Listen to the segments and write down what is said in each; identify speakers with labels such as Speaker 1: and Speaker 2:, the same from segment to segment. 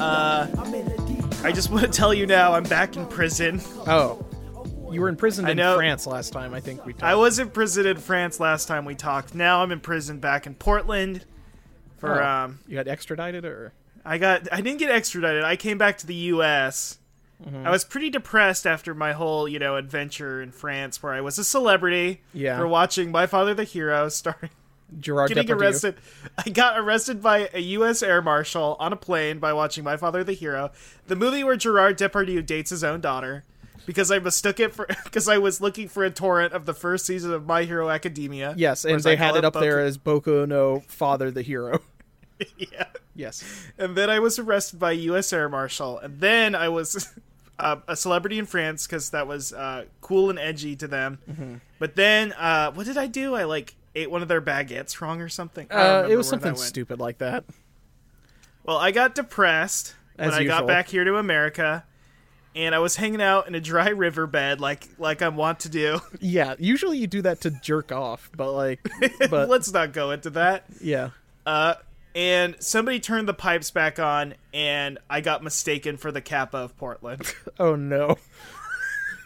Speaker 1: Um, Uh, I just want to tell you now, I'm back in prison.
Speaker 2: Oh, you were imprisoned
Speaker 1: I
Speaker 2: in
Speaker 1: know.
Speaker 2: France last time. I think we talked.
Speaker 1: I was in prison in France last time we talked. Now I'm in prison back in Portland. For
Speaker 2: Oh.
Speaker 1: um,
Speaker 2: you got extradited, or
Speaker 1: I got I didn't get extradited. I came back to the U.S.
Speaker 2: Mm-hmm.
Speaker 1: I was pretty depressed after my whole you know adventure in France, where I was a celebrity
Speaker 2: Yeah.
Speaker 1: for watching My Father the Hero starring
Speaker 2: Gerard
Speaker 1: getting
Speaker 2: Depardieu.
Speaker 1: arrested. I got arrested by a U.S. air marshal on a plane by watching My Father the Hero, the movie where Gerard Depardieu dates his own daughter, because I mistook it for because I was looking for a torrent of the first season of My Hero Academia.
Speaker 2: Yes,
Speaker 1: Or
Speaker 2: and
Speaker 1: as
Speaker 2: they
Speaker 1: I call
Speaker 2: had it up there
Speaker 1: Boku-
Speaker 2: as Boku no Father the Hero.
Speaker 1: yeah.
Speaker 2: Yes.
Speaker 1: And then I was arrested by a U.S. air marshal, and then I was. Uh, a celebrity in France because that was uh, cool and edgy to them.
Speaker 2: Mm-hmm.
Speaker 1: But then, uh, what did I do? I like ate one of their baguettes wrong or something. I don't
Speaker 2: Uh,
Speaker 1: remember
Speaker 2: it was
Speaker 1: where that
Speaker 2: something
Speaker 1: went.
Speaker 2: stupid like that.
Speaker 1: Well, I got depressed
Speaker 2: As
Speaker 1: when I
Speaker 2: usual.
Speaker 1: got back here to America, and I was hanging out in a dry riverbed like like I'm wont to do.
Speaker 2: Yeah, usually you do that to jerk off, but like, but
Speaker 1: Let's not go into that.
Speaker 2: yeah,
Speaker 1: Uh, and somebody turned the pipes back on, and I got mistaken for the Kappa of Portland.
Speaker 2: oh no.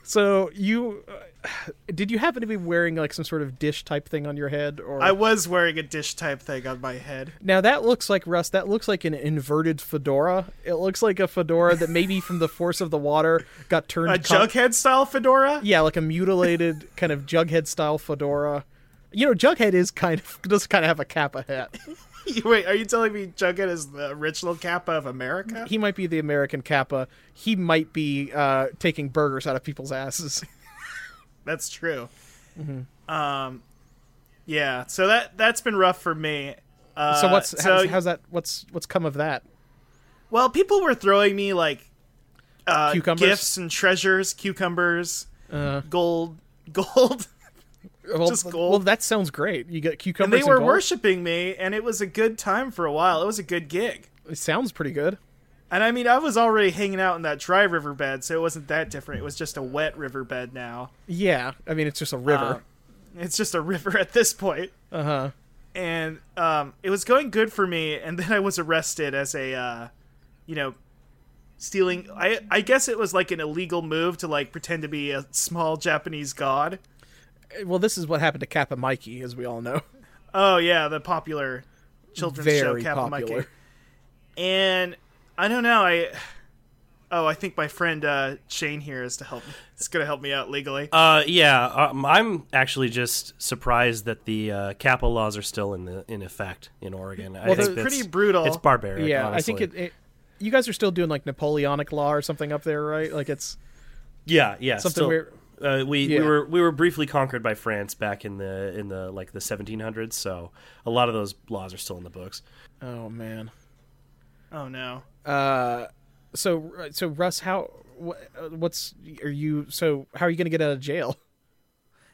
Speaker 2: so you, uh, did you happen to be wearing like some sort of dish type thing on your head, or
Speaker 1: I was wearing a dish type thing on my head.
Speaker 2: Now that looks like Russ. That looks like an inverted fedora. It looks like a fedora that maybe from the force of the water got turned.
Speaker 1: A
Speaker 2: co-
Speaker 1: Jughead style fedora?
Speaker 2: Yeah, like a mutilated kind of Jughead style fedora. You know, Jughead is kind of does kind of have a kappa hat.
Speaker 1: Wait, are you telling me Jughead is the original Kappa of America?
Speaker 2: He might be the American kappa. He might be uh, taking burgers out of people's asses.
Speaker 1: That's true.
Speaker 2: Mm-hmm.
Speaker 1: Um, yeah. So that that's been rough for me. Uh,
Speaker 2: So what's
Speaker 1: so
Speaker 2: how's, how's that? What's what's come of that?
Speaker 1: Well, people were throwing me like uh,
Speaker 2: Cucumbers?
Speaker 1: gifts and treasures, cucumbers,
Speaker 2: Uh,
Speaker 1: gold, gold.
Speaker 2: well,
Speaker 1: Just gold.
Speaker 2: well, that sounds great. You got cucumbers.
Speaker 1: and they were
Speaker 2: gold?
Speaker 1: worshiping me, and it was a good time for a while. It was a good gig.
Speaker 2: It sounds pretty good.
Speaker 1: And I mean, I was already hanging out in that dry riverbed, so it wasn't that different. It was just a wet riverbed now.
Speaker 2: Yeah, I mean it's just a river.
Speaker 1: Um, It's just a river at this point.
Speaker 2: Uh huh.
Speaker 1: and um, it was going good for me. And then I was arrested as a, uh, you know, stealing. I I guess it was like an illegal move to like pretend to be a small Japanese god. Uh,
Speaker 2: Well, this is what happened to Kappa Mikey, as we all know.
Speaker 1: Oh yeah, the popular children's
Speaker 2: Very
Speaker 1: show Kappa Mikey.
Speaker 2: popular.
Speaker 1: And I don't know. I oh, I think my friend uh, Shane here is to help. It's gonna help me out legally.
Speaker 3: Uh, yeah, um, I'm actually just surprised that the uh, Kappa laws are still in the in effect in Oregon. Well,
Speaker 2: they're
Speaker 1: pretty brutal.
Speaker 3: It's barbaric.
Speaker 2: yeah,
Speaker 3: honestly.
Speaker 2: I think it, it. You guys are still doing like Napoleonic law or something up there, right? Like it's
Speaker 3: Yeah, yeah.
Speaker 2: Something
Speaker 3: still-
Speaker 2: we're-
Speaker 3: uh, we
Speaker 2: Yeah.
Speaker 3: we were we were briefly conquered by France back in the in the like the 1700s. So a lot of those laws are still in the books.
Speaker 2: oh man.
Speaker 1: Oh no.
Speaker 2: So uh, so Russ, how wha- uh, what's are you? So how are you going to get out of jail?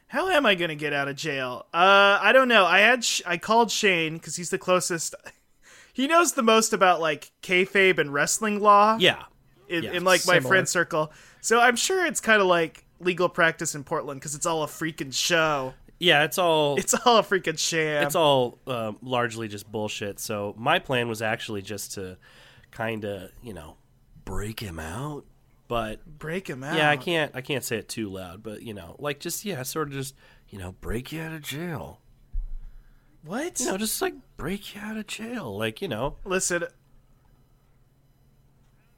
Speaker 1: How am I gonna get out of jail? Uh, I don't know. I had Sh- I called Shane because he's the closest. He knows the most about like kayfabe and wrestling law.
Speaker 3: Yeah,
Speaker 1: in,
Speaker 3: yeah,
Speaker 1: in like my
Speaker 2: similar.
Speaker 1: friend circle. So I'm sure it's kind of like legal practice in Portland because it's all a freaking show.
Speaker 3: yeah. It's all
Speaker 1: It's all a freaking sham.
Speaker 3: it's all um, largely just bullshit. So my plan was actually just to kind of you know break him out, but
Speaker 1: break him out.
Speaker 3: yeah,
Speaker 2: Oh.
Speaker 3: I can't I can't say it too loud, but you know, like just yeah, sort of just you know break you out of jail.
Speaker 1: What?
Speaker 3: You know, just like break you out of jail, like you know.
Speaker 1: Listen.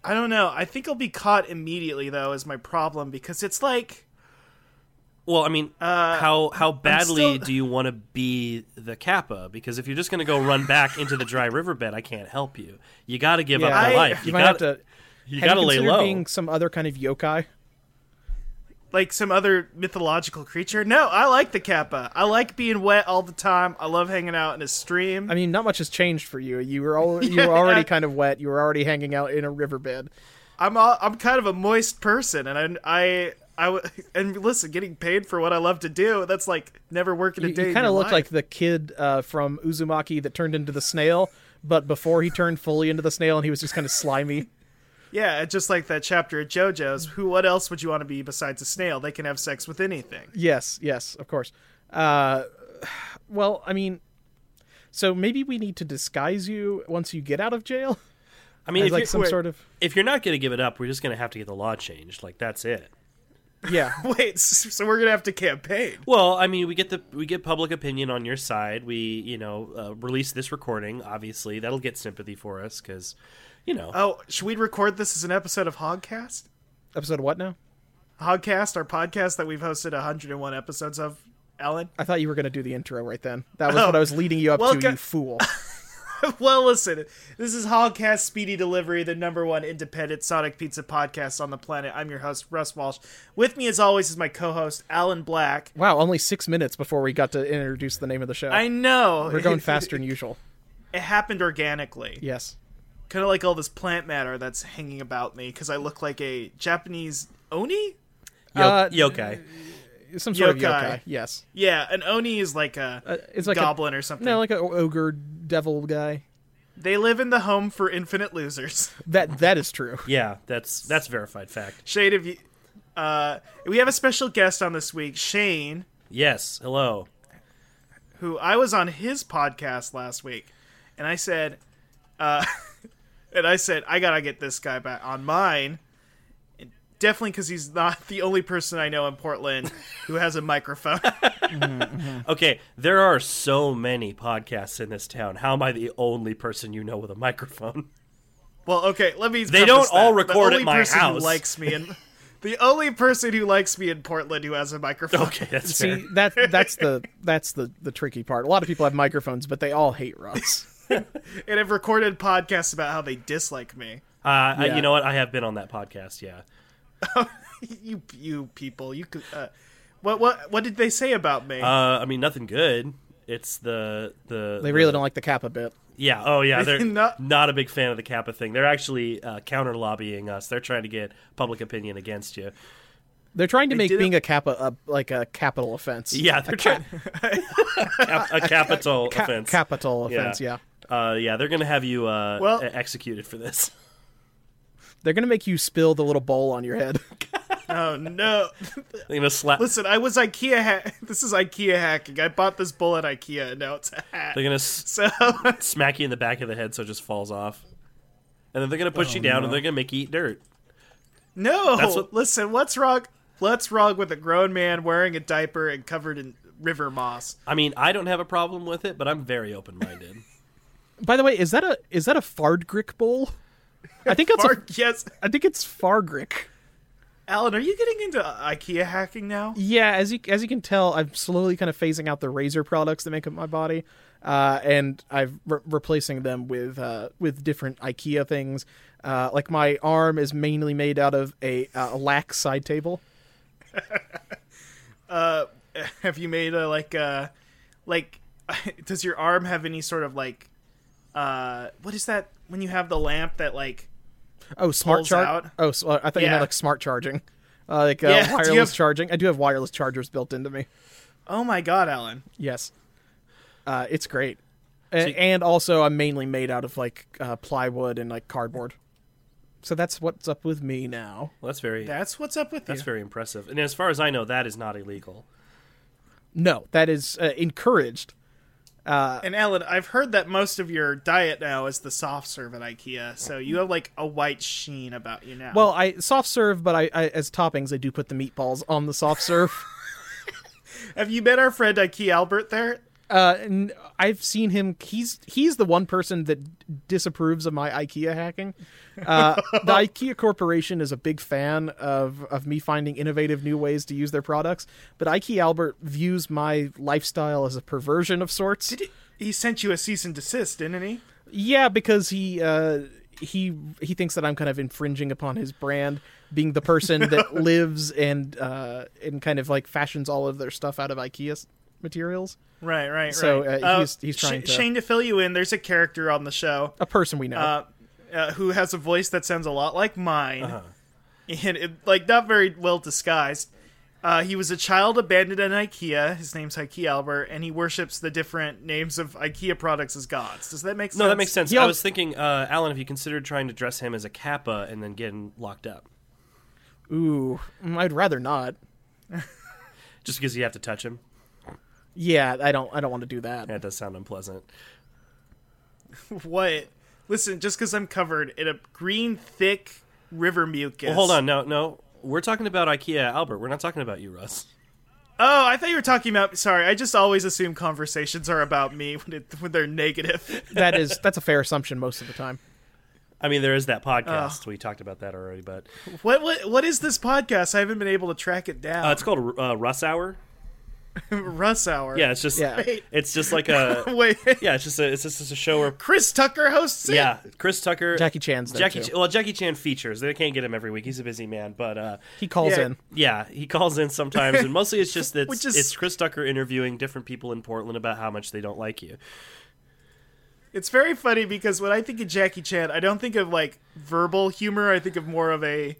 Speaker 1: I don't know. I think I'll be caught immediately though is my problem because it's like
Speaker 3: Well, I mean,
Speaker 2: uh,
Speaker 3: how how badly
Speaker 1: still-
Speaker 3: do you want to be the Kappa? Because if you're just gonna go run back into the dry riverbed, I can't help you. You got to give up
Speaker 2: Yeah.
Speaker 3: your
Speaker 1: I-
Speaker 3: life. You,
Speaker 2: might
Speaker 3: got
Speaker 2: have to.
Speaker 3: You
Speaker 2: have
Speaker 3: got to
Speaker 2: you
Speaker 3: lay
Speaker 2: considered
Speaker 3: low.
Speaker 2: Being some other kind of yokai.
Speaker 1: like some other mythological creature. No, I like the kappa. I like being wet all the time. I love hanging out in a stream.
Speaker 2: I mean, not much has changed for you. You were all you were already kind of wet. You were already hanging out in a riverbed.
Speaker 1: I'm all, I'm kind of a moist person, and I I I w- and listen, getting paid for what I love to do. That's like never working a
Speaker 2: You,
Speaker 1: day. in
Speaker 2: kind of
Speaker 1: your
Speaker 2: looked like
Speaker 1: life.
Speaker 2: the kid uh, from Uzumaki that turned into the snail, but before he turned fully into the snail, and he was just kind of slimy.
Speaker 1: yeah, it's just like that chapter of JoJo's. Who? What else would you want to be besides a snail? They can have sex with anything.
Speaker 2: Yes, yes, of course. Uh, well, I mean, so maybe we need to disguise you once you get out of jail.
Speaker 3: I mean,
Speaker 2: as
Speaker 3: if
Speaker 2: like
Speaker 3: you-
Speaker 2: some
Speaker 1: wait.
Speaker 2: sort of
Speaker 3: if you're not going to give it up, we're just going to have to get the law changed. Like that's it.
Speaker 2: yeah.
Speaker 1: Wait, s- so we're gonna have to campaign.
Speaker 3: Well, I mean, we get the we get public opinion on your side. We, you know, uh, release this recording. Obviously, that'll get sympathy for us because, you know,
Speaker 2: Uh,
Speaker 1: Oh, should we record this as an episode of Hogcast?
Speaker 2: Episode what now?
Speaker 1: Hogcast, our podcast that we've hosted 101 episodes of. Alan,
Speaker 2: I thought you were going to do the intro right then. That was
Speaker 1: Oh.
Speaker 2: what I was leading you up to,
Speaker 1: Welcome-
Speaker 2: you fool.
Speaker 1: well, listen. This is Hogcast Speedy Delivery, the number one independent Sonic Pizza podcast on the planet. I'm your host, Russ Walsh. With me, as always, is my co-host, Alan Black.
Speaker 2: Wow, only six minutes before we got to introduce the name of the show.
Speaker 1: I know
Speaker 2: We're going faster than usual.
Speaker 1: It happened organically,
Speaker 2: Yes.
Speaker 1: kind of like all this plant matter that's hanging about me because I look like a Japanese oni.
Speaker 3: yo-
Speaker 2: uh,
Speaker 3: yokai.
Speaker 2: Some sort
Speaker 1: Yokai.
Speaker 2: of yokai. Yes.
Speaker 1: Yeah, an oni is like a
Speaker 2: Uh, it's like a-
Speaker 1: goblin or something.
Speaker 2: No, like an ogre devil guy.
Speaker 1: They live in the home for infinite losers.
Speaker 2: That that is true.
Speaker 3: Yeah, that's that's verified fact.
Speaker 1: Shade of you. Uh, we have a special guest on this week, Shane,
Speaker 3: Yes. Hello.
Speaker 1: who I was on his podcast last week, and I said, uh, and I said I gotta get this guy back on mine. And Definitely because he's not the only person I know in Portland who has a microphone.
Speaker 3: Okay, there are so many podcasts in this town. How am I the only person you know with a microphone?
Speaker 1: well, okay, let me.
Speaker 3: They
Speaker 1: preface
Speaker 3: don't all
Speaker 1: that.
Speaker 3: record
Speaker 1: the
Speaker 3: at
Speaker 1: only
Speaker 3: my
Speaker 1: person Who
Speaker 3: house.
Speaker 1: likes me and the only person who likes me in Portland who has a microphone.
Speaker 3: Okay, that's fair.
Speaker 2: See, that that's the that's the the tricky part. A lot of people have microphones, but they all hate Russ.
Speaker 1: and have recorded podcasts about how they dislike me.
Speaker 3: Uh, I-
Speaker 2: yeah.
Speaker 3: you know what? I have been on that podcast. Yeah.
Speaker 1: You you people, you could. Uh, what what what did they say about me?
Speaker 3: Uh, I mean, nothing good. It's the the
Speaker 2: They really don't like the Kappa bit.
Speaker 3: Yeah. Oh, yeah. They're
Speaker 1: Not-
Speaker 3: not, a big fan of the Kappa thing. They're actually uh, counter lobbying us. They're trying to get public opinion against you.
Speaker 2: They're trying to make
Speaker 1: did it-
Speaker 2: being a Kappa a, like a capital offense.
Speaker 3: Yeah, they're trying Cap- a capital
Speaker 2: Ca-
Speaker 3: offense.
Speaker 2: Capital offense. Yeah.
Speaker 3: Uh, yeah, they're gonna have you uh,
Speaker 1: Well-
Speaker 3: e- executed for this.
Speaker 2: They're gonna make you spill the little bowl on your head.
Speaker 1: oh no!
Speaker 3: They're gonna slap.
Speaker 1: Listen, I was IKEA. Ha- this is IKEA hacking. I bought this bull at IKEA. and Now it's a hat.
Speaker 3: They're gonna s-
Speaker 1: So
Speaker 3: smack you in the back of the head so it just falls off, and then they're gonna
Speaker 2: Oh,
Speaker 3: push you down and they're gonna make you eat dirt.
Speaker 1: no.
Speaker 3: That's what-
Speaker 1: Listen, what's wrong? What's wrong with a grown man wearing a diaper and covered in river moss?
Speaker 3: I mean, I don't have a problem with it, but I'm very open minded.
Speaker 2: By the way, is that a is that a Fardgrick bowl? I think it's
Speaker 1: Mark,
Speaker 2: a,
Speaker 1: yes,
Speaker 2: I think it's Fargrick.
Speaker 1: Alan, are you getting into uh, IKEA hacking now?
Speaker 2: Yeah, as you as you can tell, I'm slowly kind of phasing out the razor products that make up my body, uh, and I'm re- replacing them with uh, with different IKEA things. Uh, like my arm is mainly made out of a uh, lax side table.
Speaker 1: have you made a like uh like does your arm have any sort of like uh what is that when you have the lamp that like
Speaker 2: Oh, smart
Speaker 1: Pulls
Speaker 2: charge.
Speaker 1: out.
Speaker 2: Oh, so, uh, I thought you
Speaker 1: Yeah.
Speaker 2: meant like smart charging, uh, like uh,
Speaker 1: Yeah, do you
Speaker 2: wireless
Speaker 1: have-
Speaker 2: charging. I do have wireless chargers built into me.
Speaker 1: oh my god alan
Speaker 2: Yes, uh, it's great, A- and also I'm mainly made out of like uh, plywood and like cardboard. So that's what's up with me now.
Speaker 3: Well, that's very
Speaker 1: that's what's up with
Speaker 3: that's
Speaker 1: you
Speaker 3: very impressive. And as far as I know, that is not illegal.
Speaker 2: No, that is uh, encouraged.
Speaker 1: and alan i've heard that most of your diet now is the soft serve at ikea so you have like a white sheen about you now
Speaker 2: Well, I soft serve, but I, I as toppings I do put the meatballs on the soft serve.
Speaker 1: have you met our friend ikea albert there
Speaker 2: uh, and I've seen him. He's he's the one person that disapproves of my IKEA hacking. Uh, the IKEA Corporation is a big fan of of me finding innovative new ways to use their products, but IKEA Albert views my lifestyle as a perversion of sorts.
Speaker 1: he sent you a cease and desist didn't he
Speaker 2: Yeah, because he uh, he he thinks that I'm kind of infringing upon his brand, being the person that lives and uh, and kind of like fashions all of their stuff out of IKEA s- materials.
Speaker 1: right right
Speaker 2: So,
Speaker 1: right.
Speaker 2: uh, he's- he's trying to-
Speaker 1: shane to fill you in there's a character on the show
Speaker 2: A person we know.
Speaker 1: uh, uh, who has a voice that sounds a lot like mine,
Speaker 2: Uh-huh.
Speaker 1: and it, like not very well disguised. Uh, he was a child abandoned in IKEA. His name's IKEA Albert, and he worships the different names of IKEA products as gods. Does that make sense?
Speaker 3: No, that makes sense.
Speaker 2: He
Speaker 3: I
Speaker 2: al-
Speaker 3: was thinking, uh, Alan, have you considered trying to dress him as a kappa and then getting locked up?
Speaker 2: Ooh, mm, I'd rather not.
Speaker 3: Just because you have to touch him?
Speaker 2: Yeah, I don't. I don't want to do that.
Speaker 3: That does sound unpleasant.
Speaker 1: What? Listen, just because I'm covered in a green, thick river mucus.
Speaker 3: Well, hold on. No, no. We're talking about IKEA, Albert. We're not talking about you, Russ.
Speaker 1: Oh, I thought you were talking about. Sorry, I just always assume conversations are about me when, it, when they're negative.
Speaker 2: That is that's a fair assumption most of the time.
Speaker 3: I mean, there is that podcast. We talked about that already, but
Speaker 1: What what what is this podcast? I haven't been able to track it down.
Speaker 3: uh, it's called uh, Russ Hour.
Speaker 1: Russ Hour.
Speaker 3: Yeah, it's just
Speaker 2: Yeah.
Speaker 3: it's just like a
Speaker 1: Wait,
Speaker 3: yeah, it's just a, it's just it's a show where
Speaker 1: Chris Tucker hosts it.
Speaker 3: yeah, Chris Tucker,
Speaker 2: Jackie Chan's there
Speaker 3: Jackie,
Speaker 2: too.
Speaker 3: Ch- well, Jackie Chan features. They can't get him every week. He's a busy man, but uh,
Speaker 2: He calls
Speaker 1: Yeah.
Speaker 2: in.
Speaker 3: yeah, he calls in sometimes, and mostly it's just that
Speaker 1: Which is-
Speaker 3: it's Chris Tucker interviewing different people in Portland about how much they don't like you.
Speaker 1: It's very funny because when I think of Jackie Chan, I don't think of like verbal humor. I think of more of a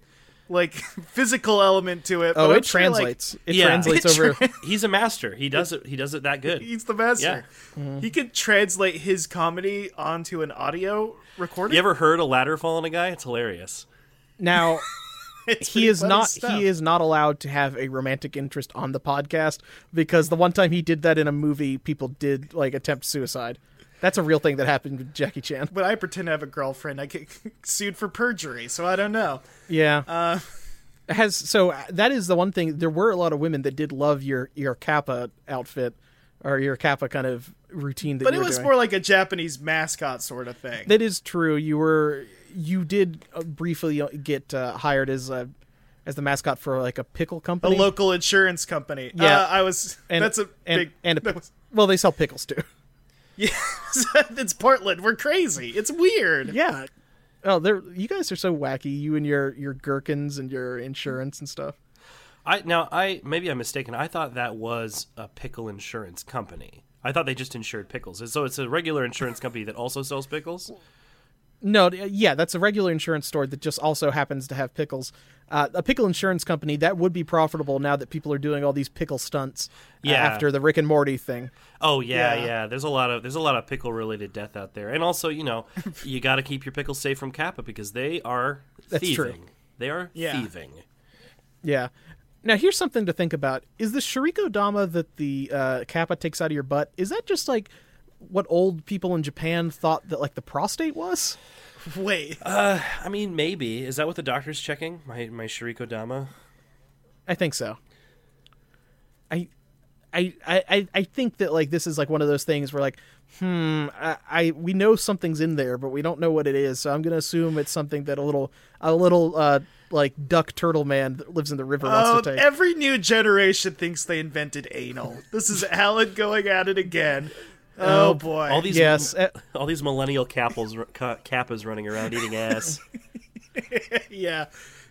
Speaker 1: like physical element to it.
Speaker 2: Oh,
Speaker 1: but I'm
Speaker 2: it
Speaker 1: sure, like,
Speaker 2: translates. it
Speaker 3: Yeah.
Speaker 2: translates over.
Speaker 3: He's a master. He does it. He does it that good.
Speaker 1: he's the master.
Speaker 2: Mm-hmm.
Speaker 1: He could translate his comedy onto an audio recording.
Speaker 3: You ever heard a ladder fall on a guy? It's hilarious.
Speaker 2: Now,
Speaker 1: It's
Speaker 2: he
Speaker 1: pretty
Speaker 2: is
Speaker 1: funny
Speaker 2: not
Speaker 1: stuff.
Speaker 2: he is not allowed to have a romantic interest on the podcast because the one time he did that in a movie, people did like attempt suicide. That's a real thing that happened with Jackie Chan.
Speaker 1: But I pretend to have a girlfriend. I get sued for perjury, so I don't know.
Speaker 2: Yeah. Uh, has so uh, that is the one thing. There were a lot of women that did love your your kappa outfit or your kappa kind of routine that
Speaker 1: But
Speaker 2: you
Speaker 1: it
Speaker 2: were
Speaker 1: was
Speaker 2: doing.
Speaker 1: more like a Japanese mascot sort of thing.
Speaker 2: That is true. You were you did uh, briefly get uh, hired as a as the mascot for like a pickle
Speaker 1: a
Speaker 2: company.
Speaker 1: local insurance company.
Speaker 2: Yeah.
Speaker 1: Uh, I was.
Speaker 2: and,
Speaker 1: that's a
Speaker 2: and,
Speaker 1: big.
Speaker 2: and a,
Speaker 1: that was-
Speaker 2: well, they sell pickles too.
Speaker 1: yeah, it's Portland. We're crazy. It's weird.
Speaker 2: Yeah. Oh, they're you guys are so wacky. You and your your gherkins and your insurance and stuff.
Speaker 3: I now I maybe I'm mistaken. I thought that was a pickle insurance company. I thought they just insured pickles. And So it's a regular insurance company that also sells pickles.
Speaker 2: No, d- uh, yeah, that's a regular insurance store that just also happens to have pickles. Uh, a pickle insurance company that would be profitable now that people are doing all these pickle stunts. uh,
Speaker 3: Yeah.
Speaker 2: after the Rick and Morty thing.
Speaker 3: Oh yeah,
Speaker 1: Yeah.
Speaker 3: yeah, There's a lot of there's a lot of pickle related death out there, and also you know you got to keep your pickles safe from Kappa because they are
Speaker 2: That's
Speaker 3: thieving.
Speaker 2: true.
Speaker 3: They are
Speaker 1: Yeah.
Speaker 3: thieving.
Speaker 2: Yeah. Now here's something to think about: is the Shiriko Dama that the uh, kappa takes out of your butt? Is that just like what old people in Japan thought that like the prostate was?
Speaker 1: Wait.
Speaker 2: Oh,
Speaker 3: I mean, maybe is that what the doctor's checking? My my Shiriko Dama.
Speaker 2: I think so. I, I, I, I- I think that like this is like one of those things where like, hmm, I, I we know something's in there, but we don't know what it is. So I'm gonna assume it's something that a little a little uh like duck turtle man that lives in the river
Speaker 1: Oh,
Speaker 2: wants to take.
Speaker 1: every new generation thinks they invented anal. This is Alan going at it again. Oh, boy.
Speaker 3: All these
Speaker 2: yes, eh,
Speaker 3: all these millennial Kapples, Ka- Kappas running around eating ass.
Speaker 1: yeah.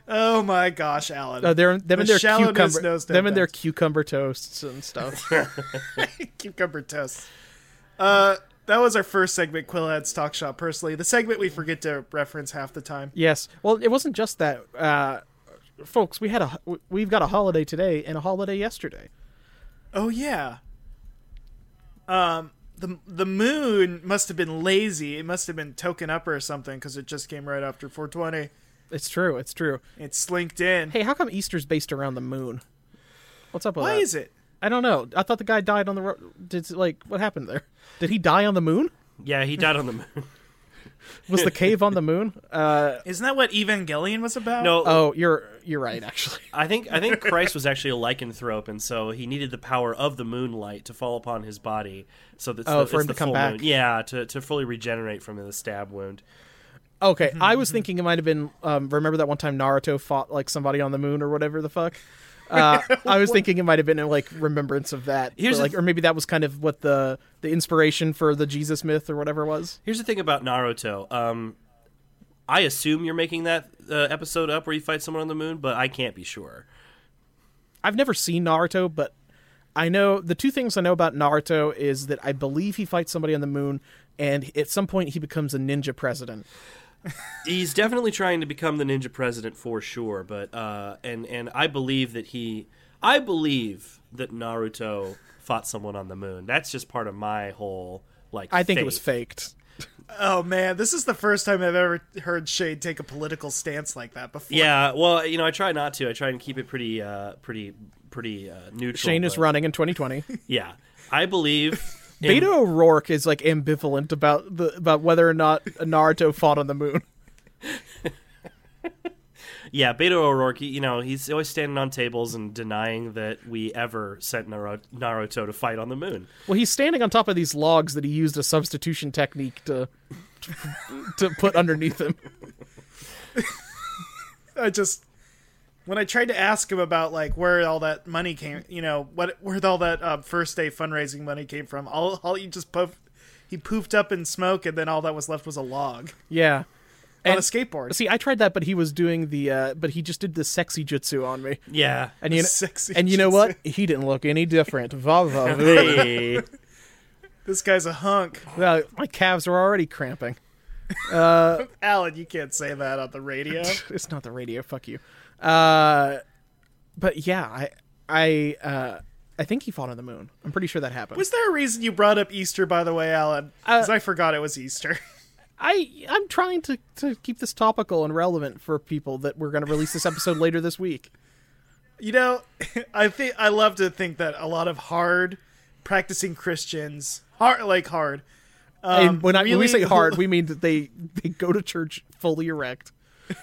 Speaker 1: Oh my gosh, Alan.
Speaker 2: uh, they're them and
Speaker 1: The
Speaker 2: their
Speaker 1: shallowness
Speaker 2: cucumber
Speaker 1: knows no
Speaker 2: them and their
Speaker 1: bounds.
Speaker 2: cucumber toasts and stuff.
Speaker 1: cucumber toast. Uh, that was our first segment, Quillhead's Talk Shop. Personally, the segment we forget to reference half the time.
Speaker 2: yes, well, it wasn't just that, uh, folks. We had a h- we've got a holiday today and a holiday yesterday.
Speaker 1: Oh yeah. Um, the the moon must have been lazy. It must have been token up or something because it just came right after 420.
Speaker 2: It's true. It's true.
Speaker 1: It slinked in.
Speaker 2: Hey, uh, how come Easter's based around the moon? What's up with
Speaker 1: Why
Speaker 2: that?
Speaker 1: is it?
Speaker 2: I don't know. I thought the guy died on the road. Did like what happened there? Did he die on the moon?
Speaker 3: yeah, he died on the moon.
Speaker 2: Was the cave on the moon? Uh,
Speaker 1: Isn't that what Evangelion was about?
Speaker 3: No,
Speaker 2: oh, you're you're right actually.
Speaker 3: I think I think Christ was actually a lycanthrope, and so he needed the power of the moonlight to fall upon his body, so that
Speaker 2: Oh,
Speaker 3: it's
Speaker 2: for him
Speaker 3: the
Speaker 2: to come
Speaker 3: full
Speaker 2: back.
Speaker 3: moon. Yeah, to, to fully regenerate from the stab wound.
Speaker 2: Okay,
Speaker 3: Mm-hmm,
Speaker 2: I was thinking it might have been. Um, remember that one time Naruto fought like somebody on the moon or whatever the fuck. Uh, I was thinking it might have been a, like remembrance of that,
Speaker 3: Here's
Speaker 2: or,
Speaker 3: the
Speaker 2: like,
Speaker 3: th-
Speaker 2: or maybe that was kind of what the the inspiration for the Jesus myth or whatever was.
Speaker 3: Here's the thing about Naruto. Um, I assume you're making that uh, episode up where you fight someone on the moon, but I can't be sure.
Speaker 2: I've never seen Naruto, but I know the two things I know about Naruto is that I believe he fights somebody on the moon, and at some point he becomes a ninja president.
Speaker 3: He's definitely trying to become the ninja president for sure, but uh, and and I believe that he, I believe that Naruto fought someone on the moon. That's just part of my whole like.
Speaker 2: I think it was
Speaker 3: faith.
Speaker 2: faked.
Speaker 1: Oh man, this is the first time I've ever heard Shade take a political stance like that before.
Speaker 3: Yeah, well, you know, I try not to. I try and keep it pretty, uh, pretty, pretty uh, neutral.
Speaker 2: Shane is
Speaker 3: but-
Speaker 2: running in 2020.
Speaker 3: Yeah, I believe
Speaker 2: Beto O'Rourke is like ambivalent about the about whether or not Naruto fought on the moon.
Speaker 3: Yeah, Beto O'Rourke, you know, he's always standing on tables and denying that we ever sent Naru- Naruto to fight on the moon.
Speaker 2: Well, he's standing on top of these logs that he used a substitution technique to to put underneath him.
Speaker 1: I just when I tried to ask him about like where all that money came, you know, what where all that um, first day fundraising money came from, all all he just puffed, he poofed up in smoke, and then all that was left was a log
Speaker 2: Yeah.
Speaker 1: on a
Speaker 2: And-
Speaker 1: skateboard.
Speaker 2: See, I tried that, but he was doing the uh but he just did the sexy jutsu on me.
Speaker 3: Yeah.
Speaker 2: And you know,
Speaker 1: Sexy
Speaker 2: and you know
Speaker 1: jutsu.
Speaker 2: what? He didn't look any different. Va va. va.
Speaker 3: Hey.
Speaker 1: This guy's a hunk,
Speaker 2: Well, my calves are already cramping.
Speaker 1: Alan. You can't say that on the radio.
Speaker 2: It's not the radio. Fuck you. Uh, but yeah, I I uh, I think he fought on the moon. I'm pretty sure that happened.
Speaker 1: was there a reason you brought up Easter, by the way, Alan?
Speaker 2: Uh,
Speaker 1: Because I forgot it was Easter.
Speaker 2: I I'm trying to to keep this topical and relevant for people that we're going to release this episode later this week.
Speaker 1: You know, I think I love to think that a lot of hard practicing Christians, hard like hard,
Speaker 2: and when I when we
Speaker 1: really-
Speaker 2: say hard, we mean that they they go to church fully erect.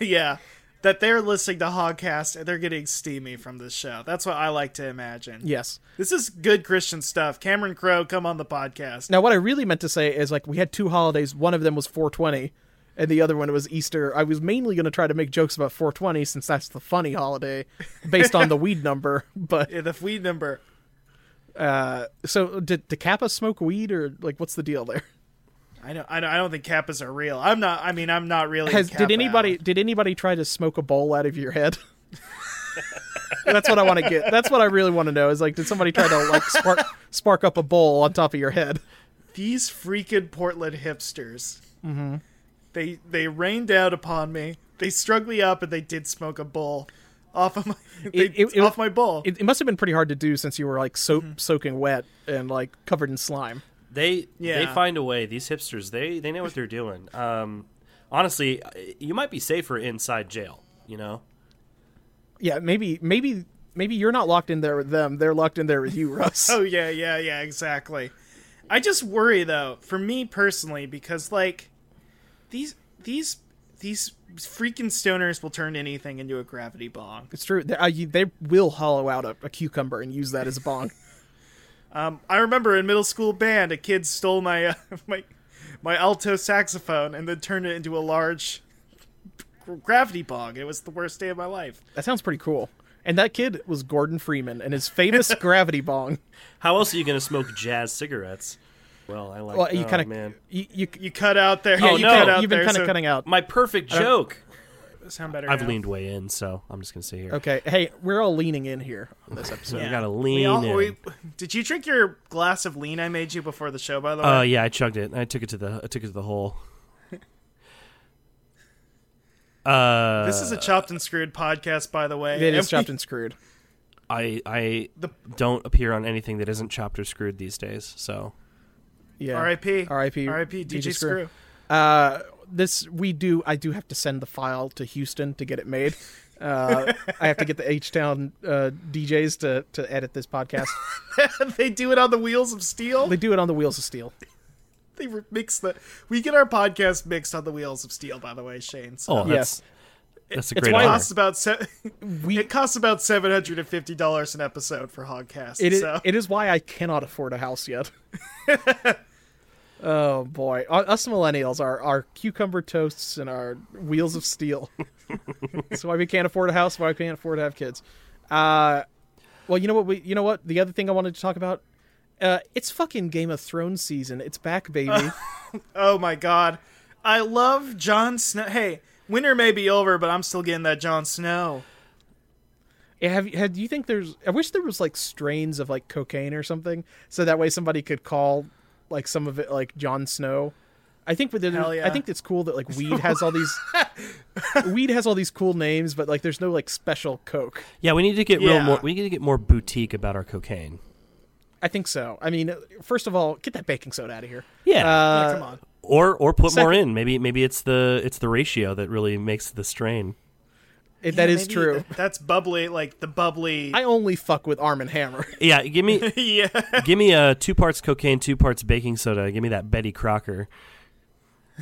Speaker 1: yeah, that they're listening to Hogcast and they're getting steamy from this show. That's what I like to imagine.
Speaker 2: Yes.
Speaker 1: This is good Christian stuff. Cameron Crowe, come on the podcast.
Speaker 2: Now, what I really meant to say is like we had two holidays. One of them was 420, and the other one was Easter. I was mainly going to try to make jokes about 420 since that's the funny holiday, based on the weed number. But
Speaker 1: Yeah, The weed number.
Speaker 2: so, did the Kappa smoke weed, or like what's the deal there?
Speaker 1: I don't, I don't. I don't think Kappas are real. I'm not. I mean, I'm not really. a
Speaker 2: Has did
Speaker 1: Kappa,
Speaker 2: anybody
Speaker 1: Alan.
Speaker 2: did anybody try to smoke a bowl out of your head? that's what I want to get. That's what I really want to know is like, did somebody try to like spark spark up a bowl on top of your head?
Speaker 1: These freaking Portland hipsters. Mm-hmm. They they rained down upon me. They strung me up and they did smoke a bowl off of my they,
Speaker 2: It- it- it-
Speaker 1: off my bowl.
Speaker 2: It, it must have been pretty hard to do since you were like soap
Speaker 3: Mm-hmm.
Speaker 2: soaking wet and like covered in slime.
Speaker 3: They
Speaker 1: Yeah.
Speaker 3: they find a way. These hipsters, they they know what they're doing. Um, honestly, you might be safer inside jail. You know,
Speaker 2: Yeah, maybe maybe maybe you're not locked in there with them. They're locked in there with you, Russ.
Speaker 1: Oh yeah, yeah, yeah, exactly. I just worry though, for me personally, because like these these these freaking stoners will turn anything into a gravity bong.
Speaker 2: It's true. They, uh, you, they will hollow out a, a cucumber and use that as a bong.
Speaker 1: I remember in middle school band, a kid stole my uh, my my alto saxophone and then turned it into a large gravity bong. It was the worst day of my life.
Speaker 2: That sounds pretty cool. And that kid was Gordon Freeman and his famous gravity bong.
Speaker 3: how else are you going to smoke jazz cigarettes? Well, I like.
Speaker 2: Well, you
Speaker 3: oh,
Speaker 2: kind of
Speaker 3: man.
Speaker 2: you, you,
Speaker 1: You cut out there.
Speaker 3: Oh,
Speaker 1: you
Speaker 3: no.
Speaker 1: cut out
Speaker 2: you've been
Speaker 1: there,
Speaker 2: kind of
Speaker 1: so-
Speaker 2: cutting out.
Speaker 3: My perfect joke.
Speaker 1: Sound better.
Speaker 3: I've
Speaker 1: now.
Speaker 3: leaned way in, so I'm just going to sit here.
Speaker 2: Okay, hey, we're all leaning in here on this episode.
Speaker 3: I gotta
Speaker 1: We
Speaker 3: lean
Speaker 1: all-
Speaker 3: in.
Speaker 1: we- did you drink your glass of lean I made you before the show? By the way,
Speaker 3: Uh, yeah, I chugged it. I took it to the I took it to the hole. Uh,
Speaker 1: This is a chopped and screwed podcast, by the way.
Speaker 2: It is
Speaker 1: we-
Speaker 2: chopped and screwed.
Speaker 3: I I
Speaker 1: The-
Speaker 3: don't appear on anything that isn't chopped or screwed these days. So
Speaker 2: Yeah.
Speaker 1: R.I.P.
Speaker 2: R.I.P.
Speaker 1: R.I.P. DJ Screw.
Speaker 2: Uh, this we do. I do have to send the file to Houston to get it made. Uh, I have to get the H Town uh, DJs to to edit this podcast.
Speaker 1: they do it on the wheels of steel.
Speaker 2: They do it on the wheels of steel.
Speaker 1: they re- mix the. We get our podcast mixed on the wheels of steel. By the way, Shane. So
Speaker 3: oh,
Speaker 2: Yes.
Speaker 3: that's that's a
Speaker 2: It's
Speaker 3: great
Speaker 2: why
Speaker 1: it
Speaker 3: honor.
Speaker 1: costs about se-
Speaker 2: We-
Speaker 1: it costs about seven hundred and fifty dollars an episode for Hogcast.
Speaker 2: It is.
Speaker 1: so
Speaker 2: It is why I cannot afford a house yet. oh boy, U- us millennials are our cucumber toasts and our wheels of steel. That's why we can't afford a house. Why we can't afford to have kids. Uh, well, you know what? We you know what? The other thing I wanted to talk about. Uh, it's fucking Game of Thrones season. It's back, baby.
Speaker 1: oh my god, I love Jon Snow. Hey, winter may be over, but I'm still getting that Jon Snow.
Speaker 2: Eh, have, you- had- do you think there's? I wish there was like strains of like cocaine or something, so that way somebody could call like some of it like Jon Snow. I think with
Speaker 1: Hell
Speaker 2: I
Speaker 1: yeah.
Speaker 2: think it's cool that like weed has all these weed has all these cool names, but like there's no like special coke.
Speaker 3: Yeah, we need to get real
Speaker 1: Yeah.
Speaker 3: more. We need to get more boutique about our cocaine.
Speaker 2: I think so. I mean, first of all, get that baking soda out of here.
Speaker 3: Yeah,
Speaker 2: Uh,
Speaker 1: Yeah, come on.
Speaker 3: or or put more
Speaker 2: second-
Speaker 3: in. Maybe maybe it's the it's the ratio that really makes the strain.
Speaker 2: It, that
Speaker 1: Yeah,
Speaker 2: is
Speaker 1: maybe
Speaker 2: true.
Speaker 1: th- That's bubbly, like the bubbly.
Speaker 2: I only fuck with Arm and Hammer.
Speaker 3: Yeah, give me
Speaker 1: yeah,
Speaker 3: give me uh, two parts cocaine, two parts baking soda. Give me that Betty Crocker.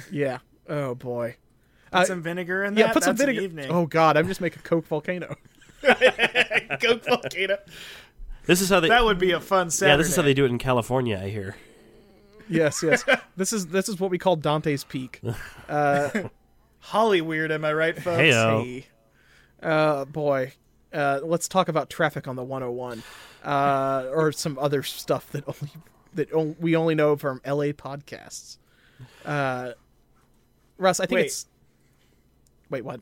Speaker 2: yeah. Oh boy.
Speaker 1: put some vinegar in that.
Speaker 2: Yeah, put some
Speaker 1: That's an
Speaker 2: vinegar.
Speaker 1: evening.
Speaker 2: Oh god, I'm just making Coke volcano.
Speaker 1: Coke volcano.
Speaker 3: This is how they.
Speaker 1: That would be a fun Saturday.
Speaker 3: yeah, this is how they do it in California. I hear.
Speaker 2: Yes, yes. this is this is what we call Dante's Peak.
Speaker 1: Holly weird, am I right, folks?
Speaker 3: Heyo. Oh.
Speaker 2: Hey. Uh, boy. Uh, let's talk about traffic on the 101, uh, or some other stuff that only that on, we only know from LA podcasts. Uh, Russ, I think
Speaker 1: Wait.
Speaker 2: it's. Wait, what?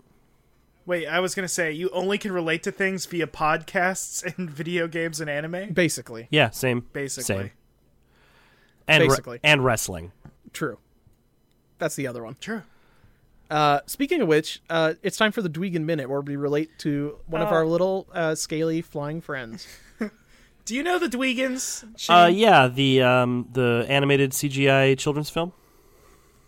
Speaker 1: Wait, I was gonna say you only can relate to things via podcasts and video games and anime.
Speaker 2: Basically,
Speaker 3: Yeah, same.
Speaker 1: Basically.
Speaker 3: Same. And re-
Speaker 2: Basically.
Speaker 3: and wrestling.
Speaker 2: true. That's the other one.
Speaker 1: True.
Speaker 2: Uh, speaking of which, uh, it's time for the Dweegan Minute, where we relate to one of
Speaker 1: Oh.
Speaker 2: our little uh, scaly flying friends.
Speaker 1: Do you know the Dweegans?
Speaker 3: Uh,
Speaker 1: Shane?
Speaker 3: yeah, the um, the animated CGI children's film.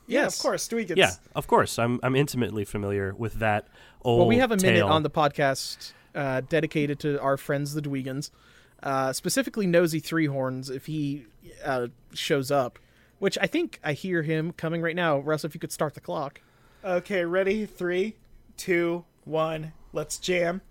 Speaker 1: yeah,
Speaker 2: yes.
Speaker 1: of course, Dweegans.
Speaker 3: Yeah, of course. I'm I'm intimately familiar with that old.
Speaker 2: Well, we have a minute
Speaker 3: tale.
Speaker 2: on the podcast uh, dedicated to our friends, the Dweegans, uh, specifically Nosy Three Horns, if he uh, shows up, which I think I hear him coming right now. Russ, if you could start the clock.
Speaker 1: Okay, ready? Three, two, one. Let's jam.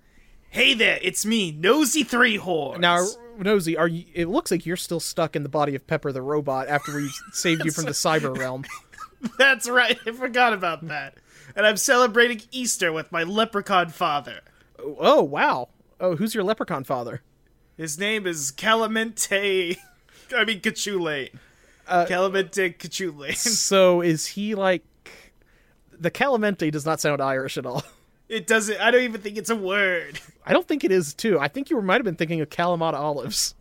Speaker 1: Hey there, it's me, Nosy Three Horns.
Speaker 2: Now, Nosy, are you? It looks like you're still stuck in the body of Pepper the robot after we saved you from the cyber realm.
Speaker 1: that's right. I forgot about that. And I'm celebrating Easter with my leprechaun father.
Speaker 2: Oh wow! Oh, who's your leprechaun father?
Speaker 1: His name is Calamente. I mean, Cachule.
Speaker 2: Uh,
Speaker 1: Calamente Cachule.
Speaker 2: So is he like? The Calamente does not sound Irish at all.
Speaker 1: It doesn't. I don't even think it's a word.
Speaker 2: I don't think it is too. I think you might have been thinking of Kalamata olives.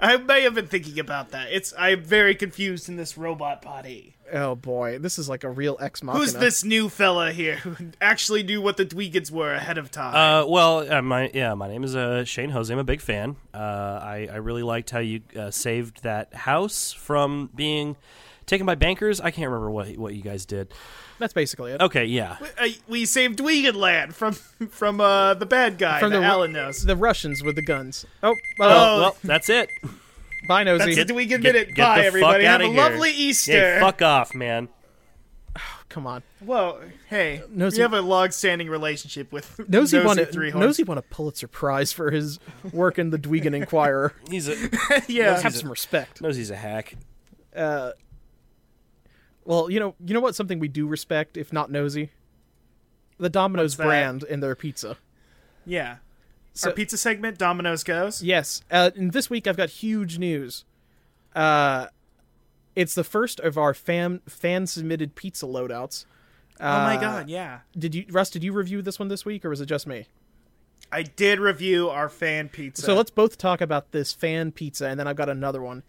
Speaker 1: I may have been thinking about that. It's. I'm very confused in this robot body.
Speaker 2: Oh boy, this is like a real ex machina.
Speaker 1: Who's this new fella here who actually knew what the Dweegans were ahead of time?
Speaker 3: Uh, well, uh, my yeah, my name is uh, Shane Jose. I'm a big fan. Uh, I I really liked how you uh, saved that house from being taken by bankers. I can't remember what what you guys did.
Speaker 2: That's basically it.
Speaker 3: Okay, yeah,
Speaker 1: Uh, we saved Dweegan Land from from uh, the bad guy
Speaker 2: From
Speaker 1: that
Speaker 2: the-
Speaker 1: Alan knows.
Speaker 2: The Russians with the guns. Oh,
Speaker 1: Oh,
Speaker 2: oh,
Speaker 3: well, that's it.
Speaker 2: bye, nosy.
Speaker 1: That's a Dweegan
Speaker 3: Get-
Speaker 1: Minute.
Speaker 3: get
Speaker 1: Bye,
Speaker 3: the fuck
Speaker 1: everybody. Have
Speaker 3: outta
Speaker 1: a
Speaker 3: here.
Speaker 1: lovely
Speaker 3: Hey,
Speaker 1: Easter.
Speaker 3: fuck off, man.
Speaker 2: Come on,
Speaker 1: Whoa, hey,
Speaker 2: Nosy-
Speaker 1: you have a long-standing relationship with
Speaker 2: nosy,
Speaker 1: Nosy
Speaker 2: won a
Speaker 1: Three Horns.
Speaker 2: nosy won a Pulitzer Prize for his work in the Dweegan Inquirer.
Speaker 3: He's a
Speaker 1: yeah,
Speaker 2: Have some respect.
Speaker 3: knows he's a hack.
Speaker 2: Well, you know, you know what? Something we do respect, if not nosy, the Domino's
Speaker 1: that?
Speaker 2: brand and their pizza.
Speaker 1: yeah.
Speaker 2: So-
Speaker 1: Our pizza segment, Domino's goes.
Speaker 2: Yes. Uh, and this week I've got huge news. Uh, it's the first of our fan fan submitted pizza loadouts.
Speaker 1: oh my god, yeah.
Speaker 2: Did you, Russ? Did you review this one this week, or was it just me?
Speaker 1: I did review our fan pizza.
Speaker 2: So let's both talk about this fan pizza, and then I've got another one.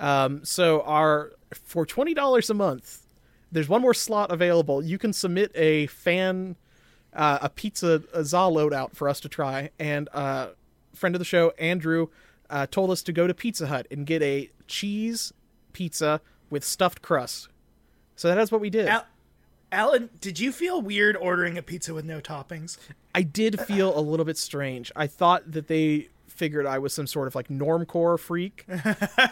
Speaker 2: Um, so our for twenty dollars a month, there's one more slot available. You can submit a fan, uh, a pizza a za loadout for us to try. And uh, friend of the show Andrew uh, told us to go to Pizza Hut and get a cheese pizza with stuffed crust. So that is what we did.
Speaker 1: Al- Alan, did you feel weird ordering a pizza with no toppings?
Speaker 2: I did feel a little bit strange. I thought that they figured I was some sort of like normcore freak.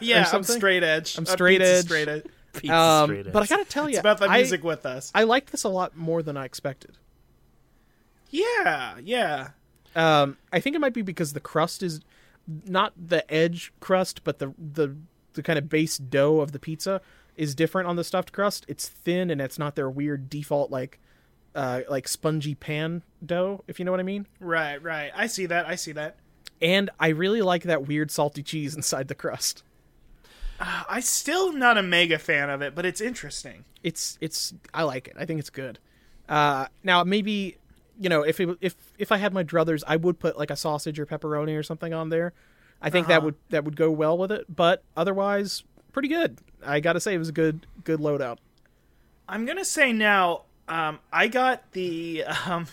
Speaker 1: yeah, I'm
Speaker 2: something?
Speaker 1: straight edge. I'm
Speaker 2: straight edge.
Speaker 1: Straight edge.
Speaker 3: Pizza
Speaker 2: Um,
Speaker 3: straight
Speaker 2: but I
Speaker 3: ass.
Speaker 2: gotta tell you,
Speaker 1: It's about the
Speaker 2: I-
Speaker 1: music with us.
Speaker 2: I liked this a lot more than I expected.
Speaker 1: yeah, yeah.
Speaker 2: Um, I think it might be because the crust is not the edge crust, but the the the kind of base dough of the pizza is different on the stuffed crust. It's thin and it's not their weird default like uh, like spongy pan dough, if you know what I mean.
Speaker 1: Right, right. I see that. I see that.
Speaker 2: And I really like that weird salty cheese inside the crust.
Speaker 1: I still am not a mega fan of it, but it's interesting.
Speaker 2: It's it's I like it. I think it's good. Uh, now maybe you know if it, if if I had my druthers, I would put like a sausage or pepperoni or something on there. I think that would that would go well with it. But otherwise, pretty good. I gotta say, it was a good good loadout.
Speaker 1: I'm gonna say now. Um, I got the um,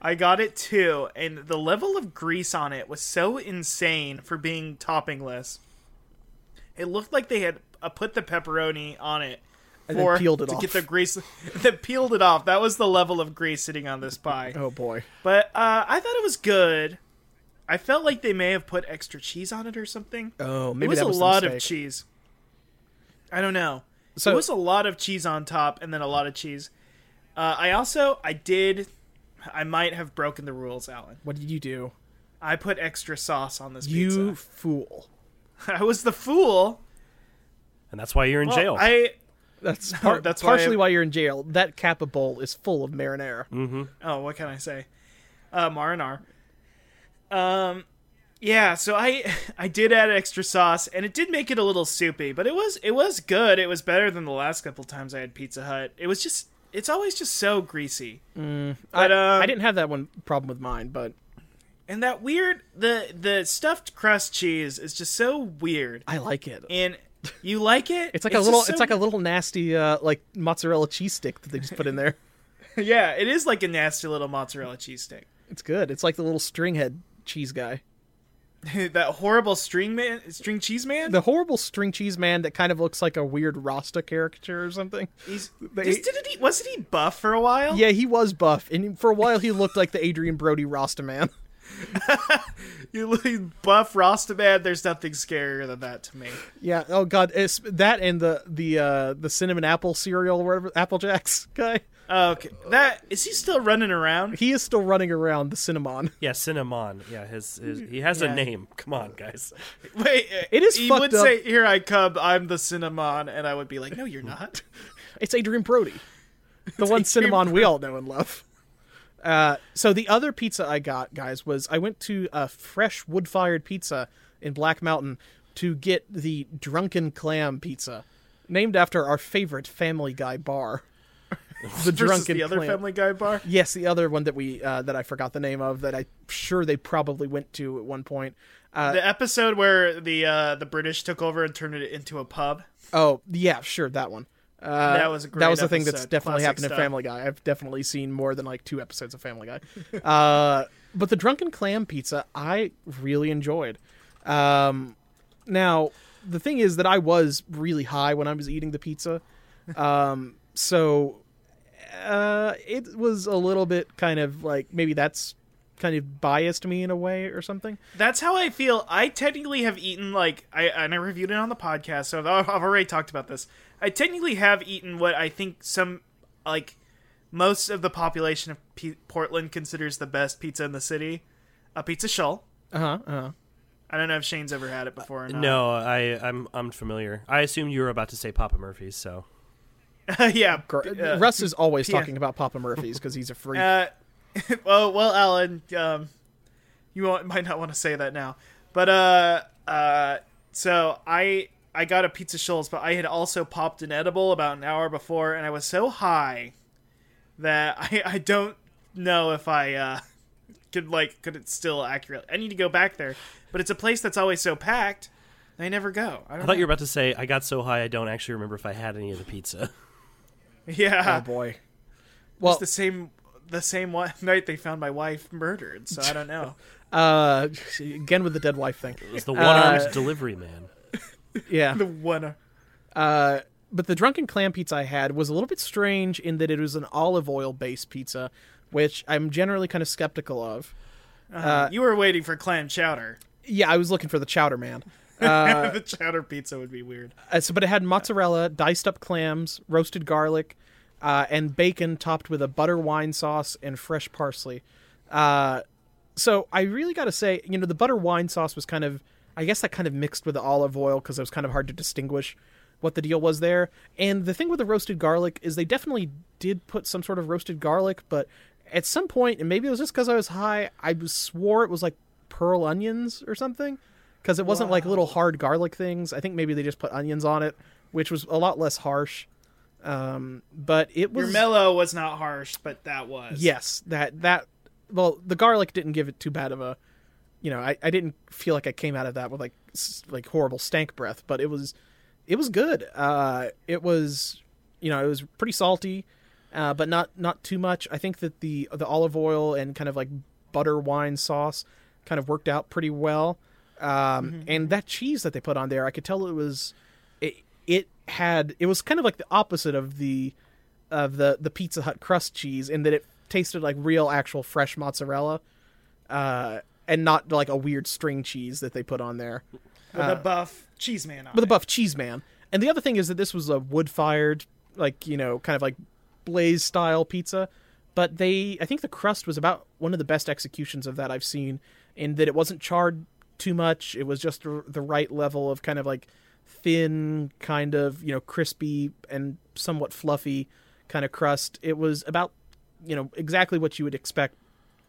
Speaker 1: I got it too, and the level of grease on it was so insane for being toppingless. It looked like they had uh, put the pepperoni on it
Speaker 2: And
Speaker 1: for
Speaker 2: then peeled it
Speaker 1: to
Speaker 2: off.
Speaker 1: get the grease. That peeled it off. That was the level of grease sitting on this pie.
Speaker 2: oh boy.
Speaker 1: But uh, I thought it was good. I felt like they may have put extra cheese on it or something.
Speaker 2: Oh,
Speaker 1: it
Speaker 2: maybe
Speaker 1: was
Speaker 2: that was
Speaker 1: a
Speaker 2: the
Speaker 1: lot of
Speaker 2: mistake.
Speaker 1: cheese. I don't know. So
Speaker 2: So-
Speaker 1: it was a lot of cheese on top, and then a lot of cheese. Uh, I also I did. I might have broken the rules, Alan.
Speaker 2: What did you do?
Speaker 1: I put extra sauce on this
Speaker 2: You
Speaker 1: pizza.
Speaker 2: fool.
Speaker 1: I was the fool.
Speaker 3: and that's why you're in
Speaker 1: Well,
Speaker 3: jail.
Speaker 1: I
Speaker 2: That's par-
Speaker 1: that's
Speaker 2: that's
Speaker 1: why I-
Speaker 2: partially why, you're in jail. That Kappa bowl is full of marinara.
Speaker 1: oh, what can I say? Uh, Marinar. Um, yeah. So I I did add extra sauce, and it did make it a little soupy, but it was it was good. It was better than the last couple times I had Pizza Hut. It was just it's always just so greasy. but
Speaker 2: Mm, I,
Speaker 1: um,
Speaker 2: I didn't have that one problem with mine, but
Speaker 1: And that weird the the stuffed crust cheese is just so weird.
Speaker 2: I like it.
Speaker 1: And you like it?
Speaker 2: It's like a little.
Speaker 1: just so-
Speaker 2: It's like a little nasty, uh, like mozzarella cheese stick that they just put in there.
Speaker 1: yeah. It is like a nasty little mozzarella cheese stick.
Speaker 2: It's good. It's like the little string head cheese guy,
Speaker 1: that horrible string man, string cheese man.
Speaker 2: the horrible string cheese man that kind of looks like a weird Rasta caricature or something.
Speaker 1: He's,
Speaker 2: they-
Speaker 1: just- didn't he? Wasn't he buff for a while?
Speaker 2: Yeah, he was buff, and for a while he looked like the Adrian Brody Rasta man.
Speaker 1: You look- buff Rastaman. There's nothing scarier than that to me.
Speaker 2: Yeah. Oh God, it's that and the the uh, the cinnamon apple cereal, whatever Apple Jacks guy.
Speaker 1: Okay, that is he still running around?
Speaker 2: He is still running around the cinnamon.
Speaker 3: yeah, Cinnamon. Yeah, his, his he has
Speaker 1: Yeah.
Speaker 3: a name. Come on, guys.
Speaker 1: Wait, uh,
Speaker 2: It is
Speaker 1: He
Speaker 2: fucked
Speaker 1: would
Speaker 2: up.
Speaker 1: say, "Here I come. I'm the cinnamon," and I would be like, "No, you're not."
Speaker 2: It's Adrian Brody, the one cinnamon we all know and love. Uh, so the other pizza I got, guys, was I went to a fresh wood-fired pizza in Black Mountain to get the Drunken Clam pizza, named after our favorite Family Guy bar. the
Speaker 1: Versus
Speaker 2: Drunken
Speaker 1: the other
Speaker 2: Clam.
Speaker 1: Family Guy bar.
Speaker 2: Yes, the other one that we uh, that I forgot the name of that I'm sure they probably went to at one point. Uh,
Speaker 1: The episode where the uh, the British took over and turned it into a pub.
Speaker 2: oh yeah, sure that one. Uh,
Speaker 1: That was a great
Speaker 2: that was the thing that's
Speaker 1: episode.
Speaker 2: definitely
Speaker 1: Classic
Speaker 2: happened
Speaker 1: stuff.
Speaker 2: in Family Guy. I've definitely seen more than like two episodes of Family Guy. uh, but the drunken clam pizza, I really enjoyed. Um, now the thing is that I was really high when I was eating the pizza, um, so uh, it was a little bit kind of like maybe that's kind of biased me in a way or something.
Speaker 1: That's how I feel. I technically have eaten like I and I reviewed it on the podcast, so I've, I've already talked about this. I technically have eaten what I think some like most of the population of P- Portland considers the best pizza in the city, a pizza shell.
Speaker 2: Uh huh. Uh-huh.
Speaker 1: I don't know if Shane's ever had it before or not.
Speaker 3: No, I I'm I'm familiar. I assumed you were about to say Papa Murphy's. So
Speaker 1: yeah,
Speaker 2: Gr-
Speaker 1: uh,
Speaker 2: Russ is always
Speaker 1: yeah.
Speaker 2: talking about Papa Murphy's because he's a freak.
Speaker 1: Uh, well, well, Alan, um, you won't, might not want to say that now, but uh, uh, so I I got a pizza Shoals, but I had also popped an edible about an hour before, and I was so high that I I don't know if I uh could like could it still accurately. I need to go back there, but it's a place that's always so packed. I never go. I
Speaker 3: I
Speaker 1: don't
Speaker 3: thought you were about to say I got so high I don't actually remember if I had any of the pizza.
Speaker 1: know. Yeah,
Speaker 2: oh boy. Well,
Speaker 1: it's the same the same one night they found my wife murdered. So I don't know.
Speaker 2: uh, again with the dead wife thing.
Speaker 3: It was the one-armed delivery man.
Speaker 2: Yeah.
Speaker 1: the one.
Speaker 2: Uh, but the drunken clam pizza I had was a little bit strange in that it was an olive oil based pizza, which I'm generally kind of skeptical of. Uh,
Speaker 1: you were waiting for clam chowder.
Speaker 2: Yeah, I was looking for the chowder man.
Speaker 1: the chowder pizza would be weird.
Speaker 2: Uh, so, but uh, it had mozzarella, diced up clams, roasted garlic, uh, and bacon topped with a butter wine sauce and fresh parsley. Uh, so I really got to say, you know, the butter wine sauce was kind of, I guess that kind of mixed with the olive oil because it was kind of hard to distinguish what the deal was there. And the thing with the roasted garlic is they definitely did put some sort of roasted garlic, but at some point, and maybe it was just because I was high, I was, swore it was like pearl onions or something because it wasn't like little hard garlic things. I think maybe they just put onions on it, which was a lot less harsh. Um, but it was
Speaker 1: Your mellow was not harsh, but that was.
Speaker 2: Yes, that that well, the garlic didn't give it too bad of a, you know, I, I didn't feel like I came out of that with like s- like horrible stank breath, but it was it was good. Uh, it was you know it was pretty salty, uh, but not not too much. I think that the the olive oil and kind of like butter wine sauce kind of worked out pretty well. Um, And that cheese that they put on there, I could tell it was it it had it was kind of like the opposite of the of the the Pizza Hut crust cheese in that it tasted like real actual fresh mozzarella, uh, and not like a weird string cheese that they put on there
Speaker 1: with a buff cheese man on
Speaker 2: uh, with a
Speaker 1: it.
Speaker 2: buff cheese man. And the other thing is that this was a wood fired, like you know, kind of like blaze style pizza. But they, I think the crust was about one of the best executions of that I've seen, in that it wasn't charred too much. It was just r- the right level of kind of like thin, kind of you know, crispy and somewhat fluffy kind of crust. It was about you know exactly what you would expect,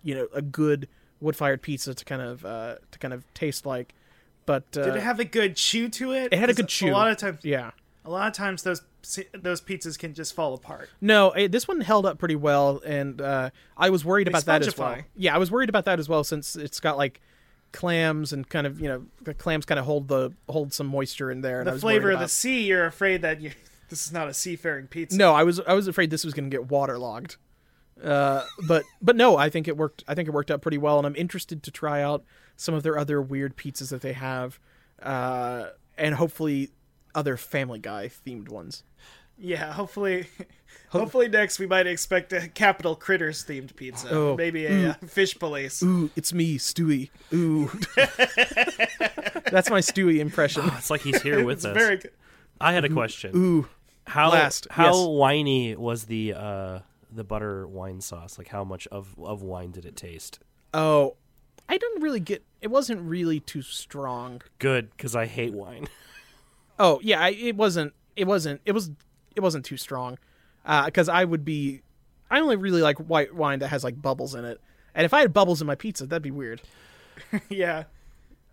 Speaker 2: you know, a good wood fired pizza to kind of uh, to kind of taste like. But uh,
Speaker 1: Did it have a good chew to it?
Speaker 2: it had a
Speaker 1: 'Cause
Speaker 2: good chew.
Speaker 1: A lot of times,
Speaker 2: yeah.
Speaker 1: a lot of times those those pizzas can just fall apart.
Speaker 2: No, eh, this one held up pretty well, and uh, I was worried about that as well.
Speaker 1: spongify.
Speaker 2: Yeah, I was worried about that as well, since it's got like clams and kind of you know the clams kind of hold the hold some moisture in there. And I
Speaker 1: The
Speaker 2: was worried
Speaker 1: flavor of the
Speaker 2: about-
Speaker 1: sea, you're afraid that you this is not a seafaring pizza.
Speaker 2: No, I was I was afraid this was going to get waterlogged. Uh, but but no, I think it worked. I think it worked out pretty well, and I'm interested to try out some of their other weird pizzas that they have, uh, and hopefully other Family Guy themed ones.
Speaker 1: Yeah, hopefully, hopefully next we might expect a capital critters themed pizza,
Speaker 2: Oh. Mm.
Speaker 1: maybe a uh, fish police.
Speaker 2: Ooh, it's me, Stewie. Ooh. That's my Stewie impression.
Speaker 3: It's like he's here with
Speaker 1: It's
Speaker 3: us.
Speaker 1: very good.
Speaker 3: I had a question.
Speaker 2: Ooh.
Speaker 3: how
Speaker 2: blast,
Speaker 3: how
Speaker 2: yes.
Speaker 3: winey was the uh, the butter wine sauce? Like how much of of wine did it taste?
Speaker 2: Oh, I didn't really get it wasn't really too strong.
Speaker 3: Good, because I hate wine.
Speaker 2: Oh, yeah, I, it wasn't it wasn't it was it wasn't too strong. Uh, cuz I would be I only really like white wine that has like bubbles in it. And if I had bubbles in my pizza, that'd be weird.
Speaker 1: Yeah.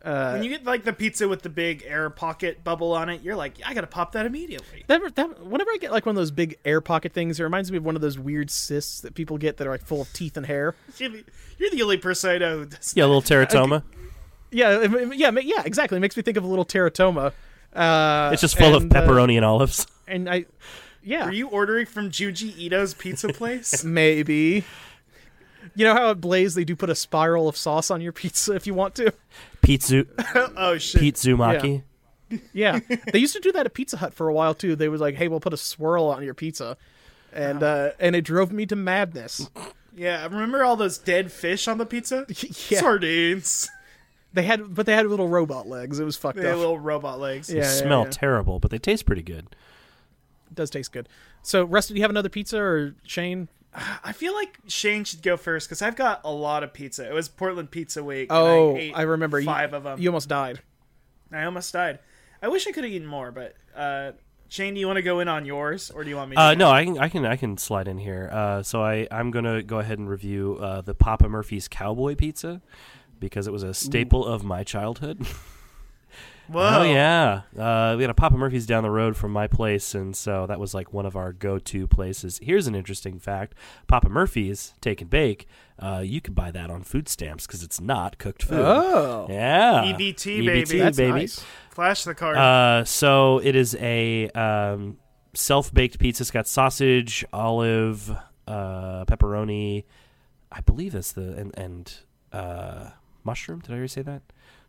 Speaker 2: Uh,
Speaker 1: when you get like the pizza with the big air pocket bubble on it, you're like, I gotta pop that immediately.
Speaker 2: That, that, whenever I get like one of those big air pocket things, it reminds me of one of those weird cysts that people get that are like full of teeth and hair.
Speaker 1: You're the, you're the only person I know. who does
Speaker 3: Yeah, a little teratoma.
Speaker 2: Yeah, it- it- yeah, ma- yeah, exactly. It makes me think of a little teratoma. Uh,
Speaker 3: It's just full of
Speaker 2: and, uh,
Speaker 3: pepperoni and olives.
Speaker 2: and I, yeah,
Speaker 1: Were you ordering from Juji Ito's pizza place?
Speaker 2: maybe. You know how at Blaze they do put a spiral of sauce on your pizza if you want to.
Speaker 3: Pizzu
Speaker 1: oh shit!
Speaker 3: Pizzumaki.
Speaker 2: Yeah, they used to do that at Pizza Hut for a while too. They was like, "Hey, we'll put a swirl on your pizza," and uh, and it drove me to madness.
Speaker 1: Yeah, remember all those dead fish on the pizza?
Speaker 2: Yeah.
Speaker 1: Sardines.
Speaker 2: They had, but they had little robot legs. It was fucked
Speaker 1: They had
Speaker 2: up.
Speaker 1: little robot legs.
Speaker 2: yeah, yeah,
Speaker 3: Smell
Speaker 2: yeah.
Speaker 3: terrible, but they taste pretty good.
Speaker 2: It does taste good. So, Rusty, do you have another pizza or Shane?
Speaker 1: I feel like Shane should go first because I've got a lot of pizza. It was Portland Pizza Week. and
Speaker 2: Oh,
Speaker 1: I, ate
Speaker 2: I remember you-
Speaker 1: five of them.
Speaker 2: You almost died.
Speaker 1: I almost died. I wish I could have eaten more, but uh, Shane, do you want to go in on yours, or do you want me? to
Speaker 3: Uh, no, I can I can I can slide in here. Uh, so I I'm gonna go ahead and review uh, the Papa Murphy's Cowboy Pizza because it was a staple of my childhood.
Speaker 1: Whoa.
Speaker 3: Oh yeah, uh, we had a Papa Murphy's down the road from my place, and so that was like one of our go-to places. Here's an interesting fact: Papa Murphy's Take and Bake, uh, you can buy that on food stamps because it's not cooked food.
Speaker 2: Oh.
Speaker 3: yeah, E
Speaker 1: EBT, baby.
Speaker 2: That's
Speaker 3: baby.
Speaker 2: nice.
Speaker 1: Flash the card.
Speaker 3: Uh, so it is a um, self-baked pizza. It's got sausage, olive, uh, pepperoni. I believe that's the and and uh, mushroom. Did I already say that?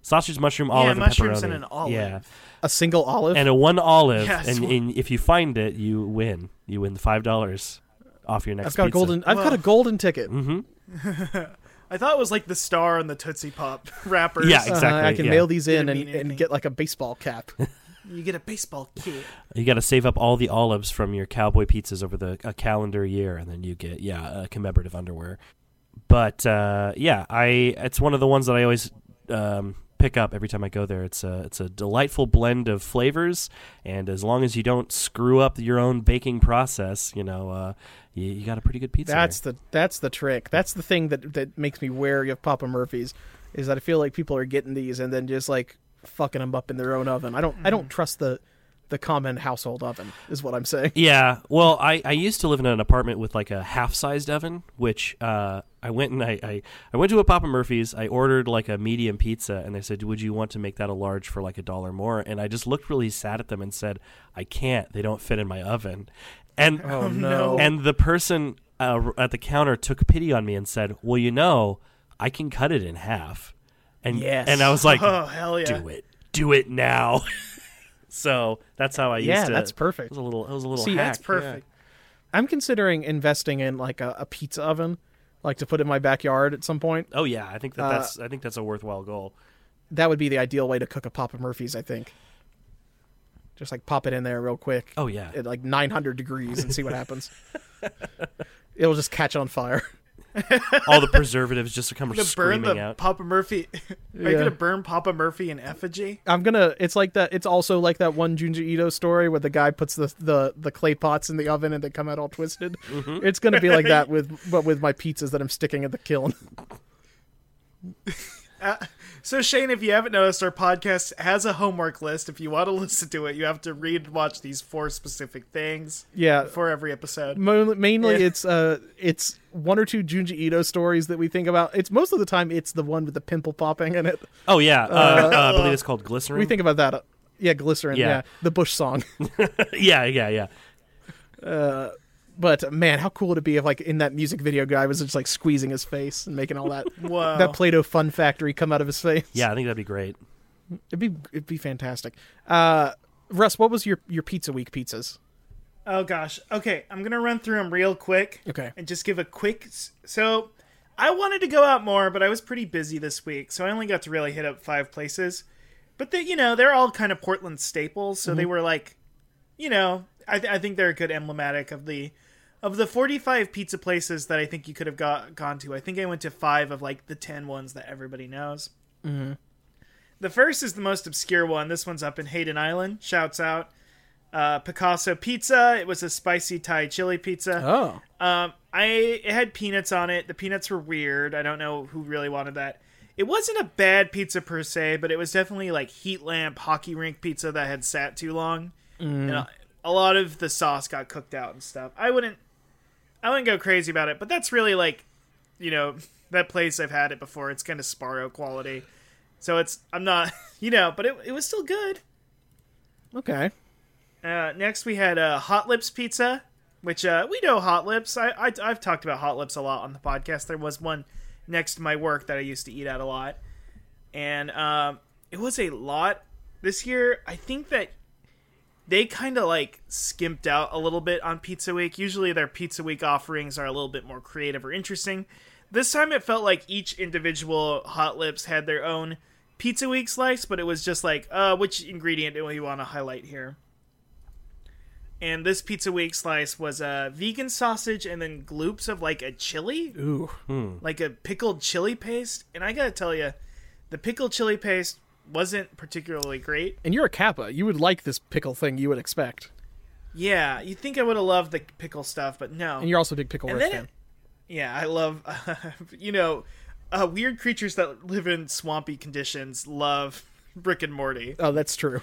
Speaker 3: Sausage, mushroom, olive,
Speaker 1: mushrooms
Speaker 3: and, pepperoni.
Speaker 1: and an olive.
Speaker 3: Yeah,
Speaker 2: A single olive.
Speaker 3: and a one olive.
Speaker 1: Yes.
Speaker 3: And, and if you find it, you win. You win the five dollars off your next.
Speaker 2: I've got a
Speaker 3: pizza.
Speaker 2: golden.
Speaker 3: Mm, Mm-hmm.
Speaker 2: I've got a golden ticket.
Speaker 1: I thought it was like the star on the Tootsie Pop wrappers.
Speaker 3: Yeah,
Speaker 2: Uh,
Speaker 3: exactly.
Speaker 2: I can
Speaker 3: yeah.
Speaker 2: mail these in
Speaker 1: Didn't
Speaker 2: and,
Speaker 1: mean
Speaker 2: and
Speaker 1: anything.
Speaker 2: get like a baseball cap.
Speaker 1: You get a baseball kit.
Speaker 3: You got to save up all the olives from your cowboy pizzas over the a calendar year, and then you get yeah uh, commemorative underwear. But uh, yeah, I it's one of the ones that I always um, pick up every time I go there. It's a it's a delightful blend of flavors, and as long as you don't screw up your own baking process, you know uh, you, you got a pretty good pizza.
Speaker 2: That's
Speaker 3: there.
Speaker 2: the that's the trick. That's the thing that that makes me wary of Papa Murphy's, is that I feel like people are getting these and then just like fucking them up in their own oven. I don't I don't trust the the common household oven is what I'm saying.
Speaker 3: Yeah. Well, I, I used to live in an apartment with like a half sized oven, which uh, I went and I, I, I went to a Papa Murphy's. I ordered like a medium pizza and they said, Would you want to make that a large for like a dollar more? And I just looked really sad at them and said, I can't. They don't fit in my oven. And
Speaker 2: Oh no.
Speaker 3: and the person uh, r- at the counter took pity on me and said, Well, you know, I can cut it in half. And,
Speaker 2: Yes. Oh,
Speaker 3: and I was like,
Speaker 1: Oh hell yeah!
Speaker 3: Do it. Do it now. So that's how I
Speaker 2: Yeah,
Speaker 3: used to.
Speaker 2: that's perfect.
Speaker 3: It was a little. It was a little.
Speaker 2: See,
Speaker 3: hack,
Speaker 2: that's
Speaker 3: yeah.
Speaker 1: Perfect.
Speaker 2: I'm considering investing in like a, a pizza oven, like to put in my backyard at some point.
Speaker 3: Oh yeah, I think that that's. I think that's a worthwhile goal.
Speaker 2: That would be the ideal way to cook a Papa Murphy's, I think. Just like pop it in there real quick.
Speaker 3: Oh yeah.
Speaker 2: At like 900 degrees and see what happens. It'll just catch on fire.
Speaker 3: All the preservatives just come
Speaker 1: Gonna burn
Speaker 3: screaming
Speaker 1: the
Speaker 3: out.
Speaker 1: Papa Murphy. Are you
Speaker 2: Yeah.
Speaker 1: gonna burn Papa Murphy in effigy?
Speaker 2: I'm gonna. It's like that. It's also like that one Junji Ito story where the guy puts the the, the clay pots in the oven and they come out all twisted. It's gonna be like that with but with my pizzas that I'm sticking at the kiln.
Speaker 1: So Shane, if you haven't noticed, our podcast has a homework list. If you want to listen to it, you have to read and watch these four specific things
Speaker 2: Yeah.
Speaker 1: for every episode.
Speaker 2: Mo- mainly
Speaker 1: Yeah.
Speaker 2: it's uh it's one or two Junji Ito stories that we think about. It's most of the time it's the one with the pimple popping in it.
Speaker 3: Oh yeah, uh, uh, I believe it's called glycerin.
Speaker 2: We think about that. uh, Yeah, glycerin.
Speaker 3: Yeah.
Speaker 2: Yeah, the Bush song.
Speaker 3: yeah, yeah, yeah.
Speaker 2: but man, how cool would it be if like in that music video guy was just like squeezing his face and making all that
Speaker 1: Wow.
Speaker 2: that Play-Doh fun factory come out of his face.
Speaker 3: Yeah, I think that'd be great.
Speaker 2: it'd be it'd be fantastic. Uh, Russ, what was your your pizza week pizzas?
Speaker 1: Oh gosh. Okay, I'm gonna run through them real quick.
Speaker 2: Okay.
Speaker 1: And just give a quick. s- So, I wanted to go out more, but I was pretty busy this week, so I only got to really hit up five places. But they, you know, they're all kind of Portland staples, so they were like, you know, I, th- I think they're a good emblematic of the of the 45 pizza places that I think you could have got gone to. I think I went to five of like the 10 ones that everybody knows. The first is the most obscure one. This one's up in Hayden Island. Shouts out. Uh, Picasso Pizza. It was a spicy Thai chili pizza.
Speaker 2: Oh,
Speaker 1: Um, I it had peanuts on it. The peanuts were weird. I don't know who really wanted that. It wasn't a bad pizza per se, but it was definitely like heat lamp hockey rink pizza that had sat too long, and a, a lot of the sauce got cooked out and stuff. I wouldn't, I wouldn't go crazy about it, but that's really like, you know, that place I've had it before. It's kind of Sparrow quality, so it's I'm not, you know, but it it was still good.
Speaker 2: okay.
Speaker 1: Uh, next, we had uh, Hot Lips Pizza, which uh, we know Hot Lips. I, I, I've talked about Hot Lips a lot on the podcast. There was one next to my work that I used to eat at a lot. And um, it was a lot this year. I think that they kind of like skimped out a little bit on Pizza Week. Usually their Pizza Week offerings are a little bit more creative or interesting. This time it felt like each individual Hot Lips had their own Pizza Week slice, but it was just like, uh, which ingredient do we want to highlight here? and this pizza week slice was a vegan sausage and then gloops of like a chili
Speaker 2: Ooh, hmm.
Speaker 1: like a pickled chili paste and i gotta tell you the pickled chili paste wasn't particularly great
Speaker 2: and you're a Kappa. You would like this pickle thing. You would expect,
Speaker 1: yeah you think i would have loved the pickle stuff but no
Speaker 2: and you're also a big pickle
Speaker 1: And then
Speaker 2: Rick fan.
Speaker 1: it- yeah i love you know uh, weird creatures that live in swampy conditions love brick and morty
Speaker 2: oh, that's true.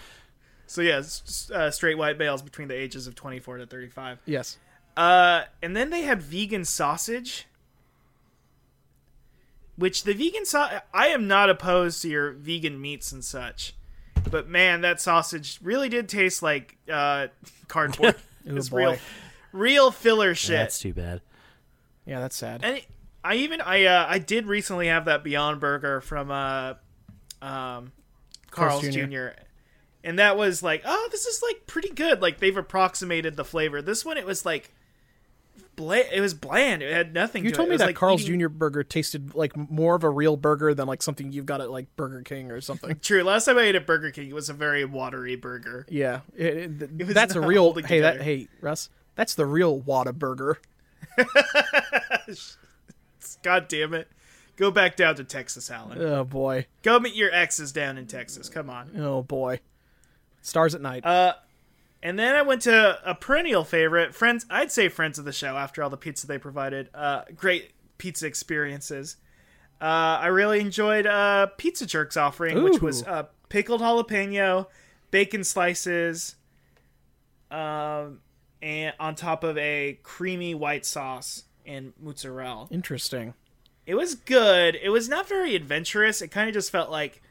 Speaker 1: so yeah s- s- uh, straight white males between the ages of 24 to 35
Speaker 2: Yes.
Speaker 1: Uh, and then they had vegan sausage, which the vegan sausage. I am not opposed to your vegan meats and such, but man, that sausage really did taste like uh, cardboard.
Speaker 2: Ooh,
Speaker 1: it's
Speaker 2: boy.
Speaker 1: real, real filler shit.
Speaker 3: That's too bad.
Speaker 2: Yeah, that's sad.
Speaker 1: and it- I even I uh, I did recently have that Beyond Burger from uh, um, Carl's
Speaker 2: Carl's
Speaker 1: Jr.
Speaker 2: Jr..
Speaker 1: And that was like, oh, this is like pretty good. Like they've approximated the flavor. This one, it was like, bla- it was bland. It had nothing.
Speaker 2: You
Speaker 1: to
Speaker 2: told
Speaker 1: it.
Speaker 2: me
Speaker 1: It was
Speaker 2: that
Speaker 1: like
Speaker 2: Carl's
Speaker 1: eating-
Speaker 2: Jr. burger tasted like more of a real burger than like something you've got at like Burger King or something.
Speaker 1: True. Last time I ate at Burger King, it was a very watery burger.
Speaker 2: yeah, it- it- th-
Speaker 1: was
Speaker 2: that's a
Speaker 1: not
Speaker 2: real.
Speaker 1: holding
Speaker 2: Hey, that
Speaker 1: together.
Speaker 2: hey Russ, that's the real Wada burger.
Speaker 1: God damn it! Go back down to Texas, Alan.
Speaker 2: Oh boy,
Speaker 1: Go meet your exes down in Texas. Come on.
Speaker 2: oh boy, stars at
Speaker 1: Uh,
Speaker 2: night.
Speaker 1: And then I went to a perennial favorite, friends. I'd say friends of the show after all the pizza they provided. Uh, great pizza experiences. Uh, I really enjoyed uh, Pizza Jerk's offering, which was
Speaker 2: Ooh.
Speaker 1: uh, pickled jalapeno, bacon slices, um, and on top of a creamy white sauce and mozzarella.
Speaker 2: Interesting.
Speaker 1: It was good. It was not very adventurous. It kind of just felt like,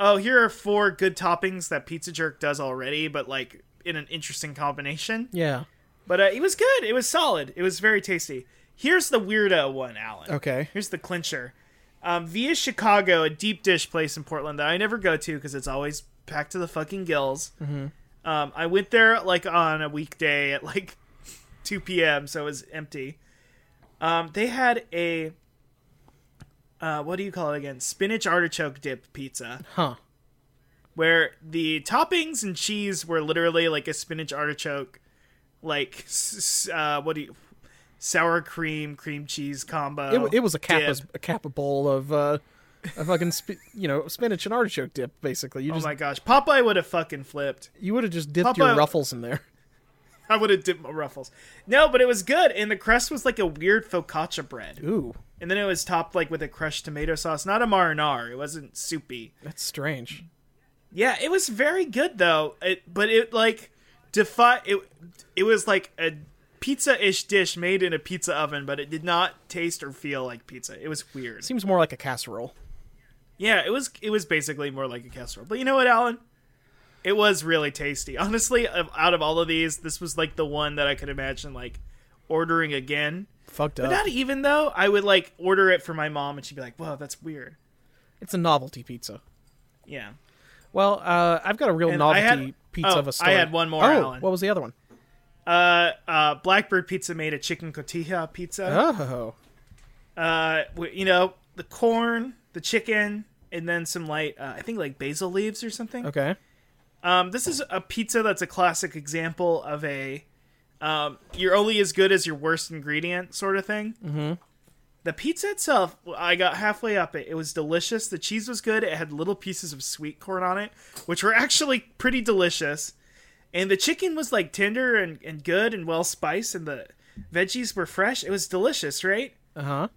Speaker 1: oh, here are four good toppings that Pizza Jerk does already, but like in an interesting combination.
Speaker 2: Yeah.
Speaker 1: But uh, it was good. It was solid. It was very tasty. Here's the weirdo one, Alan.
Speaker 2: Okay.
Speaker 1: Here's the clincher. Um, Via
Speaker 2: Mm-hmm.
Speaker 1: Chicago, a deep dish place in Portland that I never go to because it's always packed to the fucking gills. Um, I went there like on a weekday at like 2 p.m., so it was empty. Um, they had a uh, what do you call it again? Spinach artichoke dip pizza,
Speaker 2: Huh.
Speaker 1: where the toppings and cheese were literally like a spinach artichoke, like s- s- uh, what do you sour cream cream cheese combo.
Speaker 2: It, w- it was a kappa,
Speaker 1: Oh. dip.
Speaker 2: a kappa bowl of uh, a fucking sp- you know spinach and artichoke dip. Basically, you
Speaker 1: Oh
Speaker 2: just
Speaker 1: my gosh, Popeye would have fucking flipped.
Speaker 2: you would have just dipped
Speaker 1: Papa-
Speaker 2: your ruffles in there.
Speaker 1: I would have dipped my ruffles. No, but it was good, and the crust was like a weird focaccia bread,
Speaker 2: Ooh,
Speaker 1: and then it was topped like with a crushed tomato sauce, not a marinara. It wasn't soupy.
Speaker 2: that's strange.
Speaker 1: Yeah, it was very good though. It, but it like defy it. It was like a pizza-ish dish made in a pizza oven, but it did not taste or feel like pizza. It was weird.
Speaker 2: Seems more like a casserole.
Speaker 1: Yeah, it was. It was basically more like a casserole. But you know what, Alan? It was really tasty. Honestly, of- out of all of these, this was like the one that I could imagine like ordering again.
Speaker 2: Fucked
Speaker 1: But
Speaker 2: up.
Speaker 1: not e-, even though I would like order it for my mom, and she'd be like, "Whoa, that's weird."
Speaker 2: It's a novelty pizza.
Speaker 1: Yeah.
Speaker 2: Well, uh, I've got a real
Speaker 1: And I
Speaker 2: novelty
Speaker 1: had-
Speaker 2: pizza
Speaker 1: oh,
Speaker 2: of
Speaker 1: I
Speaker 2: a story.
Speaker 1: had one more,
Speaker 2: Oh,
Speaker 1: Alan.
Speaker 2: what was the other one?
Speaker 1: Uh, uh, Blackbird Pizza made a chicken cotija pizza.
Speaker 2: Oh,
Speaker 1: uh, w- you know, the corn, the chicken, and then some light, uh, I think like basil leaves or something.
Speaker 2: okay.
Speaker 1: Um, this is a pizza that's a classic example of a um, you're only as good as your worst ingredient sort of thing. Mm-hmm. The pizza itself, I got halfway up it. It was delicious. The cheese was good. It had little pieces of sweet corn on it, which were actually pretty delicious. And the chicken was like tender and, and good and well spiced, and the veggies were fresh. It was delicious, right?
Speaker 2: Uh huh.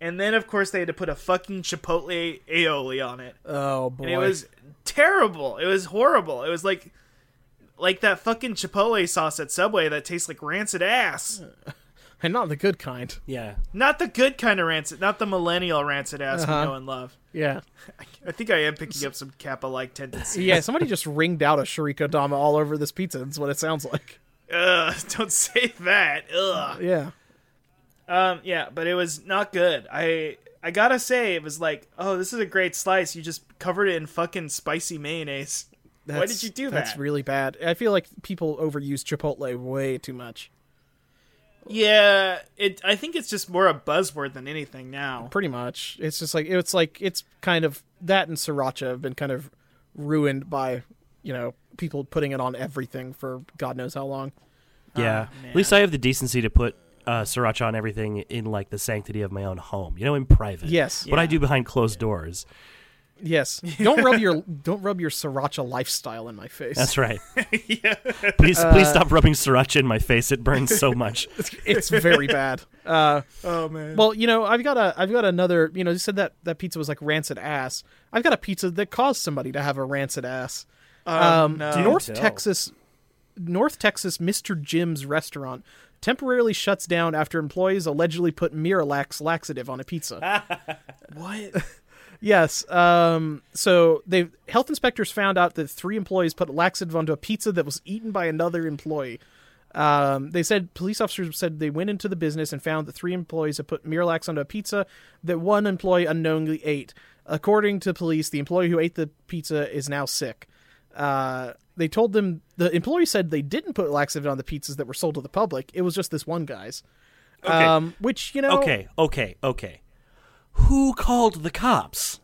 Speaker 1: And then, of course, they had to put a fucking chipotle aioli on it.
Speaker 2: Oh boy.
Speaker 1: And it was terrible. It was horrible. It was like, like that fucking chipotle sauce at Subway that tastes like rancid ass.
Speaker 2: and not the good kind.
Speaker 3: Yeah.
Speaker 1: Not the good kind of rancid. Not the millennial rancid ass
Speaker 2: Uh-huh.
Speaker 1: we know and love.
Speaker 2: Yeah.
Speaker 1: I think I am picking up some Kappa-like tendency.
Speaker 2: Yeah. Somebody just ringed out a Shuriko Dama all over this pizza. That's what it sounds like.
Speaker 1: Ugh, don't say that. Ugh.
Speaker 2: Yeah.
Speaker 1: Um, yeah, but it was not good. I I gotta say, it was like, oh, this is a great slice. You just covered it in fucking spicy mayonnaise. Why
Speaker 2: That's-
Speaker 1: did you do that?
Speaker 2: That's really bad. I feel like people overuse Chipotle way too much.
Speaker 1: Yeah, it. I think it's just more a buzzword than anything now.
Speaker 2: Pretty much. It's just like it's like it's kind of that and sriracha have been kind of ruined by you know people putting it on everything for God knows how long.
Speaker 1: Yeah.
Speaker 3: Yeah.
Speaker 1: Oh, man.
Speaker 3: At least I have the decency to put uh, sriracha on everything in like the sanctity of my own home. You know, in private.
Speaker 2: Yes.
Speaker 3: What I do behind closed doors.
Speaker 2: Yes. Don't rub your don't rub your sriracha lifestyle in my face.
Speaker 3: That's right.
Speaker 1: yeah.
Speaker 3: Please, please stop rubbing sriracha in my face. It burns so much.
Speaker 2: It's very bad. Uh,
Speaker 1: Oh man.
Speaker 2: well, you know, I've got a I've got another. You know, you said that that pizza was like rancid ass. I've got a pizza that caused somebody to have a rancid ass. Um,
Speaker 1: no.
Speaker 2: North
Speaker 3: Tell.
Speaker 2: Texas, North Texas, Mr. Jim's restaurant temporarily shuts down after employees allegedly put Miralax laxative on a pizza.
Speaker 1: what?
Speaker 2: yes. Um, so they health inspectors found out that three employees put laxative onto a pizza that was eaten by another employee. Um, they said police officers said they went into the business and found that three employees had put Miralax onto a pizza that one employee unknowingly ate. According to police, the employee who ate the pizza is now sick. Uh, they told them the employee said they didn't put laxative on the pizzas that were sold to the public. It was just this one guy's.
Speaker 3: Okay.
Speaker 2: Um, which you know,
Speaker 3: okay. Okay. Okay. Who called the cops?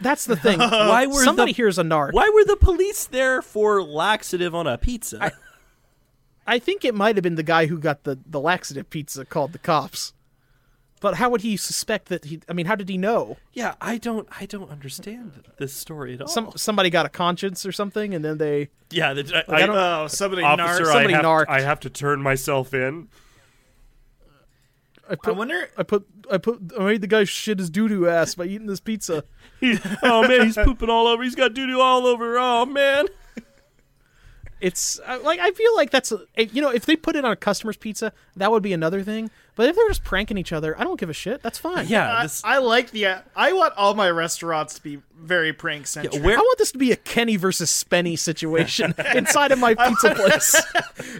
Speaker 2: that's the thing.
Speaker 3: Why were
Speaker 2: somebody
Speaker 3: the,
Speaker 2: here's a narc?
Speaker 3: Why were the police there for laxative on a pizza?
Speaker 2: I think it might have been the guy who got the the laxative pizza called the cops. But how would he suspect that he? I mean, how did he know?
Speaker 3: yeah, I don't. I don't understand this story at all.
Speaker 2: Some somebody got a conscience or something, and then they
Speaker 3: yeah, the,
Speaker 2: I don't-
Speaker 1: Oh, somebody
Speaker 3: officer,
Speaker 1: narc.
Speaker 2: somebody
Speaker 3: I, have,
Speaker 2: narked.
Speaker 3: I have to turn myself in.
Speaker 2: I
Speaker 1: I
Speaker 2: put I,
Speaker 1: wonder.
Speaker 2: put I put I made the guy shit his doo doo ass by eating this pizza.
Speaker 3: oh man, he's pooping all over. He's got doo doo all over. Oh man.
Speaker 2: It's I- like I feel like that's a, if- you know if they put it on a customer's pizza, that would be another thing. But if they're just pranking each other, I don't give a shit. That's fine.
Speaker 3: Yeah.
Speaker 1: I,
Speaker 3: This,
Speaker 1: I like the. I want all my restaurants to be very prank centric.
Speaker 3: where
Speaker 2: I want this to be a Kenny versus Spenny situation inside of my pizza place.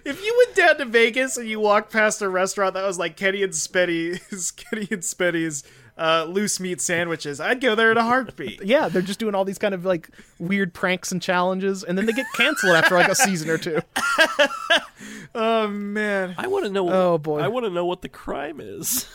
Speaker 1: if you went down to Vegas and you walked past a restaurant that was like Kenny and Spetty's, Kenny and Spetty's uh, loose meat sandwiches. I'd go there in a heartbeat.
Speaker 2: Yeah, they're just doing all these kind of like weird pranks and challenges, and then they get canceled after like a season or two.
Speaker 1: Oh man,
Speaker 3: I want to know.
Speaker 2: Oh, boy.
Speaker 3: I want to know what the crime is.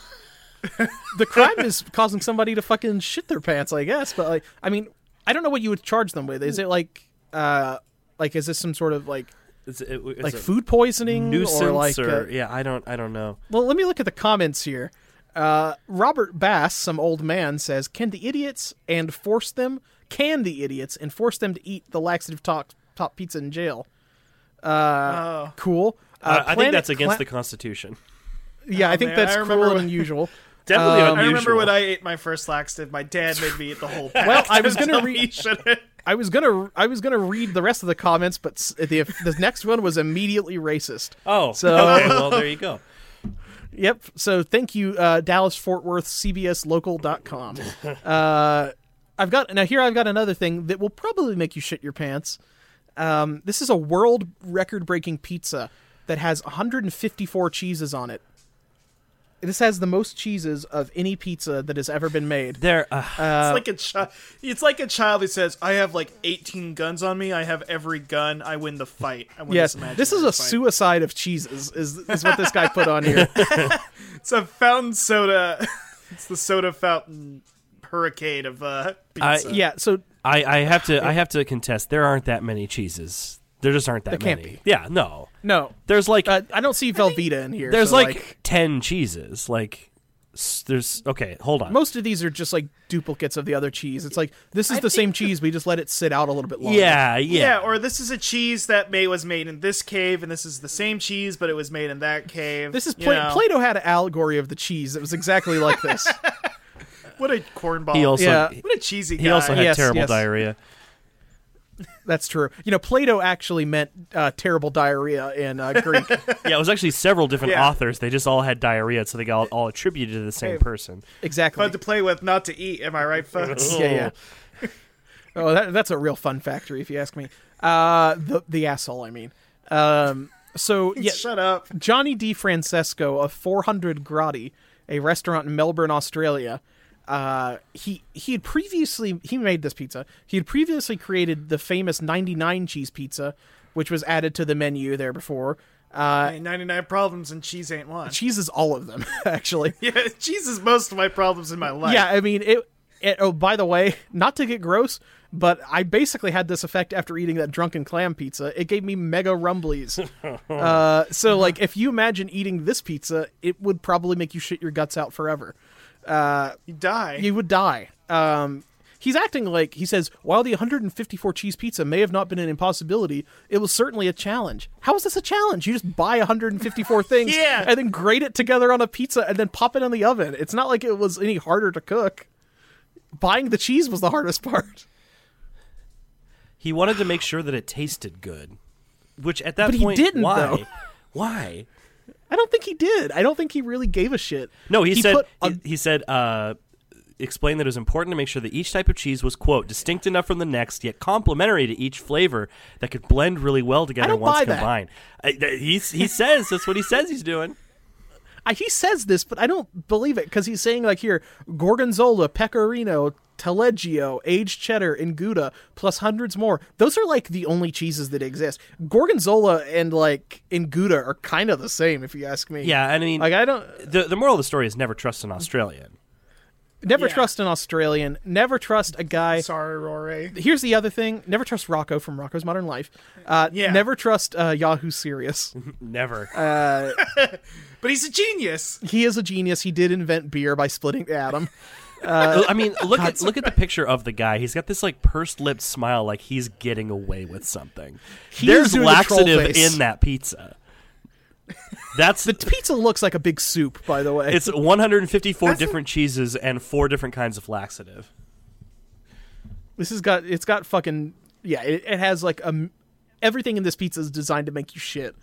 Speaker 2: The crime is causing somebody to fucking shit their pants, I guess. But like, I mean, I don't know what you would charge them with. Is it like, uh, like is this some sort of like
Speaker 3: It's, it, it's
Speaker 2: like
Speaker 3: a
Speaker 2: food poisoning
Speaker 3: nuisance
Speaker 2: or like? uh,
Speaker 3: or yeah, I don't. I don't know.
Speaker 2: well, let me look at the comments here. Uh, Robert Bass, some old man, says, "Can the idiots and force them? Can the idiots and force them to eat the laxative top, top pizza in jail?" Uh, cool. Uh,
Speaker 3: Oh. I- I think
Speaker 2: Planet
Speaker 3: that's against
Speaker 2: Cla-
Speaker 3: the Constitution.
Speaker 2: Yeah, I think
Speaker 1: man,
Speaker 2: that's
Speaker 1: I remember
Speaker 2: cruel and
Speaker 1: when-
Speaker 2: unusual. Um,
Speaker 3: Definitely
Speaker 1: I
Speaker 3: unusual.
Speaker 1: remember when I ate my first laxative. My dad made me eat the whole. Pack
Speaker 2: Well, I was gonna
Speaker 1: Tell
Speaker 2: re-
Speaker 1: me you shouldn't.
Speaker 2: I was gonna, I was gonna read the rest of the comments, but s- the the next one was immediately racist.
Speaker 3: Oh,
Speaker 2: So-
Speaker 3: okay, well, there you go.
Speaker 2: Yep. So thank you, uh, Dallas Fort Worth CBS Local.com. Uh, I've got now here. I've got another thing that will probably make you shit your pants. Um, this is a world record-breaking pizza that has 154 cheeses on it. This has the most cheeses of any pizza that has ever been made.
Speaker 3: There. Uh,
Speaker 1: It's like a child. It's like a child who says, "I have like 18 guns on me. I have every gun. I win the fight." I win
Speaker 2: Yes,
Speaker 1: this, imaginary
Speaker 2: this is a
Speaker 1: fight.
Speaker 2: suicide of cheeses. Is is what this guy put on here?
Speaker 1: It's a fountain soda. it's the soda fountain hurricane of uh.
Speaker 3: I-
Speaker 1: Pizza.
Speaker 2: yeah. So
Speaker 3: I, I have to. I have to contest. There aren't that many cheeses. There just aren't that
Speaker 2: There can't
Speaker 3: many.
Speaker 2: be.
Speaker 3: Yeah. No.
Speaker 2: no,
Speaker 3: There's like
Speaker 2: uh, I don't see Velveeta in here.
Speaker 3: there's
Speaker 2: so,
Speaker 3: like, ten cheeses. Like s- there's okay. Hold on.
Speaker 2: most of these are just like duplicates of the other cheese. It's like this is the same cheese, we just let it sit out a little bit longer.
Speaker 3: yeah, yeah.
Speaker 1: Yeah, or this is a cheese that may was made in this cave, and this is the same cheese, but it was made in that cave.
Speaker 2: This is
Speaker 1: You
Speaker 2: Pla-
Speaker 1: know,
Speaker 2: Plato had an allegory of the cheese that was exactly like this.
Speaker 1: What a cornball!
Speaker 3: he also
Speaker 2: yeah.
Speaker 1: what a cheesy guy.
Speaker 3: he also had
Speaker 2: Yes,
Speaker 3: terrible
Speaker 2: yes.
Speaker 3: diarrhea.
Speaker 2: That's true. You know, Plato actually meant uh, terrible diarrhea in uh, Greek.
Speaker 3: Yeah, it was actually several different
Speaker 1: Yeah.
Speaker 3: authors. They just all had diarrhea, so they got all, all attributed to the same
Speaker 1: Hey.
Speaker 3: person.
Speaker 2: exactly.
Speaker 1: fun to play with, not to eat. Am I right, folks?
Speaker 2: yeah, yeah. Oh, that, that's a real fun factory, if you ask me. Uh, the the asshole, I mean. Um, so yeah, Uh,
Speaker 1: Shut up.
Speaker 2: Johnny D. Francesco of 400 Grotti, a restaurant in Melbourne, Australia. Uh, he he had previously he made this pizza. He had previously created the famous 99 cheese pizza, which was added to the menu there before. Uh,
Speaker 1: Hey, 99 problems and cheese ain't one.
Speaker 2: cheese is all of them actually.
Speaker 1: Yeah, cheese is most of my problems in my life.
Speaker 2: Yeah, I mean it, it. Oh, by the way, not to get gross, but I basically had this effect after eating that drunken clam pizza. It gave me mega rumblies. uh, so, like, if you imagine eating this pizza, it would probably make you shit your guts out forever.
Speaker 1: you die.
Speaker 2: You would die. Um, he's acting like he says, while the 154 cheese pizza may have not been an impossibility, it was certainly a challenge. How is this a challenge? You just buy 154 things
Speaker 1: Yeah.
Speaker 2: and then grate it together on a pizza and then pop it in the oven. It's not like it was any harder to cook. Buying the cheese was the hardest part.
Speaker 3: He wanted to make sure that it tasted good, which at that
Speaker 2: But he
Speaker 3: point,
Speaker 2: didn't,
Speaker 3: why?
Speaker 2: though.
Speaker 3: Why?
Speaker 2: I don't think he did. I don't think he really gave a shit.
Speaker 3: No, he, said
Speaker 2: put a-
Speaker 3: he, he said uh explained that it was important to make sure that each type of cheese was quote distinct enough from the next yet complementary to each flavor that could blend really well together
Speaker 2: don't
Speaker 3: once
Speaker 2: buy that.
Speaker 3: combined. I, th- he's, he says that's what he says he's doing.
Speaker 2: I, he says this, but I don't believe it because he's saying like here gorgonzola, pecorino, taleggio, aged cheddar, and gouda, plus hundreds more. Those are like the only cheeses that exist. Gorgonzola and like and gouda are kind of the same, if you ask me.
Speaker 3: Yeah, and I mean
Speaker 2: Like I don't
Speaker 3: the the moral of the story is never trust an Australian.
Speaker 2: never
Speaker 1: Yeah.
Speaker 2: trust an Australian. Never trust a guy.
Speaker 1: Sorry, Rory.
Speaker 2: Here's the other thing: never trust Rocco from Rocco's Modern Life. Uh,
Speaker 1: Yeah.
Speaker 2: Never trust uh, Yahoo Serious.
Speaker 3: Never.
Speaker 2: Uh,
Speaker 1: But he's a genius.
Speaker 2: he is a genius. He did invent beer by splitting the atom.
Speaker 3: I mean, look at look at the picture of the guy. He's got this like pursed-lipped smile, like he's getting away with something.
Speaker 2: He is
Speaker 3: There's
Speaker 2: doing the troll
Speaker 3: laxative
Speaker 2: face.
Speaker 3: in that pizza. That's the
Speaker 2: Pizza looks like a big soup, by the way.
Speaker 3: It's 154
Speaker 1: That's a-
Speaker 3: different cheeses and four different kinds of laxative.
Speaker 2: This has got it's got fucking yeah. It, it has like um everything in this pizza is designed to make you shit,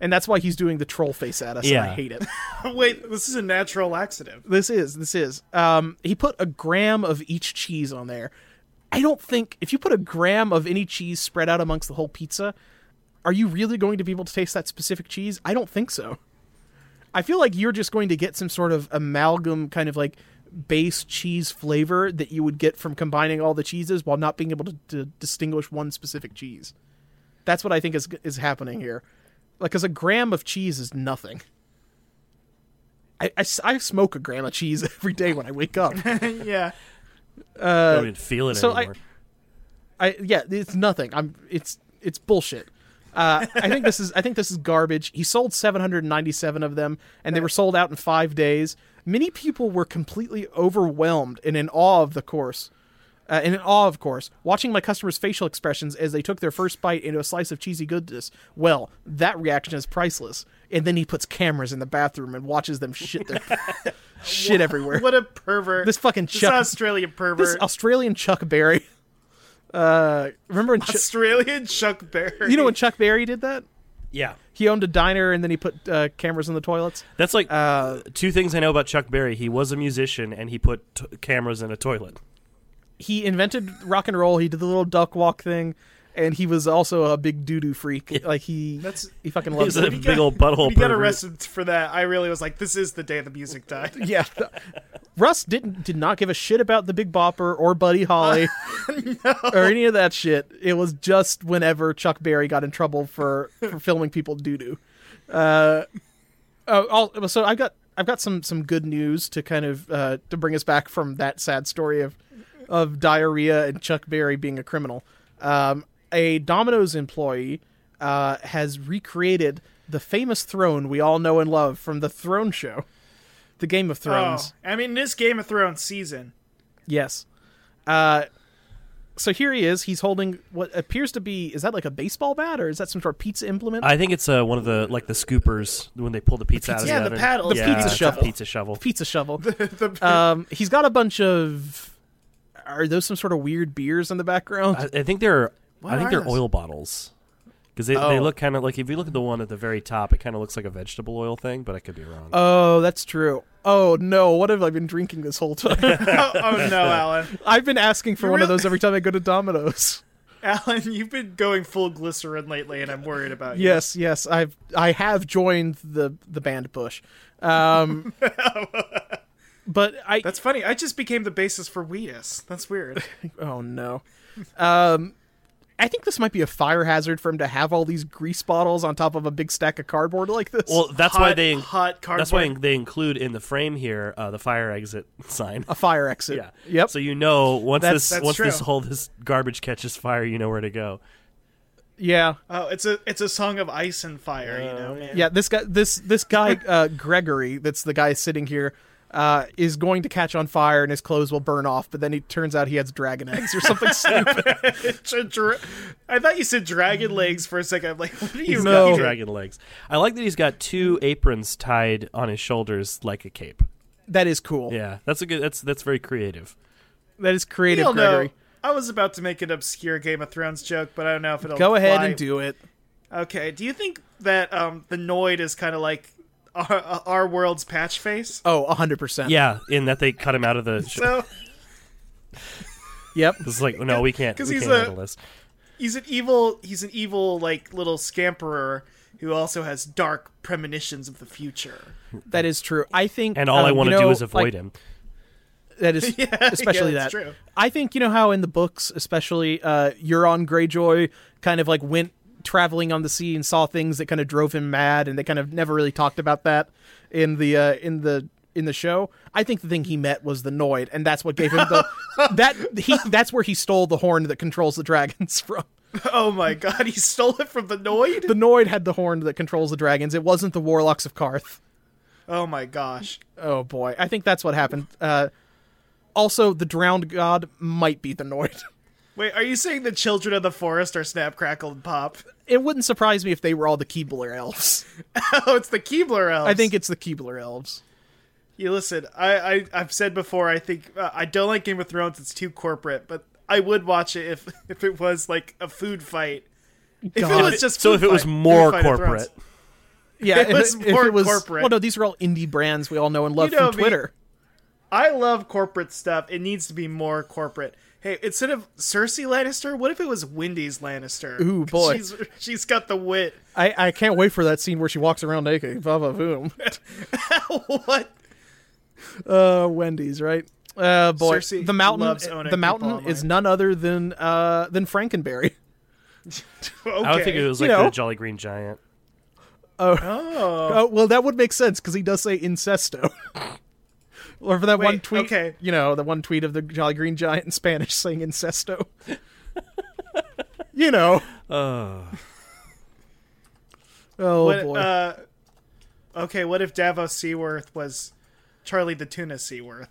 Speaker 2: and that's why he's doing the troll face at us. and I
Speaker 3: Yeah.
Speaker 2: hate it.
Speaker 1: Wait, this is a natural laxative.
Speaker 2: this is this is. Um, he put a gram of each cheese on there. I don't think if you put a gram of any cheese spread out amongst the whole pizza, are you really going to be able to taste that specific cheese? I don't think so. I feel like you're just going to get some sort of amalgam, kind of like base cheese flavor that you would get from combining all the cheeses while not being able to, to distinguish one specific cheese. That's what I think is is happening here. Like, because a gram of cheese is nothing. I, I s- I smoke a gram of cheese every day when I wake up.
Speaker 1: yeah. Uh,
Speaker 3: I don't even feel it
Speaker 2: so I-
Speaker 3: anymore.
Speaker 2: I yeah, it's nothing. I'm it's it's bullshit. Uh, I think this is I think this is garbage. He sold 797 of them, and they were sold out in five days. Many people were completely overwhelmed and in awe of the course, uh, and in awe of course, watching my customers' facial expressions as they took their first bite into a slice of cheesy goodness. Well, that reaction is priceless. And then he puts cameras in the bathroom and watches them shit their shit everywhere.
Speaker 1: What a pervert.
Speaker 2: This fucking
Speaker 1: This
Speaker 2: Chuck-
Speaker 1: Australian pervert.
Speaker 2: This Australian Chuck Berry. Uh, remember in Chu-
Speaker 1: Australian Chuck Berry.
Speaker 2: you know when Chuck Berry did that?
Speaker 3: yeah,
Speaker 2: He owned a diner and then he put uh, cameras in the toilets.
Speaker 3: that's like
Speaker 1: Uh,
Speaker 3: two things I know about Chuck Berry. He was a musician and he put t- cameras in a toilet.
Speaker 2: He invented rock and roll. He did the little duck walk thing, and he was also a big doo doo freak. Like he,
Speaker 1: That's-
Speaker 2: he fucking
Speaker 3: He's
Speaker 2: loves
Speaker 3: a
Speaker 2: it.
Speaker 1: He
Speaker 3: big
Speaker 1: got-
Speaker 3: old butthole.
Speaker 1: When he got
Speaker 3: pervert.
Speaker 1: arrested for that, I really was like, this is the day the music died.
Speaker 2: Yeah, Russ didn't did not give a shit about the Big Bopper or Buddy Holly or any of that shit. It was just whenever Chuck Berry got in trouble for for filming people doo doo. Uh, oh, I'll- so I've got I've got some some good news to kind of uh, to bring us back from that sad story of of diarrhea and Chuck Berry being a criminal. Um, a Domino's employee uh, has recreated the famous throne we all know and love from the Throne Show, the Game of Thrones.
Speaker 1: Oh, I mean, this Game of Thrones season.
Speaker 2: Yes. Uh, so here he is. He's holding what appears to be is that like a baseball bat or is that some sort of pizza implement?
Speaker 3: I think it's uh, one of the like the scoopers when they pull the pizza, out of
Speaker 1: pizza- yeah,
Speaker 3: the
Speaker 1: the
Speaker 3: oven.
Speaker 1: paddle. The
Speaker 3: Yeah,
Speaker 2: pizza shovel.
Speaker 3: Pizza shovel.
Speaker 2: pizza shovel.
Speaker 1: The-
Speaker 2: Um, he's got a bunch of. Are those some sort of weird beers in the background?
Speaker 3: I, I think they're I think
Speaker 1: are
Speaker 3: they're
Speaker 1: those?
Speaker 3: oil bottles because they, they
Speaker 2: Oh.
Speaker 3: look kind of like if you look at the one at the very top, it kind of looks like a vegetable oil thing, but I could be wrong.
Speaker 2: oh, that's true. Oh no, what have I been drinking this whole time?
Speaker 1: oh, oh no, Alan.
Speaker 2: I've been asking for
Speaker 1: You
Speaker 2: one of
Speaker 1: really-
Speaker 2: those every time I go to Domino's.
Speaker 1: Alan, you've been going full glycerin lately, and I'm worried about you.
Speaker 2: Yes, yes, I've I have joined the the band Bush. Um, but I
Speaker 1: That's funny. I just became the basis for Weedus. That's weird.
Speaker 2: oh no. Um, I think this might be a fire hazard for him to have all these grease bottles on top of a big stack of cardboard like this.
Speaker 3: well, that's why
Speaker 1: Hot-
Speaker 3: they
Speaker 1: hot cardboard.
Speaker 3: that's why they include in the frame here uh, the fire exit sign.
Speaker 2: a fire exit.
Speaker 3: yeah.
Speaker 2: Yep.
Speaker 3: So you know once
Speaker 2: That's-
Speaker 3: this
Speaker 1: that's
Speaker 3: once this
Speaker 1: true.
Speaker 3: whole this garbage catches fire, you know where to go.
Speaker 2: yeah.
Speaker 1: Oh, it's a it's a song of ice and fire.
Speaker 3: Oh,
Speaker 1: you know. man.
Speaker 2: yeah this guy this this guy uh gregory that's the guy sitting here uh is going to catch on fire and his clothes will burn off but then it turns out he has dragon eggs or something stupid
Speaker 1: Dra- dra- I thought you said dragon legs for a second. I'm like, what are you?
Speaker 3: He's
Speaker 2: No.
Speaker 3: got dragon legs. I like that he's got two aprons tied on his shoulders like a cape.
Speaker 2: that is cool
Speaker 3: Yeah, that's a good. That's that's very creative.
Speaker 2: that is creative
Speaker 1: You'll know.
Speaker 2: gregory
Speaker 1: I was about to make an obscure Game of Thrones joke, but I don't know if it'll
Speaker 2: go ahead
Speaker 1: fly.
Speaker 2: and do it
Speaker 1: Okay. Do you think that um, the Noid is kind of like our, our world's patch face?
Speaker 2: oh 100%
Speaker 3: Yeah, in that they cut him out of the.
Speaker 1: So
Speaker 2: yep
Speaker 3: it's like no, we can't.
Speaker 1: 'Cause
Speaker 3: we
Speaker 1: he's
Speaker 3: can't
Speaker 1: a-
Speaker 3: handle this.
Speaker 1: he's an evil. He's an evil like little scamperer who also has dark premonitions of the future.
Speaker 2: that is true i think um,
Speaker 3: And
Speaker 1: Um,
Speaker 3: all I want to
Speaker 2: to
Speaker 3: do is avoid him.
Speaker 2: that is especially
Speaker 1: yeah, that's
Speaker 2: that
Speaker 1: true.
Speaker 2: i think you know how in the books especially uh euron greyjoy kind of like went traveling on the sea and saw things that kind of drove him mad and they kind of never really talked about that in the uh in the in the show i think the thing he met was the noid and that's what gave him the that he that's where he stole the horn that controls the dragons from
Speaker 1: Oh my god, he stole it from the Noid.
Speaker 2: the noid had the horn that controls the dragons it wasn't the warlocks of karth
Speaker 1: Oh my gosh.
Speaker 2: oh boy i think that's what happened uh also the drowned god might be the noid
Speaker 1: Wait, are you saying the children of the forest are Snap Crackle and Pop?
Speaker 2: it wouldn't surprise me if they were all the Keebler elves.
Speaker 1: Oh, it's the Keebler elves.
Speaker 2: I think it's the Keebler elves.
Speaker 1: You listen. I, I I've said before. I think uh, I don't like Game of Thrones. It's too corporate, but I would watch it if if it was like a food fight. If
Speaker 2: God.
Speaker 1: it was just
Speaker 3: So
Speaker 1: food
Speaker 3: if it was
Speaker 1: fight, food
Speaker 3: more
Speaker 1: fight of Thrones.
Speaker 3: corporate,
Speaker 2: Yeah,
Speaker 1: It was more corporate.
Speaker 2: Well, no, these are all indie brands we all know and love
Speaker 1: You know
Speaker 2: from
Speaker 1: me.
Speaker 2: Twitter.
Speaker 1: I love corporate stuff. It needs to be more corporate. Hey, instead of Cersei Lannister, what if it was Wendy's Lannister?
Speaker 2: Ooh, boy.
Speaker 1: she's she's got the wit.
Speaker 2: I, I can't wait for that scene where she walks around naked. Vava voom.
Speaker 1: what?
Speaker 2: uh, Wendy's, right? Uh, boy,
Speaker 1: Cersei
Speaker 2: the mountain.
Speaker 1: loves owning
Speaker 2: The mountain
Speaker 1: people
Speaker 2: is
Speaker 1: online.
Speaker 2: none other than uh, than Frankenberry.
Speaker 1: Okay.
Speaker 3: I would think it was
Speaker 2: You
Speaker 3: like
Speaker 2: know.
Speaker 3: the Jolly Green Giant.
Speaker 1: Oh.
Speaker 2: Oh, well, that would make sense because he does say incesto. or for that one
Speaker 1: Wait,
Speaker 2: tweet,
Speaker 1: okay.
Speaker 2: you know, the one tweet of the Jolly Green Giant in Spanish saying incesto. you know. Uh. Oh
Speaker 1: What,
Speaker 2: boy.
Speaker 1: uh, okay, what if Davos Seaworth was Charlie the Tuna Seaworth?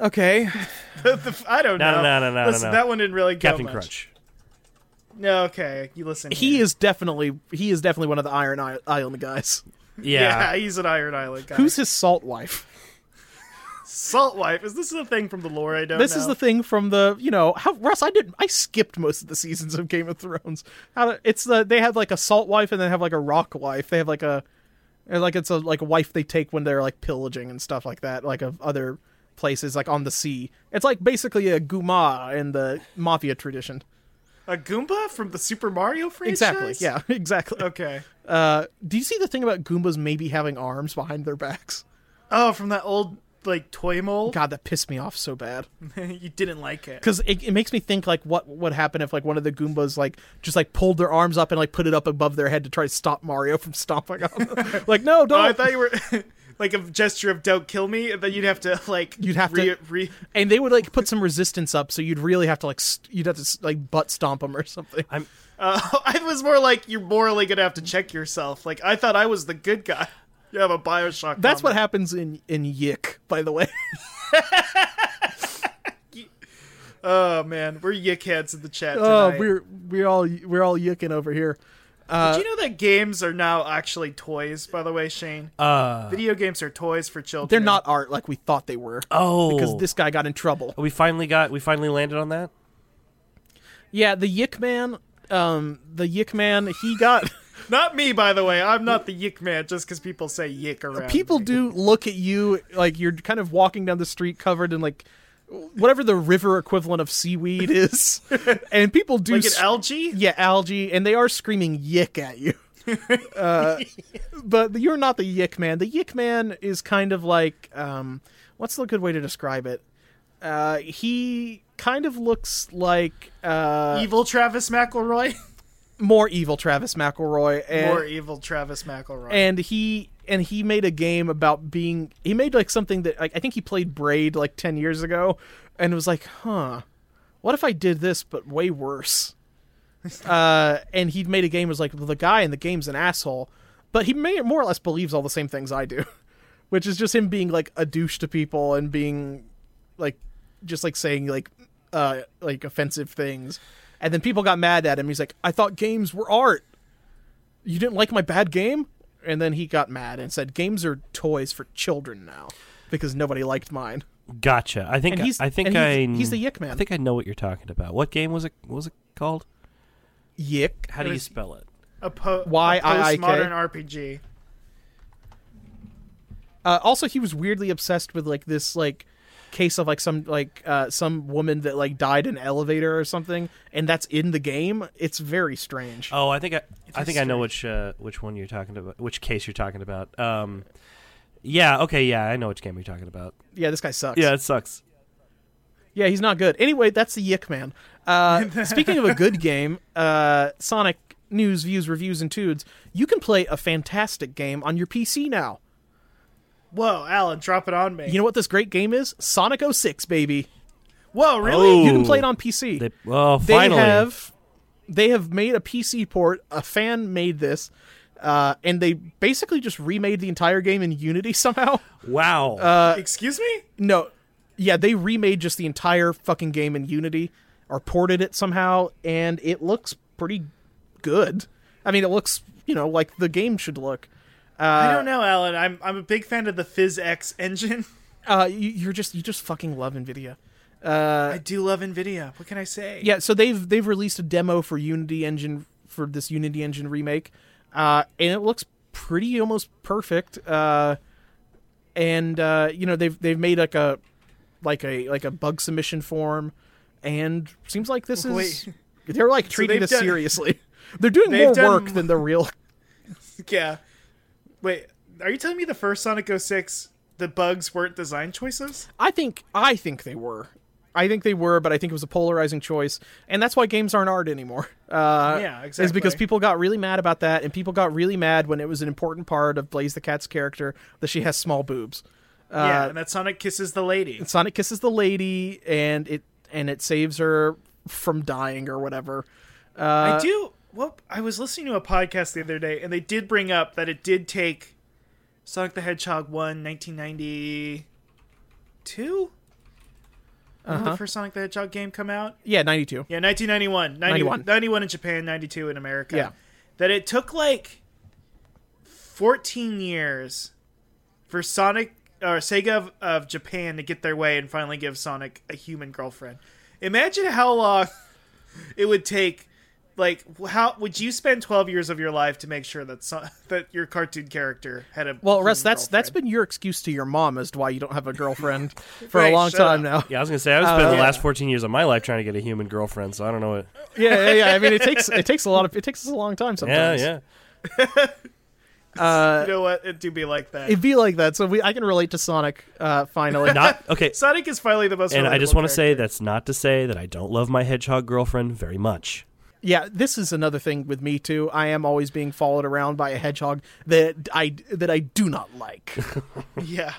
Speaker 2: okay.
Speaker 1: The- the- I don't
Speaker 3: No,
Speaker 1: know.
Speaker 3: no, no, no, no,
Speaker 1: Listen,
Speaker 3: no.
Speaker 1: That one didn't really go
Speaker 3: Captain
Speaker 1: much.
Speaker 3: Crunch.
Speaker 1: No, okay, you listen.
Speaker 2: He is definitely he is definitely one of the Iron I- Island guys.
Speaker 1: Yeah,
Speaker 3: Yeah.
Speaker 1: he's an Iron Island guy.
Speaker 2: Who's his salt wife?
Speaker 1: Salt Wife? Is this the thing from the lore? I don't.
Speaker 2: This
Speaker 1: know?
Speaker 2: is the thing from the you know how Russ I did I skipped most of the seasons of Game of Thrones. How it's the they have like a salt wife and they have like a rock wife. They have like a or, like it's a like a wife they take when they're like pillaging and stuff like that, like of other places like on the sea. It's like basically a guma in the mafia tradition.
Speaker 1: a Goomba from the Super Mario franchise.
Speaker 2: Exactly. Yeah. Exactly.
Speaker 1: Okay.
Speaker 2: Uh, do you see the thing about Goombas maybe having arms behind their backs?
Speaker 1: Oh, from that old like toy mold.
Speaker 2: God, that pissed me off so bad.
Speaker 1: you didn't like it.
Speaker 2: because it, it makes me think like what would happen if like one of the goombas like just like pulled their arms up and like put it up above their head to try to stop mario from stomping on them like no
Speaker 1: Oh, I
Speaker 2: don't
Speaker 1: thought you were like a gesture of "Don't kill me," and then you'd have to like
Speaker 2: You'd have
Speaker 1: re-
Speaker 2: to-
Speaker 1: re-
Speaker 2: and they would like put some resistance up so you'd really have to like st- you'd have to s- like butt stomp them or something
Speaker 3: I'm
Speaker 1: Uh, I was more like you're morally gonna have to check yourself. Like I thought I was the good guy. You have a Bioshock.
Speaker 2: that's what
Speaker 1: happened.
Speaker 2: happens in in yick by the way
Speaker 1: Oh man, we're yick heads in the chat.
Speaker 2: oh
Speaker 1: tonight.
Speaker 2: we're we're all we're all yicking over here Uh,
Speaker 1: Did you know that games are now actually toys? By the way, Shane,
Speaker 3: uh
Speaker 1: video games are toys for children.
Speaker 2: they're not art like we thought they were
Speaker 3: oh
Speaker 2: because this guy got in trouble
Speaker 3: we finally got we finally landed on that.
Speaker 2: yeah the yick man um the yick man he got
Speaker 1: Not me, by the way. I'm not the yick man just because people say yick around.
Speaker 2: people
Speaker 1: me.
Speaker 2: do look at you like you're kind of walking down the street covered in like whatever the river equivalent of seaweed is and people do
Speaker 1: like an
Speaker 2: sc-
Speaker 1: algae.
Speaker 2: yeah algae and they are screaming yick at you uh, but you're not the yick man the yick man is kind of like um, what's the good way to describe it uh, he kind of looks like uh,
Speaker 1: Evil Travis McElroy.
Speaker 2: more evil travis mcelroy and
Speaker 1: More evil Travis McElroy.
Speaker 2: and he and he made a game about being he made like something that like I think he played Braid like 10 years ago and was like, "Huh. What if I did this but way worse?" uh and he'd made a game was like, "Well, the guy in the game's an asshole." But he may, more or less believes all the same things I do, which is just him being like a douche to people and being like just like saying like uh like offensive things. And then people got mad at him. He's like, "I thought games were art." you didn't like my bad game and then he got mad and said games are toys for children now because nobody liked mine
Speaker 3: Gotcha. I think
Speaker 2: And he's-
Speaker 3: I think
Speaker 2: and he's-
Speaker 3: I
Speaker 2: he's the Yick Man.
Speaker 3: I think I know what you're talking about. What game was it what was it called?
Speaker 2: yick
Speaker 3: How do you
Speaker 1: was-
Speaker 3: spell it?
Speaker 1: a, po- a
Speaker 2: Y-I-I-K.
Speaker 1: postmodern RPG.
Speaker 2: uh, also he was weirdly obsessed with like this like case of like some like uh some woman that like died in an elevator or something and that's in the game it's very strange
Speaker 3: Oh, I think I, I think I know which uh, which one you're talking about, which case you're talking about. Um, yeah, okay, yeah, I know which game you're talking about.
Speaker 2: yeah this guy sucks
Speaker 3: Yeah, it sucks.
Speaker 2: yeah he's not good anyway that's the yick man uh speaking of a good game uh sonic news views reviews and tudes you can play a fantastic game on your pc now
Speaker 1: Whoa, Alan, drop it on me.
Speaker 2: you know what this great game is sonic 06 baby
Speaker 1: Whoa, really?
Speaker 3: Oh,
Speaker 2: You can play it on PC.
Speaker 3: They, oh,
Speaker 2: They
Speaker 3: finally.
Speaker 2: have they have made a PC port. A fan made this, uh, and they basically just remade the entire game in Unity somehow.
Speaker 3: wow.
Speaker 2: uh,
Speaker 1: Excuse me?
Speaker 2: No, yeah, they remade just the entire fucking game in Unity or ported it somehow, and it looks pretty good. I mean, it looks you know like the game should look. uh,
Speaker 1: I don't know, Alan. I'm I'm a big fan of the PhysX engine.
Speaker 2: Uh, you, you're just you just fucking love Nvidia. uh,
Speaker 1: I do love Nvidia. What can I say?
Speaker 2: yeah so they've they've released a demo for unity engine for this unity engine remake uh and it looks pretty almost perfect uh and uh you know they've they've made like a like a like a bug submission form and seems like this is
Speaker 1: Wait.
Speaker 2: they're like treating
Speaker 1: they've
Speaker 2: this
Speaker 1: done-
Speaker 2: seriously they're doing
Speaker 1: They've
Speaker 2: more
Speaker 1: done
Speaker 2: work
Speaker 1: m-
Speaker 2: than the real
Speaker 1: Yeah. Wait, are you telling me the first Sonic 06 the bugs weren't design choices?
Speaker 2: I think I think they were. I think they were, but I think it was a polarizing choice, and that's why games aren't art anymore. Uh,
Speaker 1: Yeah,
Speaker 2: Is because
Speaker 1: exactly.
Speaker 2: people got really mad about that, and people got really mad when it was an important part of Blaze the Cat's character that she has small boobs.
Speaker 1: yeah,
Speaker 2: Uh,
Speaker 1: and that Sonic kisses the lady.
Speaker 2: Sonic kisses the lady, and it and it saves her from dying or whatever. uh,
Speaker 1: I do. Well, I was listening to a podcast the other day, and they did bring up that it did take Sonic the Hedgehog 1, 1992? When
Speaker 2: Uh-huh.
Speaker 1: did the first Sonic the Hedgehog game come out?
Speaker 2: Yeah, ninety two.
Speaker 1: Yeah, 1991. 90, 91.
Speaker 2: 91.
Speaker 1: in Japan, 92 in America.
Speaker 2: Yeah.
Speaker 1: That it took like 14 years for Sonic or Sega of, of Japan to get their way and finally give Sonic a human girlfriend. Imagine how long it would take. Like, how would you spend 12 years of your life to make sure that Son- that your cartoon character had a
Speaker 2: Well, Russ,
Speaker 1: human
Speaker 2: that's that's
Speaker 1: girlfriend?
Speaker 2: been your excuse to your mom as to why you don't have a girlfriend for
Speaker 1: Right,
Speaker 2: a long
Speaker 1: shut
Speaker 2: time now.
Speaker 3: Yeah, I was gonna say I've spent
Speaker 2: uh,
Speaker 3: the
Speaker 1: yeah.
Speaker 3: last 14 years of my life trying to get a human girlfriend, so I don't know what.
Speaker 2: yeah, yeah, yeah. I mean, it takes it takes a lot of it takes us a long time
Speaker 3: Yeah,
Speaker 2: sometimes.
Speaker 3: yeah.
Speaker 1: you know what it do be like that.
Speaker 2: It'd be like that, so we I can relate to Sonic uh, finally.
Speaker 3: Not okay.
Speaker 1: Sonic is finally the most.
Speaker 3: And I just want to
Speaker 1: say
Speaker 3: say that's not to say that I don't love my hedgehog girlfriend very much.
Speaker 2: yeah, this is another thing with me too. I am always being followed around by a hedgehog that I that I do not like.
Speaker 1: Yeah.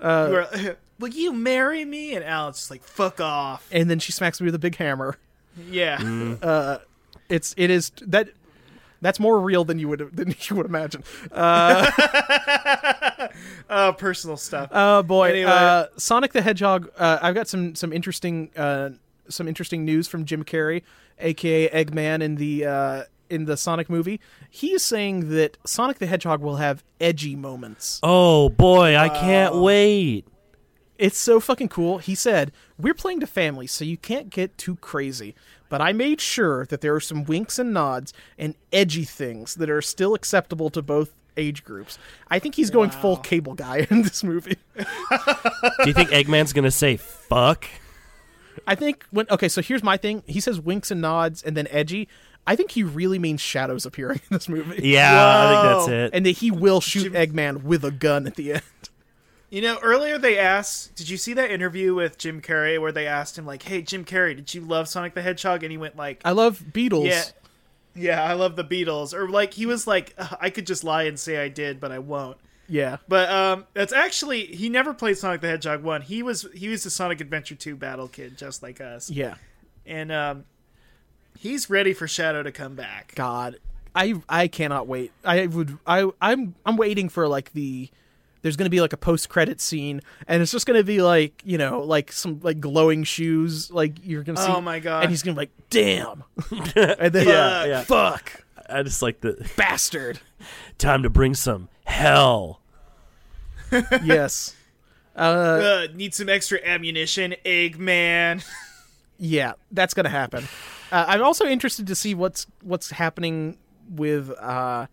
Speaker 1: You are- Will you marry me? And Alan's just like, fuck off.
Speaker 2: and then she smacks me with a big hammer.
Speaker 1: Yeah.
Speaker 2: It's it is that that's more real than you would than you would imagine.
Speaker 1: Uh, personal stuff.
Speaker 2: Oh boy!
Speaker 1: Anyway.
Speaker 2: Uh, Sonic the Hedgehog. Uh, I've got some some interesting uh, some interesting news from Jim Carrey, aka Eggman, in the uh, in the Sonic movie. He is saying that Sonic the Hedgehog will have edgy moments.
Speaker 3: Oh boy, I can't wait.
Speaker 2: It's so fucking cool. He said, "We're playing to families, so you can't get too crazy." But I made sure that there are some winks and nods and edgy things that are still acceptable to both age groups. I think he's going full cable guy in this movie.
Speaker 3: Do you think Eggman's gonna say fuck?
Speaker 2: I think when okay, so here's my thing. He says winks and nods and then edgy. I think he really means shadows appearing in this movie.
Speaker 3: Yeah, I think
Speaker 1: Whoa.
Speaker 3: that's it.
Speaker 2: And that he will shoot Eggman with a gun at the end.
Speaker 1: you know, earlier they asked, did you see that interview with Jim Carrey where they asked him, like, hey, Jim Carrey, did you love Sonic the Hedgehog? And he went, like,
Speaker 2: I love Uh, Beatles.
Speaker 1: yeah. Yeah, I love the Beatles. Or, like, he was like, "Ugh, I could just lie and say I did, but I won't.
Speaker 2: Yeah.
Speaker 1: But um, that's actually he never played Sonic the Hedgehog one. He was he was the Sonic Adventure two battle kid, just like us.
Speaker 2: Yeah.
Speaker 1: And um, he's ready for Shadow to come back.
Speaker 2: God. I I cannot wait. I would I I'm I'm waiting for like the there's going to be like a post-credit scene and it's just going to be like, you know, like some like glowing shoes like you're going to see
Speaker 1: Oh my God.
Speaker 2: And he's going to be like, "Damn." and then
Speaker 1: Yeah,
Speaker 3: yeah.
Speaker 2: fuck.
Speaker 3: I just like the
Speaker 2: Bastard.
Speaker 3: time to bring some hell.
Speaker 2: yes.
Speaker 1: uh, need some extra ammunition, Eggman.
Speaker 2: Yeah, that's gonna happen. Uh, I'm also interested to see what's what's happening with uh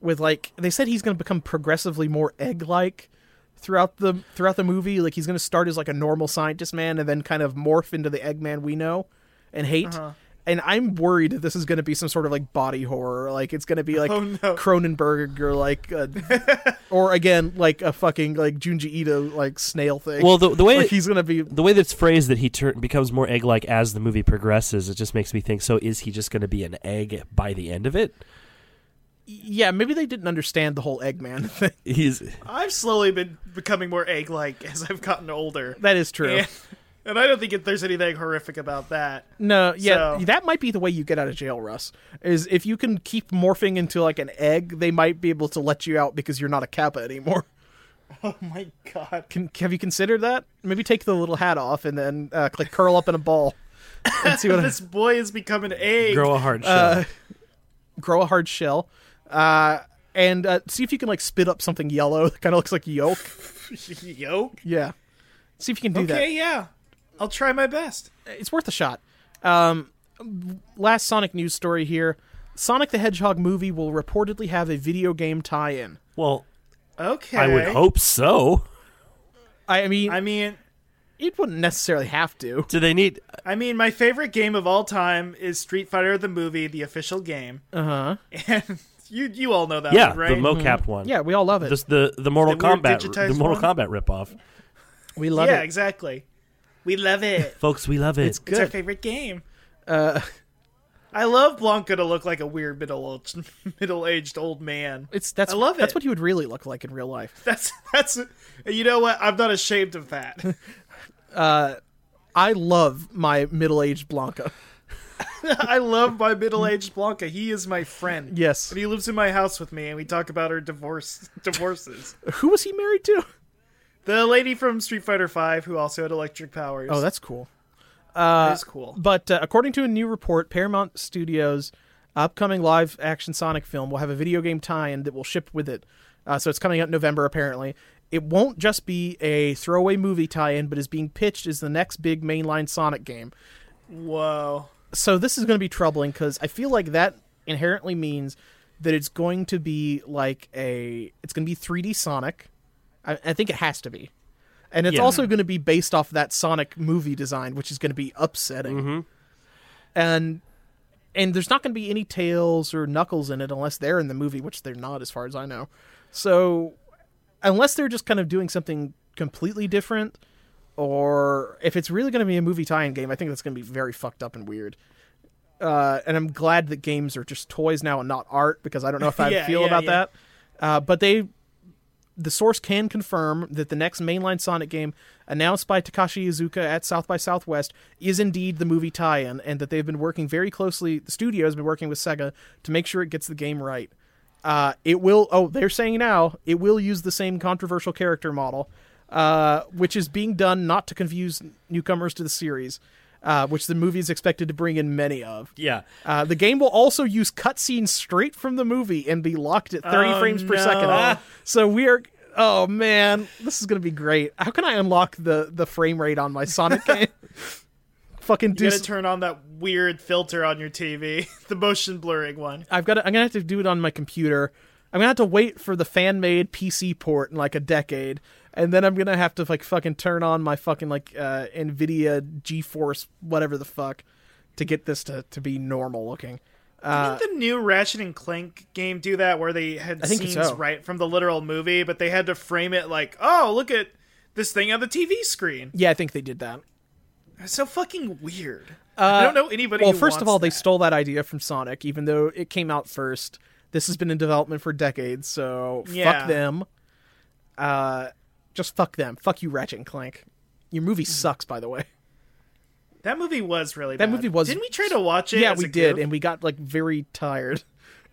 Speaker 2: with like they said he's gonna become progressively more egg like throughout the throughout the movie. Like he's gonna start as like a normal scientist man and then kind of morph into the Eggman we know and hate.
Speaker 1: Uh-huh.
Speaker 2: And I'm worried that this is going to be some sort of like body horror, like it's going to be like
Speaker 1: Oh, no.
Speaker 2: Cronenberg or like, uh, or again like a fucking like Junji Ito like snail thing.
Speaker 3: Well, the- the way-
Speaker 2: like, he's going to be
Speaker 3: The way that's phrased that he tur- becomes more egg-like as the movie progresses, it just makes me think. So is he just going to be an egg by the end of it?
Speaker 2: Yeah, maybe they didn't understand the whole Eggman thing.
Speaker 3: He's
Speaker 1: I've slowly been becoming more egg-like as I've gotten older,
Speaker 2: That is true.
Speaker 1: and, and I don't think it, there's anything horrific about that.
Speaker 2: No, yeah,
Speaker 1: So-
Speaker 2: that might be the way you get out of jail, Russ. Is if you can keep morphing into like an egg, they might be able to let you out because you're not a kappa anymore.
Speaker 1: Oh my god!
Speaker 2: Can, have you considered that? Maybe take the little hat off and then uh, like curl up in a ball and see what
Speaker 1: This boy has become an egg.
Speaker 3: grow a hard shell.
Speaker 1: uh,
Speaker 2: grow a hard shell. Uh, and uh, see if you can like spit up something yellow that kind of looks like yolk.
Speaker 1: Yoke.
Speaker 2: Yeah, see if you can do that.
Speaker 1: Okay, yeah. I'll try my best.
Speaker 2: it's worth a shot. Um, last Sonic news story here: Sonic the Hedgehog movie will reportedly have a video game tie-in.
Speaker 3: well,
Speaker 1: Okay.
Speaker 3: I would hope so.
Speaker 2: I mean,
Speaker 1: I mean,
Speaker 2: it wouldn't necessarily have to.
Speaker 3: Do they need?
Speaker 1: I mean, my favorite game of all time is Street Fighter the movie, the official game. Uh huh. And You you all know that
Speaker 3: yeah,
Speaker 1: one, right? Mm-hmm.
Speaker 3: the mocapped one.
Speaker 2: Yeah, we all love it.
Speaker 3: This, the the Mortal
Speaker 1: The weird
Speaker 3: Kombat
Speaker 1: digitized
Speaker 3: the Mortal
Speaker 1: one?
Speaker 3: Kombat ripoff.
Speaker 2: we love
Speaker 1: yeah,
Speaker 2: it.
Speaker 1: exactly. We love it.
Speaker 3: Folks, we love it.
Speaker 2: It's
Speaker 1: It's our
Speaker 2: good.
Speaker 1: favorite game.
Speaker 2: Uh,
Speaker 1: I love Blanca to look like a weird middle middle aged old man.
Speaker 2: it's that's
Speaker 1: I love
Speaker 2: That's
Speaker 1: it.
Speaker 2: what he would really look like in real life.
Speaker 1: That's that's you know what? I'm not ashamed of that.
Speaker 2: I love my middle-aged Blanca.
Speaker 1: I love my middle aged Blanca. He is my friend.
Speaker 2: Yes.
Speaker 1: And he lives in my house with me and we talk about our divorce divorces.
Speaker 2: Who was he married to?
Speaker 1: The lady from Street Fighter Five who also had electric powers.
Speaker 2: Oh, that's cool.
Speaker 1: that is cool.
Speaker 2: But uh, according to a new report, Paramount Studios' upcoming live action Sonic film will have a video game tie in that will ship with it. Uh, so it's coming out in November, apparently. It won't just be a throwaway movie tie in, but is being pitched as the next big mainline Sonic game.
Speaker 1: Whoa.
Speaker 2: So this is going to be troubling because I feel like that inherently means that it's going to be like a. It's going to be 3D Sonic. I, I think it has to be. And it's
Speaker 3: Yeah.
Speaker 2: also going to be based off that Sonic movie design, which is going to be upsetting and and there's not going to be any tails or knuckles in it unless they're in the movie which they're not as far as i know so unless they're just kind of doing something completely different or if it's really going to be a movie tie-in game i think that's going to be very fucked up and weird uh, and i'm glad that games are just toys now and not art because i don't know if i
Speaker 1: Yeah,
Speaker 2: feel
Speaker 1: yeah,
Speaker 2: about
Speaker 1: yeah.
Speaker 2: that uh, but they the source can confirm that the next mainline Sonic game announced by Takashi Iizuka at South by Southwest is indeed the movie tie-in, and that they've been working very closely. The studio has been working with Sega to make sure it gets the game right. Uh, it will. Oh, they're saying now it will use the same controversial character model, uh, which is being done not to confuse newcomers to the series, uh, which the movie is expected to bring in many of.
Speaker 3: yeah.
Speaker 2: Uh, the game will also use cutscenes straight from the movie and be locked at 30
Speaker 1: Oh,
Speaker 2: frames per
Speaker 1: no.
Speaker 2: second. So we are. Oh man, this is gonna be great. How can I unlock the the frame rate on my Sonic game? Fucking do.
Speaker 1: You
Speaker 2: s-
Speaker 1: gotta turn on that weird filter on your TV. The motion blurring one.
Speaker 2: I've got. to I'm gonna have to do it on my computer. I'm gonna have to wait for the fan made PC port in like a decade, and then I'm gonna have to like fucking turn on my fucking like uh, NVIDIA GeForce whatever the fuck to get this to to be normal looking.
Speaker 1: Didn't the new Ratchet and Clank game do that where they had
Speaker 2: think
Speaker 1: scenes
Speaker 2: so.
Speaker 1: right from the literal movie, but they had to frame it like, oh, look at this thing on the TV screen?
Speaker 2: Yeah, I think they did that.
Speaker 1: It's so fucking weird. I don't know anybody.
Speaker 2: Uh, Well,
Speaker 1: who
Speaker 2: first of
Speaker 1: wants
Speaker 2: all, they
Speaker 1: that.
Speaker 2: stole that idea from Sonic, even though it came out first. This has been in development for decades, so
Speaker 1: Yeah.
Speaker 2: fuck them. Uh, just fuck them. Fuck you, Ratchet and Clank. Your movie
Speaker 1: Mm.
Speaker 2: sucks, by the way.
Speaker 1: that movie was really
Speaker 2: That
Speaker 1: bad.
Speaker 2: movie was-
Speaker 1: Didn't we try to watch it?
Speaker 2: yeah,
Speaker 1: as
Speaker 2: we
Speaker 1: a
Speaker 2: did,
Speaker 1: group?
Speaker 2: and we got like very tired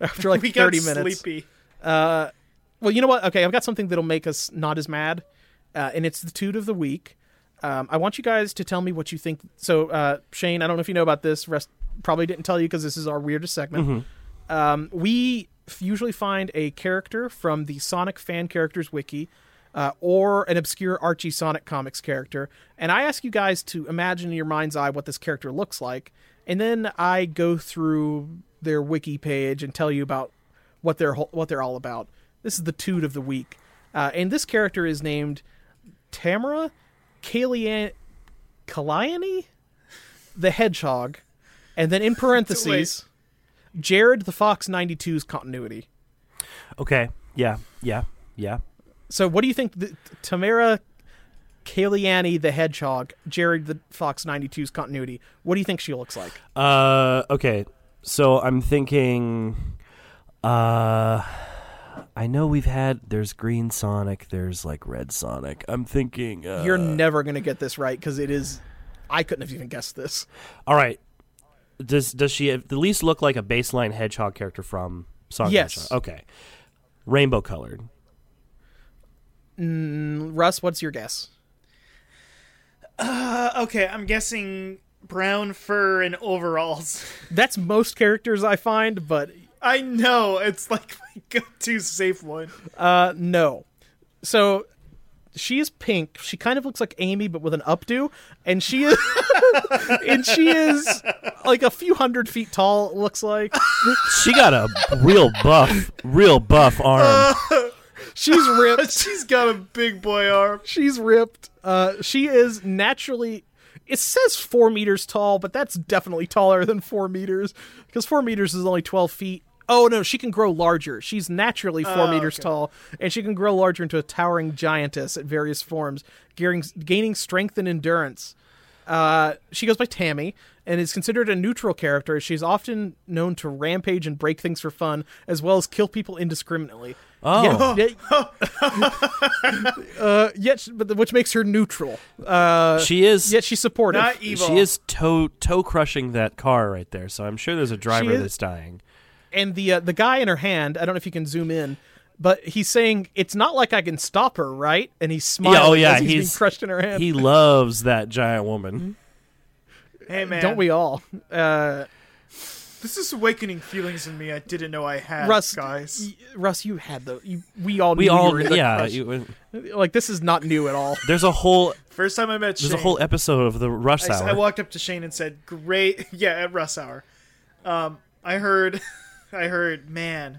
Speaker 2: after like
Speaker 1: we got
Speaker 2: thirty minutes.
Speaker 1: sleepy.
Speaker 2: Well, you know what? Okay, I've got something that'll make us not as mad, uh, and it's the toot of the week. Um, I want you guys to tell me what you think. So, uh, Shane, I don't know if you know about this. Rest probably didn't tell you because this is our weirdest segment. Um, we f- usually find a character from the Sonic fan characters wiki. Uh, or an obscure Archie Sonic Comics character. And I ask you guys to imagine in your mind's eye what this character looks like. And then I go through their wiki page and tell you about what they're ho- what they're all about. This is the toot of the week, uh, and this character is named Tamara Kalian Kaliani, the Hedgehog, and then in parentheses, Jared the Fox 92's continuity.
Speaker 3: Okay. Yeah. Yeah. Yeah.
Speaker 2: So, what do you think, the, Tamara Kaliani the Hedgehog, Jared the Fox 92's continuity? What do you think she looks like?
Speaker 3: Uh, okay. So I'm thinking. Uh, I know we've had. There's green Sonic. There's like red Sonic. I'm thinking. Uh,
Speaker 2: You're never gonna get this right because it is. I couldn't have even guessed this.
Speaker 3: all right. Does does she at least look like a baseline hedgehog character from Sonic? the
Speaker 2: Yes.
Speaker 3: Hedgehog? Okay. Rainbow colored.
Speaker 2: Russ, what's your guess?
Speaker 1: Uh, okay, I'm guessing brown fur and overalls.
Speaker 2: That's most characters I find, but
Speaker 1: I know it's like my go-to safe one.
Speaker 2: uh, no. So she is pink. She kind of looks like Amy, but with an updo, and she is, and she is like a few hundred feet tall. It looks like
Speaker 3: She got a real buff, real buff arm.
Speaker 2: she's ripped.
Speaker 1: She's got a big boy arm.
Speaker 2: She's ripped. Uh, she is naturally. It says four meters tall, but that's definitely taller than four meters because four meters is only twelve feet. Oh no, she can grow larger. She's naturally four
Speaker 1: Oh,
Speaker 2: meters
Speaker 1: okay.
Speaker 2: tall, and she can grow larger into a towering giantess at various forms, gaining, gaining strength and endurance. Uh, she goes by Tammy and is considered a neutral character. as She's often known to rampage and break things for fun, as well as kill people indiscriminately.
Speaker 3: Oh.
Speaker 2: Yet, yet, uh, yet she- but the- which makes her neutral. Uh,
Speaker 3: She is
Speaker 2: yet she's supportive.
Speaker 1: Not evil.
Speaker 3: she is toe toe crushing that car right there. So I'm sure there's a driver
Speaker 2: is-
Speaker 3: that's dying.
Speaker 2: and the uh, the guy in her hand, I don't know if you can zoom in, but he's saying it's not like I can stop her, right? And he's smiling.
Speaker 3: oh yeah,
Speaker 2: as he's, being
Speaker 3: he's-
Speaker 2: crushed in her hand. Mm-hmm.
Speaker 3: He loves that giant woman.
Speaker 1: Hey man,
Speaker 2: don't we all, uh,
Speaker 1: This is awakening feelings in me I didn't know I had,
Speaker 2: Russ?
Speaker 1: guys.
Speaker 2: y- Russ, you had the. You, we all.
Speaker 3: We
Speaker 2: knew
Speaker 3: all
Speaker 2: You were in the
Speaker 3: yeah.
Speaker 2: crush.
Speaker 3: you-
Speaker 2: Like this is not new at all.
Speaker 3: there's a whole
Speaker 1: First time I met
Speaker 3: there's
Speaker 1: Shane,
Speaker 3: a whole episode of the rush
Speaker 1: I, I
Speaker 3: hour.
Speaker 1: walked up to Shane and said, "Great, yeah, at Russ Hour." Um, I heard, I heard, man,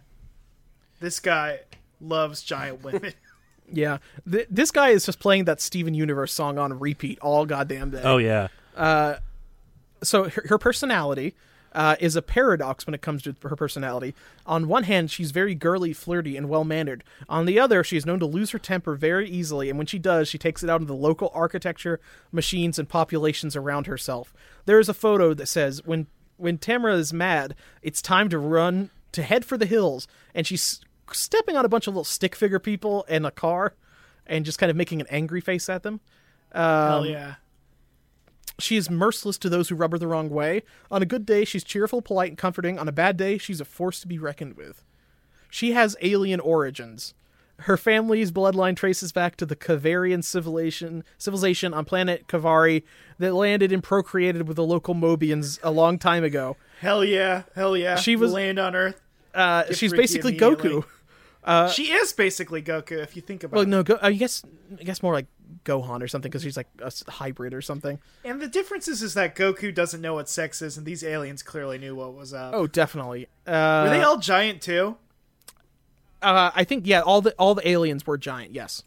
Speaker 1: this guy loves giant women.
Speaker 2: Yeah, Th- this guy is just playing that Steven Universe song on repeat all goddamn day.
Speaker 3: oh yeah.
Speaker 2: so her, her personality uh, is a paradox when it comes to her personality. On one hand, she's very girly, flirty, and well mannered. On the other, she is known to lose her temper very easily, and when she does, she takes it out on the local architecture, machines, and populations around herself. There is a photo that says when when Tamara is mad, it's time to run to head for the hills, and she's stepping on a bunch of little stick figure people and a car, and just kind of making an angry face at them. Um,
Speaker 1: Hell yeah.
Speaker 2: She is merciless to those who rub her the wrong way. On a good day, she's cheerful, polite, and comforting. On a bad day, she's a force to be reckoned with. She has alien origins. Her family's bloodline traces back to the Kavarian civilization, civilization on planet Kavari that landed and procreated with the local Mobians a long time ago.
Speaker 1: Hell yeah, hell yeah.
Speaker 2: She was-
Speaker 1: land on Earth.
Speaker 2: Uh, she's
Speaker 1: freaky
Speaker 2: basically
Speaker 1: immediately.
Speaker 2: Goku.
Speaker 1: she is basically Goku if you think about
Speaker 2: uh, Well,
Speaker 1: it.
Speaker 2: no, Go- uh, I guess I guess more like Gohan or something because she's like a s- hybrid or something.
Speaker 1: And the difference is, is that Goku doesn't know what sex is, and these aliens clearly knew what was up.
Speaker 2: Oh, definitely. Uh,
Speaker 1: Were they all giant too?
Speaker 2: uh, I think yeah, all the all the aliens were giant. Yes.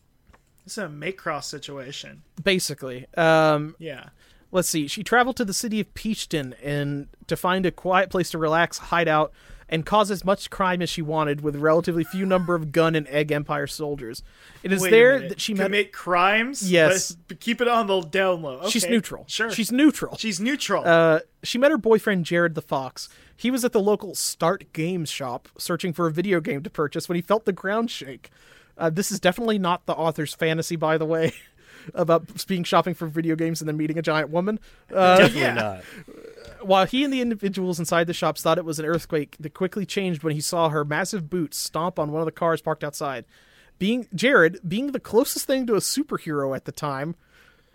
Speaker 1: This is a Macross situation.
Speaker 2: basically. Um,
Speaker 1: Yeah.
Speaker 2: let's see. She traveled to the city of Peachton and to find a quiet place to relax, hide out, and cause as much crime as she wanted with relatively few number of gun and egg empire soldiers. It is
Speaker 1: Wait a
Speaker 2: there
Speaker 1: minute.
Speaker 2: that she met.
Speaker 1: commit crimes?
Speaker 2: Yes.
Speaker 1: But but keep it on the down low.
Speaker 2: She's
Speaker 1: Okay.
Speaker 2: neutral.
Speaker 1: Sure.
Speaker 2: She's neutral.
Speaker 1: She's neutral.
Speaker 2: Uh, she met her boyfriend Jared the Fox. He was at the local Start Games shop searching for a video game to purchase when he felt the ground shake. Uh, this is definitely not the author's fantasy, by the way, about being shopping for video games and then meeting a giant woman. Uh,
Speaker 3: Definitely
Speaker 1: yeah.
Speaker 3: not.
Speaker 2: While he and the individuals inside the shops thought it was an earthquake, that quickly changed when he saw her massive boots stomp on one of the cars parked outside. Being Jared, being the closest thing to a superhero at the time,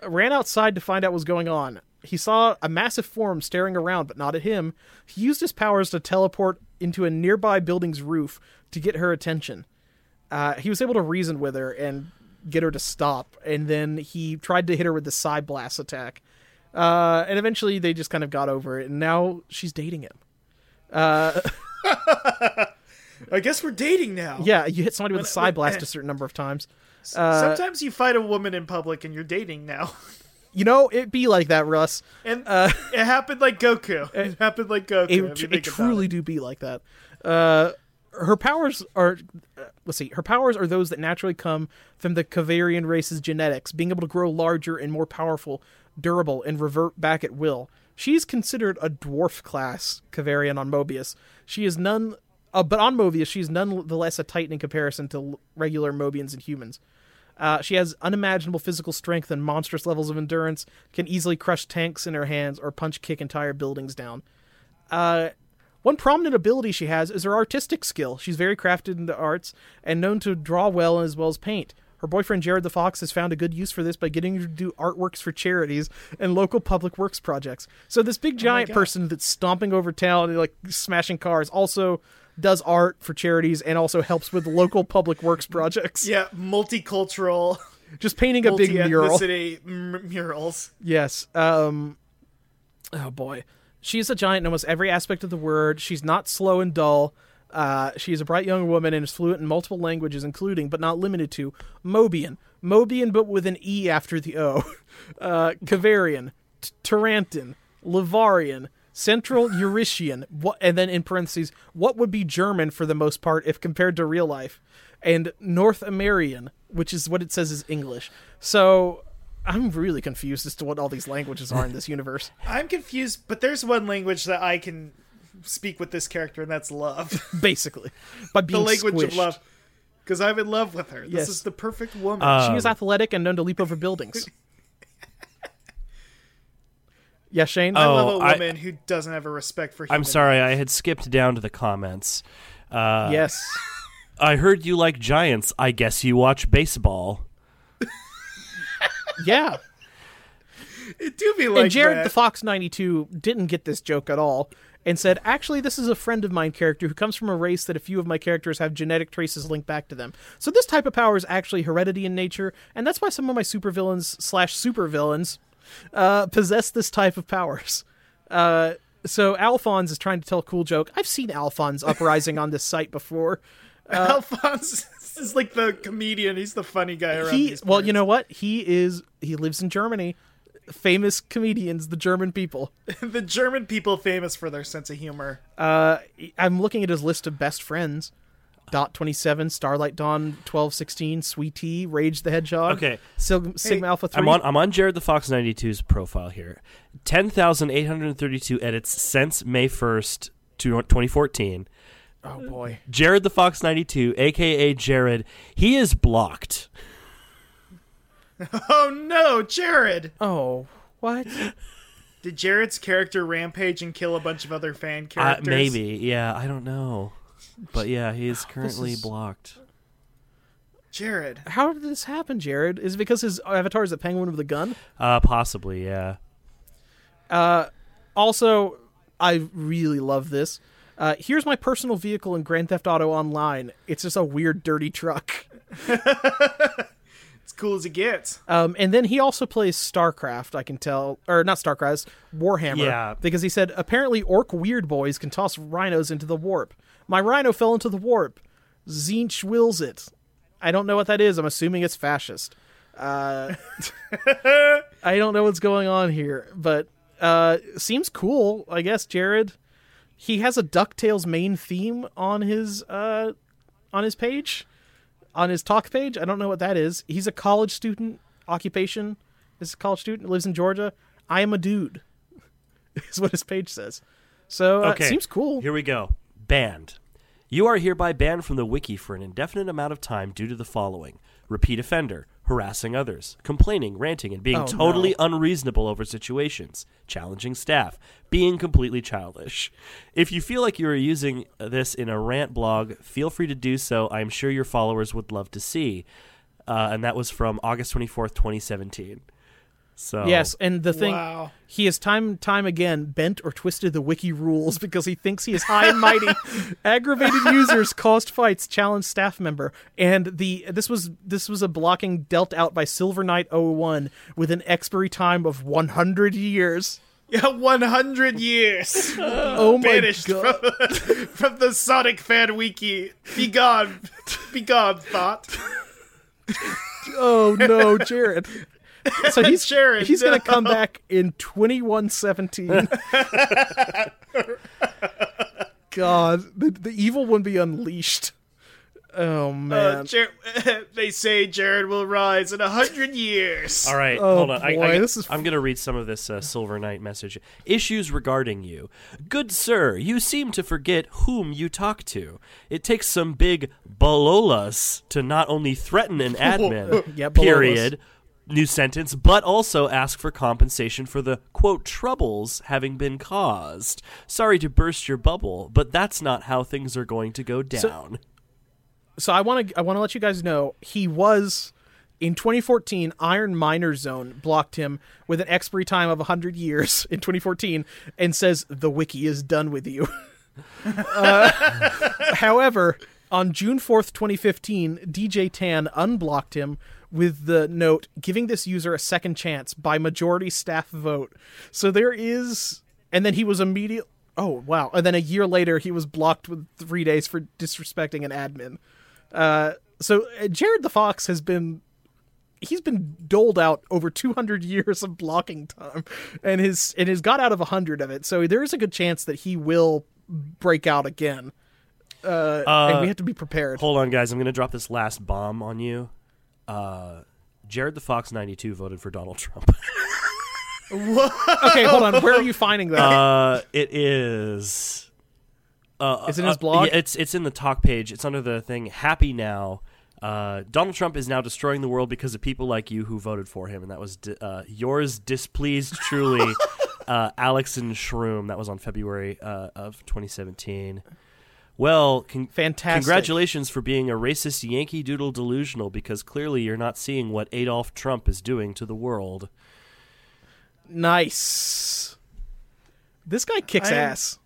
Speaker 2: ran outside to find out what was going on. He saw a massive form staring around, but not at him. He used his powers to teleport into a nearby building's roof to get her attention. Uh, he was able to reason with her and get her to stop, and then he tried to hit her with the psi blast attack. Uh, and eventually, they just kind of got over it, and now she's dating him.
Speaker 1: I guess we're dating now.
Speaker 2: Yeah, uh, you hit somebody with a psi
Speaker 1: when- eh.
Speaker 2: blast a certain number of times.
Speaker 1: Sometimes you fight a woman in public and you're dating now.
Speaker 2: You know, it be like that, Russ.
Speaker 1: And it happened like Goku. It happened like Goku.
Speaker 2: Uh, It,
Speaker 1: if you
Speaker 2: it
Speaker 1: think about
Speaker 2: truly do be like that. Uh, her powers are, uh, let's see, her powers are those that naturally come from the Kavarian race's genetics, being able to grow larger and more powerful, durable, and revert back at will. She's considered a dwarf class Kavarian on Mobius. She is none, uh, but on Mobius, she's nonetheless a titan in comparison to l- regular Mobians and humans. Uh, she has unimaginable physical strength and monstrous levels of endurance, can easily crush tanks in her hands or punch kick entire buildings down. Uh, one prominent ability she has is her artistic skill. She's very crafted in the arts and known to draw well as well as paint. Her boyfriend Jared the Fox has found a good use for this by getting her to do artworks for charities and local public works projects. So this big giant
Speaker 1: God.
Speaker 2: person that's stomping over town and like smashing cars also does art for charities and also helps with local public works projects.
Speaker 1: it. Yeah, multicultural,
Speaker 2: Just painting a big mural.
Speaker 1: multi-ethnicity m- murals.
Speaker 2: Yes. Um Oh boy. She is a giant in almost every aspect of the word. She's not slow and dull. Uh, she is a bright young woman and is fluent in multiple languages, including but not limited to Mobian, Mobian but with an E after the O, uh, Kavarian, T- Tarantan, Lavarian, Central Eurasian, what, and then in parentheses, what would be German for the most part if compared to real life, and North American, which is what it says is English. So I'm really confused as to what all these languages are in this universe.
Speaker 1: I'm confused, but there's one language that I can speak with this character, and that's love.
Speaker 2: Basically, by
Speaker 1: the
Speaker 2: being
Speaker 1: language of
Speaker 2: squished.
Speaker 1: love. Because I'm in love with her. This
Speaker 2: Yes.
Speaker 1: is the perfect woman.
Speaker 3: Uh,
Speaker 2: She
Speaker 3: Um,
Speaker 2: is athletic and known to leap over buildings. yeah, Shane.
Speaker 1: I love
Speaker 3: Oh,
Speaker 1: a
Speaker 3: I-
Speaker 1: woman who doesn't have a respect for human.
Speaker 3: I'm sorry, I had skipped down to the comments. Uh,
Speaker 2: yes.
Speaker 3: I heard you like giants. I guess you watch baseball.
Speaker 2: Yeah.
Speaker 1: It do be like
Speaker 2: and Jared
Speaker 1: that.
Speaker 2: the Fox 92 didn't get this joke at all and said, "Actually, this is a friend of mine character who comes from a race that a few of my characters have genetic traces linked back to them. So this type of power is actually heredity in nature, and that's why some of my supervillains slash supervillains uh, possess this type of powers." Uh, so Alphonse is trying to tell a cool joke. I've seen Alphonse uprising on this site before. Uh,
Speaker 1: Alphonse is like the comedian. He's the funny guy around.
Speaker 2: He
Speaker 1: these
Speaker 2: well,
Speaker 1: parts.
Speaker 2: you know what? He is he lives in Germany. Famous comedians, the German people.
Speaker 1: the German people famous for their sense of humor.
Speaker 2: Uh, I'm looking at his list of best friends. Dot twenty seven, Starlight Dawn twelve sixteen, Sweet Tea, Rage the Hedgehog.
Speaker 3: Okay.
Speaker 2: Sig- Sigma Alpha three.
Speaker 3: I'm on I'm on Jared the Fox 92's profile here. 10,832 edits since May 1st, to 2014.
Speaker 2: oh boy,
Speaker 3: Jared the Fox 92, aka Jared, he is blocked.
Speaker 1: Oh no, Jared!
Speaker 2: oh what?
Speaker 1: Did Jared's character rampage and kill a bunch of other fan
Speaker 3: Uh,
Speaker 1: characters?
Speaker 3: maybe. Yeah, I don't know. But yeah, he is currently
Speaker 2: is-
Speaker 3: blocked.
Speaker 1: Jared.
Speaker 2: How did this happen, Jared? Is it because his avatar is a penguin with a gun?
Speaker 3: Uh, possibly, yeah.
Speaker 2: Also, I really love this. Uh, here's my personal vehicle in Grand Theft Auto Online. It's just a weird, dirty truck.
Speaker 1: It's cool as it gets.
Speaker 2: Um, and then he also plays StarCraft, I can tell. Or not StarCraft, Warhammer.
Speaker 3: Yeah.
Speaker 2: Because he said, apparently orc weird boys can toss rhinos into the warp. My rhino fell into the warp. Zinch wills it. I don't know what that is. I'm assuming it's fascist. Uh, I don't know what's going on here, but uh, seems cool, I guess, Jared. He has a DuckTales main theme on his uh, on his page on his talk page. I don't know what that is. He's a college student. Occupation is a college student. Lives in Georgia. I am a dude. Is what his page says. So uh,
Speaker 3: Okay.
Speaker 2: seems cool.
Speaker 3: Here we go. Banned. You are hereby banned from the wiki for an indefinite amount of time due to the following repeat offender, harassing others, complaining, ranting, and being
Speaker 2: Oh,
Speaker 3: totally unreasonable over situations, challenging staff, being completely childish. If you feel like you are using this in a rant blog, feel free to do so. I am sure your followers would love to see. Uh, and that was from August 24th, 2017. So
Speaker 2: Yes, and the thing
Speaker 1: Wow.
Speaker 2: he has time time again bent or twisted the wiki rules because he thinks he is high and mighty. Aggravated users caused fights, challenged staff member, and the this was this was a blocking dealt out by Silver Knight 01 with an expiry time of 100 years.
Speaker 1: Yeah, 100 years
Speaker 2: Oh my
Speaker 1: banished
Speaker 2: god.
Speaker 1: from, from the Sonic fan wiki. Be gone, be gone, thought.
Speaker 2: Oh no, Jared. So he's
Speaker 1: Jared,
Speaker 2: he's gonna
Speaker 1: no.
Speaker 2: come back in twenty one seventeen. God, the, the evil one be unleashed. Oh man,
Speaker 1: Uh, Jer- they say Jared will rise in 100 years.
Speaker 3: All right,
Speaker 2: Oh,
Speaker 3: hold on. I,
Speaker 2: boy,
Speaker 3: I,
Speaker 2: this is-
Speaker 3: I'm going to read some of this uh, Silver Knight message. Issues regarding you. Good sir, you seem to forget whom you talk to. It takes some big balolas to not only threaten an admin,
Speaker 2: Yeah, balolas.
Speaker 3: period, new sentence, but also ask for compensation for the, quote, troubles having been caused. Sorry to burst your bubble, but that's not how things are going to go down.
Speaker 2: so I want to I want to let you guys know he was in 2014 Iron Miner Zone blocked him with an expiry time of 100 years in 2014 and says the wiki is done with you. uh, however, on June 4th, 2015, DJ Tan unblocked him with the note giving this user a second chance by majority staff vote. So there is and then he was immediate Oh wow! And then a year later, he was blocked with three days for disrespecting an admin so uh, Jared the Fox has been he's been doled out over 200 years of blocking time, and his and has got out of hundred of it. So there is a good chance that he will break out again. Uh, and we have to be prepared.
Speaker 3: Hold on, guys. I'm going to drop this last bomb on you. Uh, Jared the Fox 92 voted for Donald Trump.
Speaker 2: Okay, hold on. Where are you finding that?
Speaker 3: uh, it is. Uh,
Speaker 2: Is it in his
Speaker 3: uh,
Speaker 2: blog?
Speaker 3: yeah, it's it's in the talk page. It's under the thing "Happy Now." Uh, Donald Trump is now destroying the world because of people like you who voted for him, and that was di- uh, yours displeased truly, uh, Alex and Shroom. That was on February uh, of 2017. Well, con-
Speaker 2: Fantastic.
Speaker 3: Congratulations for being a racist Yankee Doodle delusional because clearly you're not seeing what Adolf Trump is doing to the world.
Speaker 2: nice. This guy kicks
Speaker 1: I'm-
Speaker 2: ass.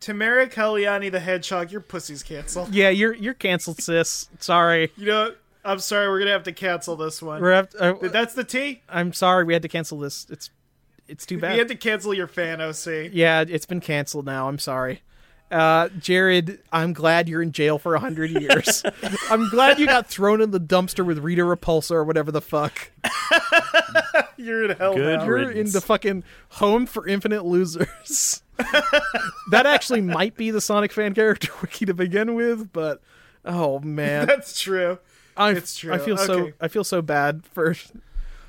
Speaker 1: Tamara Kalyani the Hedgehog, your pussy's canceled.
Speaker 2: Yeah, you're you're canceled, sis. Sorry.
Speaker 1: You know, I'm sorry, we're gonna have to cancel this one.
Speaker 2: We're have
Speaker 1: Th- That's the T.
Speaker 2: I'm sorry we had to cancel this. It's it's too
Speaker 1: You
Speaker 2: bad.
Speaker 1: had to cancel your fan OC.
Speaker 2: yeah, it's been canceled now. I'm sorry. Uh, Jared, I'm glad you're in jail for a hundred years. I'm glad you got thrown in the dumpster with Rita Repulsa or whatever the fuck.
Speaker 1: You're in hell
Speaker 3: Good
Speaker 1: now.
Speaker 2: You're in
Speaker 3: riddance.
Speaker 2: the fucking home for infinite losers. that actually might be the Sonic fan character wiki to begin with, but oh man,
Speaker 1: That's true.
Speaker 2: I,
Speaker 1: It's true.
Speaker 2: I feel so
Speaker 1: Okay.
Speaker 2: I feel so bad for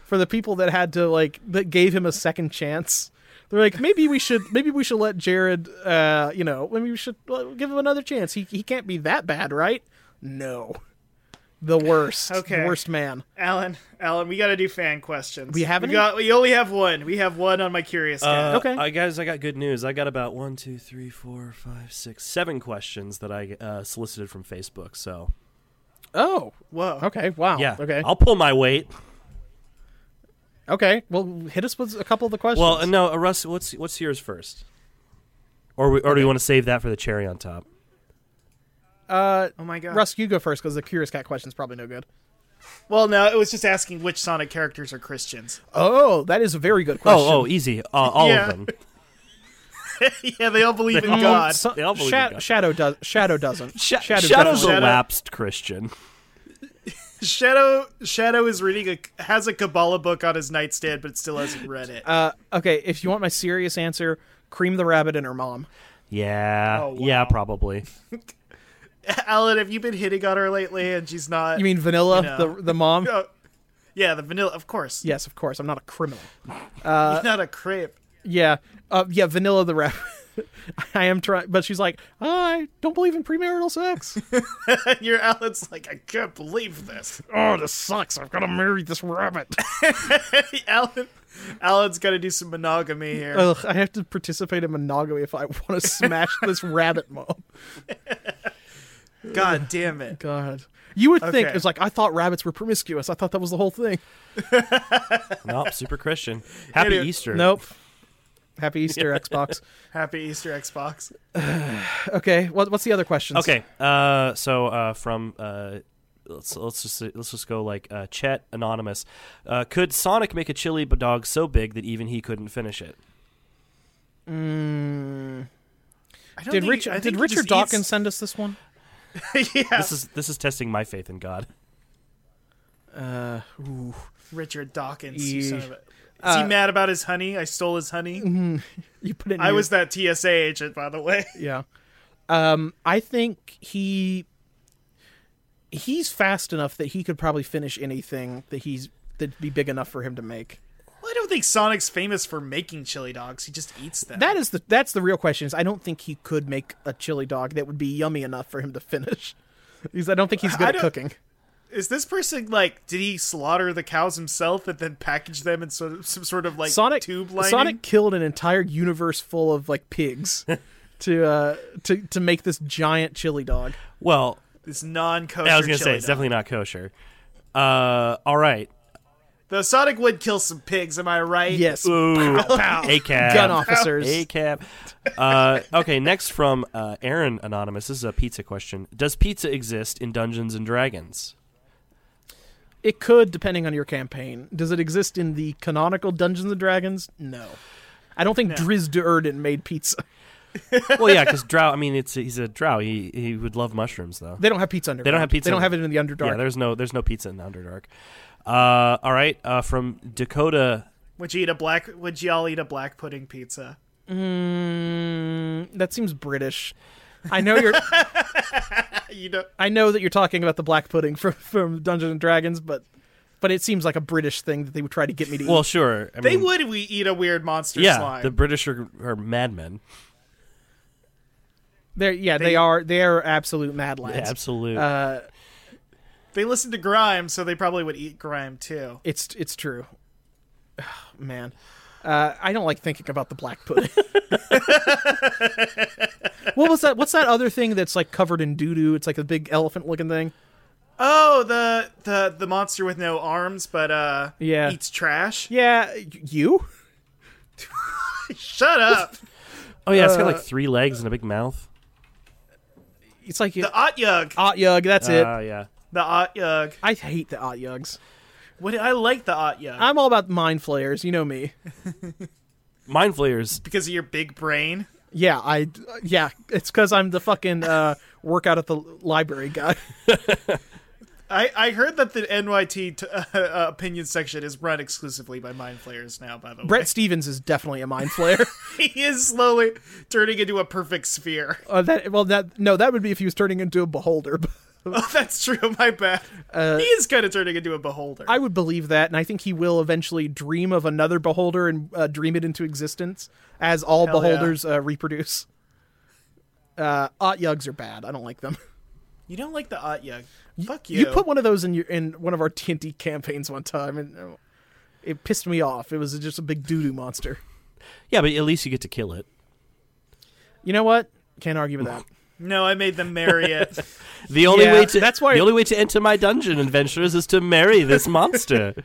Speaker 2: for the people that had to like that gave him a second chance. They're like, maybe we should maybe we should let Jared, uh, you know, maybe we should let- give him another chance. He he can't be that bad, right? No, the worst,
Speaker 1: Okay.
Speaker 2: the worst man.
Speaker 1: Alan, Alan, we gotta do fan questions.
Speaker 2: We have any?
Speaker 1: got we only have one. We have one on my curious cat.
Speaker 3: Uh,
Speaker 2: Okay.
Speaker 3: I, guys, I got good news. I got about one, two, three, four, five, six, seven questions that I uh, solicited from Facebook. So
Speaker 2: Oh,
Speaker 1: Whoa.
Speaker 2: okay, wow,
Speaker 3: yeah,
Speaker 2: okay,
Speaker 3: I'll pull my weight.
Speaker 2: okay. Well, hit us with a couple of the questions.
Speaker 3: Well, uh, no, uh, Russ, what's what's yours first? Or we, or do you want to save that for the cherry on top?
Speaker 2: uh,
Speaker 1: Oh my god.
Speaker 2: Russ, you go first because the Curious Cat question's probably no good.
Speaker 1: Well, no, it was just asking which Sonic characters are Christians.
Speaker 2: Oh, that is a very good question.
Speaker 3: Oh, oh, easy. Uh, all
Speaker 1: Yeah.
Speaker 3: of them.
Speaker 1: yeah, they all believe in
Speaker 3: They all-
Speaker 1: God.
Speaker 2: So-
Speaker 3: They all believe in
Speaker 2: Sha-
Speaker 3: God.
Speaker 2: Shadow does. Shadow doesn't.
Speaker 3: Sha-
Speaker 2: Shadow
Speaker 3: Shadow's
Speaker 2: definitely-
Speaker 3: a
Speaker 1: Shadow-
Speaker 3: lapsed Christian.
Speaker 1: Shadow Shadow is reading a has a Kabbalah book on his nightstand, but still hasn't read it.
Speaker 2: Uh, okay, if you want my serious answer, cream the rabbit and her mom.
Speaker 3: Yeah,
Speaker 1: Oh,
Speaker 3: yeah,
Speaker 1: wow.
Speaker 3: probably.
Speaker 1: Alan, have you been hitting on her lately? And she's not.
Speaker 2: You mean vanilla,
Speaker 1: know.
Speaker 2: the the mom?
Speaker 1: Oh, yeah, the vanilla. Of course,
Speaker 2: Yes, of course. I'm not a criminal.
Speaker 1: You're not a crepe.
Speaker 2: Yeah, uh, yeah, vanilla the rabbit. I am trying, but she's like, I don't believe in premarital sex.
Speaker 1: Your Alan's like, I can't believe this.
Speaker 2: oh, this sucks. I've got to marry this rabbit.
Speaker 1: Alan, Alan's got to do some monogamy here.
Speaker 2: Ugh, I have to participate in monogamy if I want to smash this rabbit mom.
Speaker 1: God damn it.
Speaker 2: God, you would think
Speaker 1: Okay.
Speaker 2: it's like I thought rabbits were promiscuous. I thought that was the whole thing.
Speaker 3: nope, super Christian. Happy
Speaker 1: Anyway.
Speaker 3: Easter.
Speaker 2: Nope. Happy Easter, Xbox.
Speaker 1: Happy Easter Xbox.
Speaker 2: Okay, what, what's the other question?
Speaker 3: Okay, uh, so uh, from uh, let's let's just let's just go like uh, Chet Anonymous. Uh, could Sonic make a chili dog so big that even he couldn't finish it?
Speaker 1: I don't
Speaker 2: Did,
Speaker 1: think-
Speaker 2: Rich,
Speaker 1: I think
Speaker 2: did
Speaker 1: he
Speaker 2: Richard
Speaker 1: just
Speaker 2: Dawkins
Speaker 1: eats-
Speaker 2: send us this one?
Speaker 1: yeah.
Speaker 3: This is this is testing my faith in God.
Speaker 1: Richard Dawkins. you son
Speaker 2: Yeah.
Speaker 1: of a- Is
Speaker 2: Uh,
Speaker 1: he mad about his honey? I stole his honey.
Speaker 2: Mm-hmm. You put it. In
Speaker 1: I
Speaker 2: your-
Speaker 1: was that TSA agent, by the way.
Speaker 2: Yeah. Um, I think he he's fast enough that he could probably finish anything that he's that'd be big enough for him to make.
Speaker 1: Well, I don't think Sonic's famous for making chili dogs. He just eats them.
Speaker 2: That is the that's the real question. Is I don't think he could make a chili dog that would be yummy enough for him to finish. Because I don't think he's
Speaker 1: I
Speaker 2: good at
Speaker 1: don't-
Speaker 2: cooking.
Speaker 1: Is this person like? Did he slaughter the cows himself and then package them in sort of, some sort of like
Speaker 2: Sonic
Speaker 1: tube lining?
Speaker 2: Sonic killed an entire universe full of like pigs to uh to to make this giant chili dog.
Speaker 3: Well,
Speaker 1: this non-kosher.
Speaker 3: I was gonna
Speaker 1: chili
Speaker 3: say it's
Speaker 1: dog.
Speaker 3: definitely not kosher. Uh, all right.
Speaker 1: Though Sonic would kill some pigs. Am I right?
Speaker 2: Yes.
Speaker 3: Ooh, a cab.
Speaker 2: Gun officers.
Speaker 3: A cab. Uh, okay, next from uh, Aaron Anonymous. This is a pizza question. Does pizza exist in Dungeons and Dragons?
Speaker 2: It could, depending on your campaign. Does it exist in the canonical Dungeons and Dragons? No. I don't think Drizzt Durden made pizza.
Speaker 3: well, yeah, because Drow. I mean, it's he's a Drow. He he would love mushrooms though.
Speaker 2: They don't have pizza underground.
Speaker 3: They don't have pizza
Speaker 2: They don't have it
Speaker 3: Underground.
Speaker 2: in the underdark.
Speaker 3: Yeah, there's no there's no pizza in the Underdark. Uh, all right, uh, from Dakota.
Speaker 1: Would you eat a black? Would y'all eat a black pudding pizza?
Speaker 2: Mm, that seems British. I know you're.
Speaker 1: You know,
Speaker 2: I know that you're talking about the black pudding from from Dungeons and Dragons, but but it seems like a British thing that they would try to get me to eat.
Speaker 3: Well, sure. I
Speaker 1: they
Speaker 3: mean,
Speaker 1: would. We eat a weird monster
Speaker 3: Mm. Yeah,
Speaker 1: slime.
Speaker 3: the British are, are madmen.
Speaker 2: They're, yeah, they, are they are absolute mad lads.
Speaker 3: Absolutely.
Speaker 2: uh,
Speaker 1: They listen to grime, so they probably would eat grime too.
Speaker 2: It's it's true. man, uh, I don't like thinking about the black pudding. what was that? What's that other thing that's like covered in doo doo? It's like a big elephant looking thing.
Speaker 1: Oh, the the the monster with no arms, but uh,
Speaker 2: Yeah.
Speaker 1: eats trash.
Speaker 2: Yeah, y- you.
Speaker 1: Shut up.
Speaker 3: oh yeah, it's
Speaker 2: uh,
Speaker 3: got like three legs and a big mouth.
Speaker 2: It's like
Speaker 1: the Otyug.
Speaker 2: Otyug. That's it.
Speaker 3: Ah, yeah.
Speaker 1: The Otyug.
Speaker 2: I hate the Otyugs.
Speaker 1: What I like the Otyug
Speaker 2: I'm all about mind flayers. You know me.
Speaker 3: Mind flayers.
Speaker 1: because of your big brain.
Speaker 2: Yeah, I. Yeah, it's because I'm the fucking uh, workout at the library guy.
Speaker 1: I, I heard that the NYT t- uh, uh, opinion section is run exclusively by mind flayers now. By the
Speaker 2: Brett Stevens is definitely a mind flayer.
Speaker 1: way, he is slowly turning into a perfect sphere.
Speaker 2: Uh, that well, that no, that would be if he was turning into a beholder. but
Speaker 1: Oh, that's true. My bad. he is kind of turning into a beholder.
Speaker 2: uh, I would believe that, and I think he will eventually dream of another beholder and uh, dream it into existence, as all
Speaker 1: Hell yeah.
Speaker 2: beholders uh, reproduce. Uh, Otyugs are bad. I don't like them.
Speaker 1: you don't like the Otyug. Fuck you.
Speaker 2: You put one of those in your in one of our TNT campaigns one time, and uh, it pissed me off. It was just a big doo doo monster.
Speaker 3: Yeah, but at least you get to kill it.
Speaker 2: You know what? Can't argue with that.
Speaker 1: no, I made them marry it.
Speaker 3: The only
Speaker 2: Yeah,
Speaker 3: way to
Speaker 2: that's why-
Speaker 3: the only way to enter my dungeon, adventurers, is to marry this monster.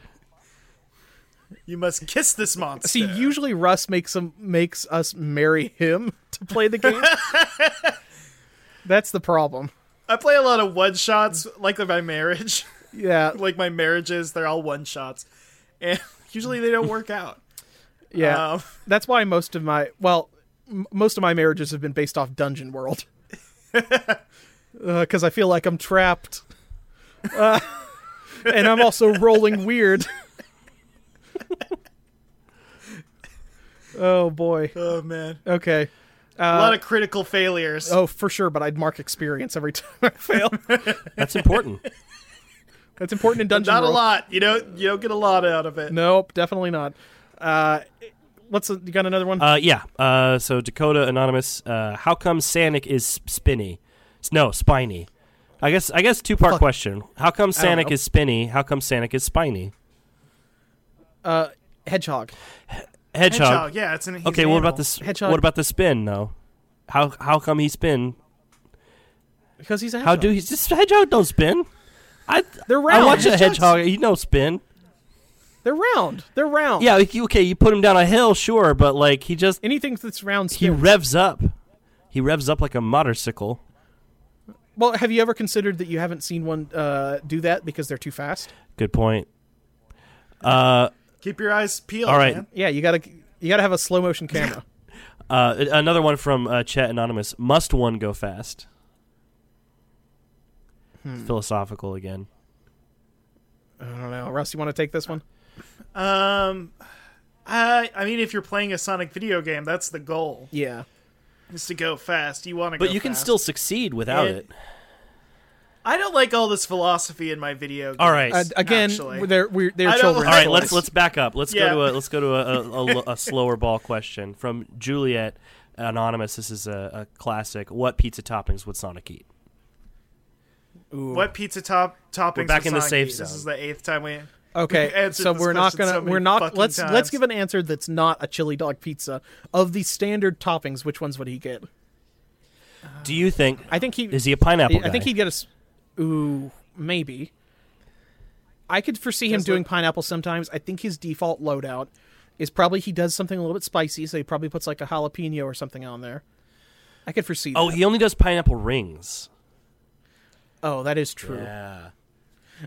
Speaker 1: you must kiss this monster.
Speaker 2: See, usually Russ makes him makes us marry him to play the game. That's the problem.
Speaker 1: I play a lot of one shots, like my marriage.
Speaker 2: Yeah,
Speaker 1: like my marriages, they're all one shots, and usually they don't work out.
Speaker 2: yeah.
Speaker 1: Um,
Speaker 2: That's why most of my well, m- most of my marriages have been based off Dungeon World. Because I feel like I'm trapped, uh, and I'm also rolling weird. oh boy.
Speaker 1: oh man,
Speaker 2: Okay.
Speaker 1: a lot of critical failures.
Speaker 2: Uh, Oh, for sure. But I'd mark experience every time I fail.
Speaker 3: That's important.
Speaker 2: That's important in Dungeon
Speaker 1: Not
Speaker 2: World.
Speaker 1: a lot. You don't you don't get a lot out of it.
Speaker 2: Nope, definitely not. Uh, what's you got another one?
Speaker 3: Uh, yeah. Uh, so Dakota Anonymous, uh, how come Sanic is sp- spinny? S- No, spiny. I guess I guess two part question. How come
Speaker 2: don't
Speaker 3: Sanic
Speaker 2: know.
Speaker 3: is spinny? How come Sanic is spiny?
Speaker 2: hedgehog.
Speaker 3: Hedgehog.
Speaker 1: Hedgehog, yeah, it's an. he's
Speaker 3: Okay,
Speaker 1: an
Speaker 3: what
Speaker 1: animal.
Speaker 3: about this?
Speaker 2: Hedgehog.
Speaker 3: What about the spin though? How how come he spin?
Speaker 2: Because he's a
Speaker 3: How
Speaker 2: hedgehog.
Speaker 3: do he? Just hedgehog don't spin. I
Speaker 2: They're round.
Speaker 3: I watch a
Speaker 2: Hedgehogs-
Speaker 3: hedgehog. He no spin.
Speaker 2: They're round. They're round.
Speaker 3: Yeah, like, you- okay, you put him down a hill, sure, but like he just
Speaker 2: Anything that's round.
Speaker 3: he
Speaker 2: Spins.
Speaker 3: revs up. He revs up like a motorcycle.
Speaker 2: well, have you ever considered that you haven't seen one uh, do that because they're too fast?
Speaker 3: Good point. Uh,
Speaker 1: Keep your eyes peeled.
Speaker 3: All right.
Speaker 1: man.
Speaker 2: Yeah, you gotta you gotta have a slow motion camera.
Speaker 3: uh, a- another one from uh, Chat Anonymous. Must one go fast? Philosophical again.
Speaker 2: I don't know, Russ. You want to take this one?
Speaker 1: Um, I I mean, if you're playing a Sonic video game, that's the goal
Speaker 2: Yeah.
Speaker 1: is to go fast. You want to,
Speaker 3: But you can still succeed without
Speaker 1: It-
Speaker 3: it.
Speaker 1: I don't like all this philosophy in my video. Game.
Speaker 3: All right.
Speaker 2: Uh, again,
Speaker 1: Actually.
Speaker 2: they're we're, they're
Speaker 1: I don't
Speaker 2: children.
Speaker 1: like-
Speaker 3: All right,
Speaker 1: Nice.
Speaker 3: let's let's back up. Let's
Speaker 1: Yeah.
Speaker 3: go to a let's go to a, a, a, a slower ball question from Juliet Anonymous. This is a, a classic. What pizza toppings would Sonic eat?
Speaker 1: What pizza top toppings?
Speaker 3: We're back
Speaker 1: with
Speaker 3: in the
Speaker 1: Sonic
Speaker 3: safe
Speaker 1: Heat? This
Speaker 3: zone.
Speaker 1: is the eighth time we. We've
Speaker 2: Okay,
Speaker 1: answered
Speaker 2: so
Speaker 1: this
Speaker 2: we're not
Speaker 1: question
Speaker 2: gonna
Speaker 1: so many
Speaker 2: we're not
Speaker 1: fucking
Speaker 2: let's let's
Speaker 1: times.
Speaker 2: give an answer that's not a chili dog pizza. Of the standard toppings, which ones would he get?
Speaker 3: Do you think
Speaker 2: I think he
Speaker 3: is he a pineapple?
Speaker 2: I think
Speaker 3: guy?
Speaker 2: he'd get a. s- Ooh, maybe. I could foresee him
Speaker 1: Does
Speaker 2: doing
Speaker 1: look-
Speaker 2: pineapple sometimes. I think his default loadout is probably he does something a little bit spicy, so he probably puts like a jalapeno or something on there. I could foresee.
Speaker 3: Oh,
Speaker 2: that.
Speaker 3: he only does pineapple rings.
Speaker 2: oh, that is true.
Speaker 3: Yeah.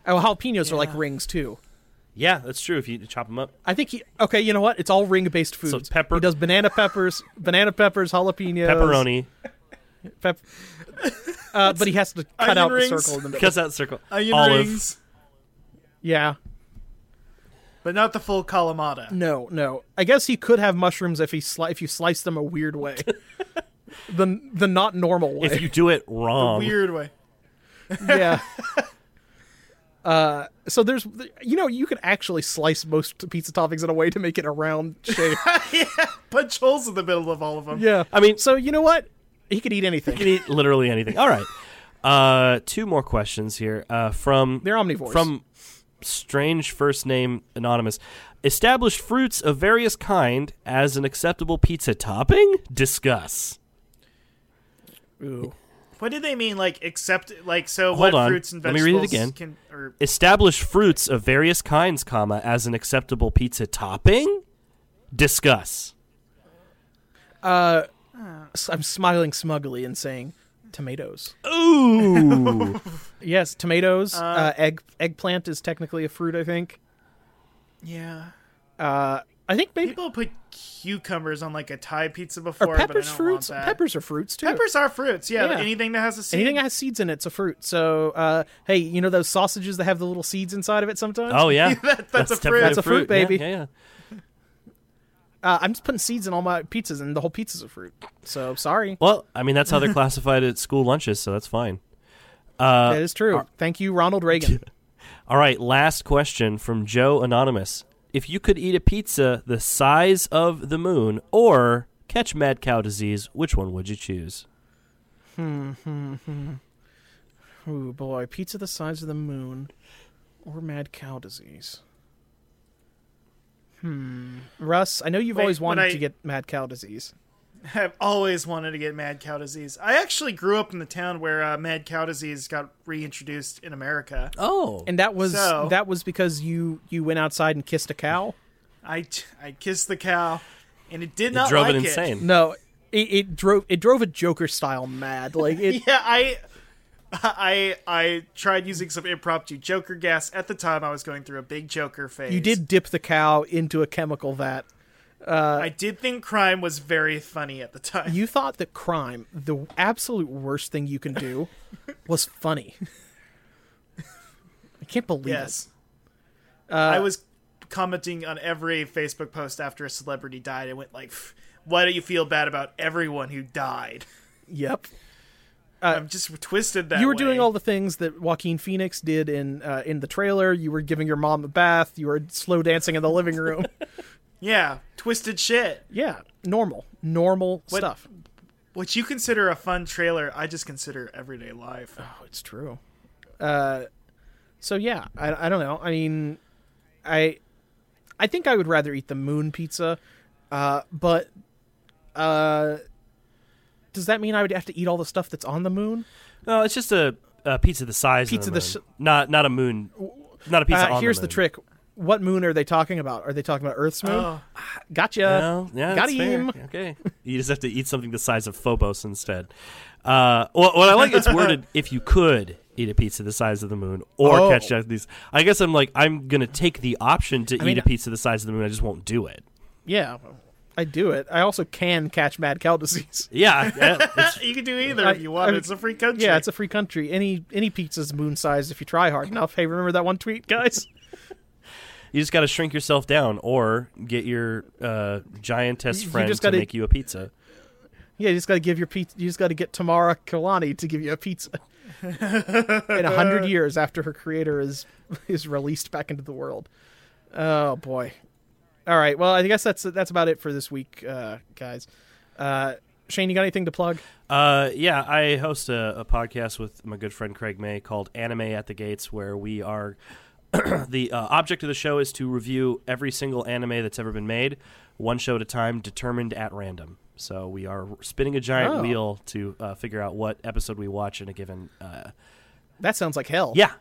Speaker 2: Oh, jalapenos are like rings too.
Speaker 3: Yeah, that's true. If you chop them up,
Speaker 2: I think he. Okay, you know what? It's all ring based food.
Speaker 3: So pepper-
Speaker 2: He does banana peppers, banana peppers, jalapenos,
Speaker 3: pepperoni,
Speaker 2: Pep- uh, but he has to cut
Speaker 1: Onion
Speaker 2: out the
Speaker 1: rings.
Speaker 2: circle in the middle.
Speaker 3: cuts out circle,
Speaker 1: Onion
Speaker 3: olive.
Speaker 1: rings,
Speaker 2: Yeah.
Speaker 1: but not the full Kalamata.
Speaker 2: No, no. I guess he could have mushrooms if he sli- if you slice them a weird way. the the not normal way.
Speaker 3: If you do it wrong,
Speaker 1: Weird way.
Speaker 2: yeah. Uh, so there's, you know, you can actually slice most pizza toppings in a way to make it a round shape.
Speaker 1: Punch holes in the middle of all of them.
Speaker 2: yeah,
Speaker 3: I mean-
Speaker 2: so you know what? He could eat
Speaker 3: you
Speaker 2: anything.
Speaker 3: can eat literally anything. All right, uh, two more questions here uh, from
Speaker 2: They're omnivores.
Speaker 3: From strange first name anonymous, established fruits of various kind as an acceptable pizza topping. Discuss.
Speaker 2: Ooh.
Speaker 1: What do they mean? Like except like so?
Speaker 3: Hold
Speaker 1: what
Speaker 3: on.
Speaker 1: fruits and
Speaker 3: Let me read
Speaker 1: vegetables
Speaker 3: it again.
Speaker 1: can or
Speaker 3: Establish fruits of various kinds, comma as an acceptable pizza topping. Discuss.
Speaker 2: S- I'm smiling smugly and saying, tomatoes.
Speaker 3: Ooh.
Speaker 2: Yes, tomatoes. Uh, egg eggplant is technically a fruit, I think.
Speaker 1: yeah.
Speaker 2: Uh, I think maybe
Speaker 1: People put cucumbers on like a Thai pizza before,
Speaker 2: are
Speaker 1: but I
Speaker 2: peppers
Speaker 1: don't
Speaker 2: fruits.
Speaker 1: want that.
Speaker 2: Peppers are fruits too.
Speaker 1: Peppers are fruits. Yeah,
Speaker 2: Yeah.
Speaker 1: anything that has a seed.
Speaker 2: Anything that has seeds in it's a fruit. So, uh, hey, you know those sausages that have the little seeds inside of it sometimes?
Speaker 3: Oh yeah.
Speaker 1: That- that's a fruit.
Speaker 3: definitely
Speaker 2: That's a fruit,
Speaker 3: Yeah,
Speaker 2: baby.
Speaker 3: Yeah, yeah.
Speaker 2: Uh, I'm just putting seeds in all my pizzas, and the whole pizza's a fruit. So sorry,
Speaker 3: Well, I mean that's how they're classified at school lunches, so that's fine. Uh,
Speaker 2: that is true. Thank you, Ronald Reagan.
Speaker 3: All right, last question from Joe Anonymous. If you could eat a pizza the size of the moon or catch mad cow disease, which one would you choose?
Speaker 2: Ooh boy, pizza the size of the moon, or mad cow disease. Hmm, Russ, I know you've
Speaker 1: Wait,
Speaker 2: always
Speaker 1: when
Speaker 2: wanted
Speaker 1: I-
Speaker 2: to get mad cow disease.
Speaker 1: I've always wanted to get mad cow disease. I actually grew up in the town where uh, mad cow disease got reintroduced in America.
Speaker 3: Oh.
Speaker 2: And that was
Speaker 1: So-
Speaker 2: that was because you you went outside and kissed a cow.
Speaker 1: I, t- I kissed the cow, and it did
Speaker 3: it
Speaker 1: not
Speaker 3: drove
Speaker 1: like
Speaker 3: it insane.
Speaker 2: No, it, it drove it drove a Joker style mad. Like it,
Speaker 1: Yeah, I. I I tried using some impromptu Joker gas at the time. I was going through a big Joker phase.
Speaker 2: you did uh, dip the cow into a chemical vat.
Speaker 1: I did think crime was very funny at the time.
Speaker 2: You thought that crime, the absolute worst thing you can do, was funny. I can't believe it.
Speaker 1: yes,
Speaker 2: Uh,
Speaker 1: I was commenting on every Facebook post after a celebrity died. I went like, "Pff, "Why do you feel bad about everyone who died?"
Speaker 2: Yep.
Speaker 1: I'm just twisted that.
Speaker 2: Uh, You were
Speaker 1: way.
Speaker 2: doing all the things that Joaquin Phoenix did in uh, in the trailer. You were giving your mom a bath. You were slow dancing in the living room.
Speaker 1: yeah twisted shit.
Speaker 2: yeah, normal, normal stuff.
Speaker 1: What you consider a fun trailer, I just consider everyday life.
Speaker 2: Oh, it's true. Uh, so yeah, I, I don't know. I mean, I I think I would rather eat the moon pizza, uh, but uh, does that mean I would have to eat all the stuff that's on the moon?
Speaker 3: No, it's just a, a pizza the size
Speaker 2: Pizza
Speaker 3: of
Speaker 2: the
Speaker 3: the,
Speaker 2: s-
Speaker 3: moon. not not a moon. Not a pizza
Speaker 2: Uh,
Speaker 3: on
Speaker 2: here's the,
Speaker 3: the moon.
Speaker 2: trick. What moon are they talking about? Are they talking about Earth's moon?
Speaker 1: Oh.
Speaker 2: Ah, Gotcha.
Speaker 3: Well, yeah,
Speaker 2: Got
Speaker 3: that's fair.
Speaker 2: him.
Speaker 3: Okay, you just have to eat something the size of Phobos instead. Uh, well, what I like it's worded: if you could eat a pizza the size of the moon or
Speaker 2: Oh.
Speaker 3: catch these. I guess I'm like I'm gonna take the option to eat
Speaker 2: mean-
Speaker 3: a pizza the size of the moon. I just won't do it.
Speaker 2: Yeah, I do it. I also can catch mad cow disease.
Speaker 3: Yeah, I- I-
Speaker 1: you can do either if you
Speaker 2: I
Speaker 1: want.
Speaker 2: mean,
Speaker 1: it's a free country.
Speaker 2: Yeah, it's a free country. Any any pizza's moon sized if you try hard enough. Hey, remember that one tweet, guys?
Speaker 3: you just got to shrink yourself down or get your uh, giantess
Speaker 2: you
Speaker 3: friend
Speaker 2: just
Speaker 3: to
Speaker 2: gotta-
Speaker 3: make you a pizza.
Speaker 2: Yeah, you just got to give your pizza. You just got to get Tamara Kalani to give you a pizza. In a hundred years after her creator is is released back into the world. Oh boy. All right. Well, I guess that's that's about it for this week, uh, guys. Uh, Shane, you got anything to plug?
Speaker 3: Uh, yeah, I host a, a podcast with my good friend Craig May called Anime at the Gates, where we are. the uh, object of the show is to review every single anime that's ever been made, one show at a time, determined at random. So we are spinning a giant
Speaker 2: Oh.
Speaker 3: wheel to uh, figure out what episode we watch in a given. Uh,
Speaker 2: That sounds like hell.
Speaker 3: yeah,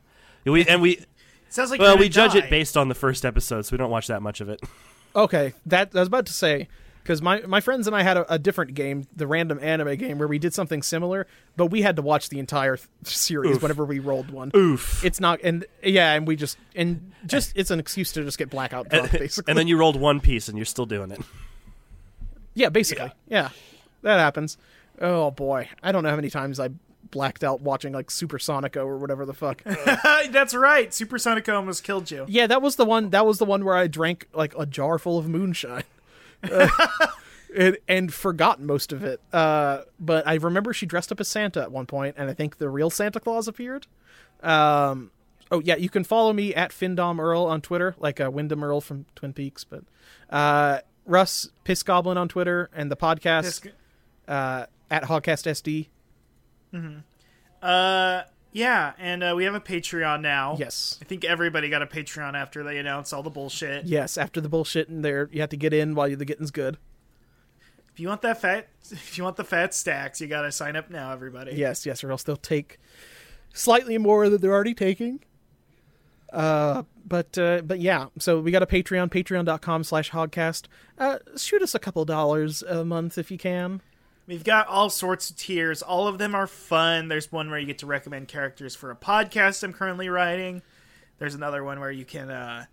Speaker 3: we and we
Speaker 1: Sounds like
Speaker 3: well
Speaker 1: you're
Speaker 3: we
Speaker 1: gonna
Speaker 3: judge
Speaker 1: die.
Speaker 3: it based on the first episode, so we don't watch that much of it.
Speaker 2: Okay. That I was about to say. because my, my friends and I had a, a different game, the random anime game, where we did something similar, but we had to watch the entire th- series whenever we rolled one.
Speaker 3: Oof.
Speaker 2: It's not, and yeah, and we just and just it's an excuse to just get blackout drunk, basically.
Speaker 3: And then you rolled one piece, and you're still doing it.
Speaker 2: yeah, basically, yeah. that happens. Oh boy, I don't know how many times I blacked out watching like Super Sonico or whatever the fuck.
Speaker 1: That's right. Supersonic almost killed you.
Speaker 2: Yeah, that was the one. That was the one where I drank like a jar full of moonshine, Uh, and, and forgot most of it. Uh, but I remember she dressed up as Santa at one point, and I think the real Santa Claus appeared. Um, oh yeah, you can follow me at Findom Earl on Twitter, like uh, Wyndham Earl from Twin Peaks. But uh, Russ Piss Goblin on Twitter, and the podcast
Speaker 1: Piss-
Speaker 2: uh, at Hogcast SD.
Speaker 1: Uh, yeah, and uh, we have a Patreon now.
Speaker 2: Yes.
Speaker 1: I think everybody got a Patreon after they announced all the bullshit.
Speaker 2: Yes, after the bullshit in there, you have to get in while the getting's good.
Speaker 1: If you want that fat, if you want the fat stacks, you gotta sign up now, everybody.
Speaker 2: Yes, yes, or else they'll take slightly more than they're already taking. Uh, but uh, but yeah, so we got a Patreon, patreon.com slash hogcast. Uh, shoot us a couple dollars a month if you can.
Speaker 1: We've got all sorts of tiers. All of them are fun. There's one where you get to recommend characters for a podcast I'm currently writing. There's another one where you can uh,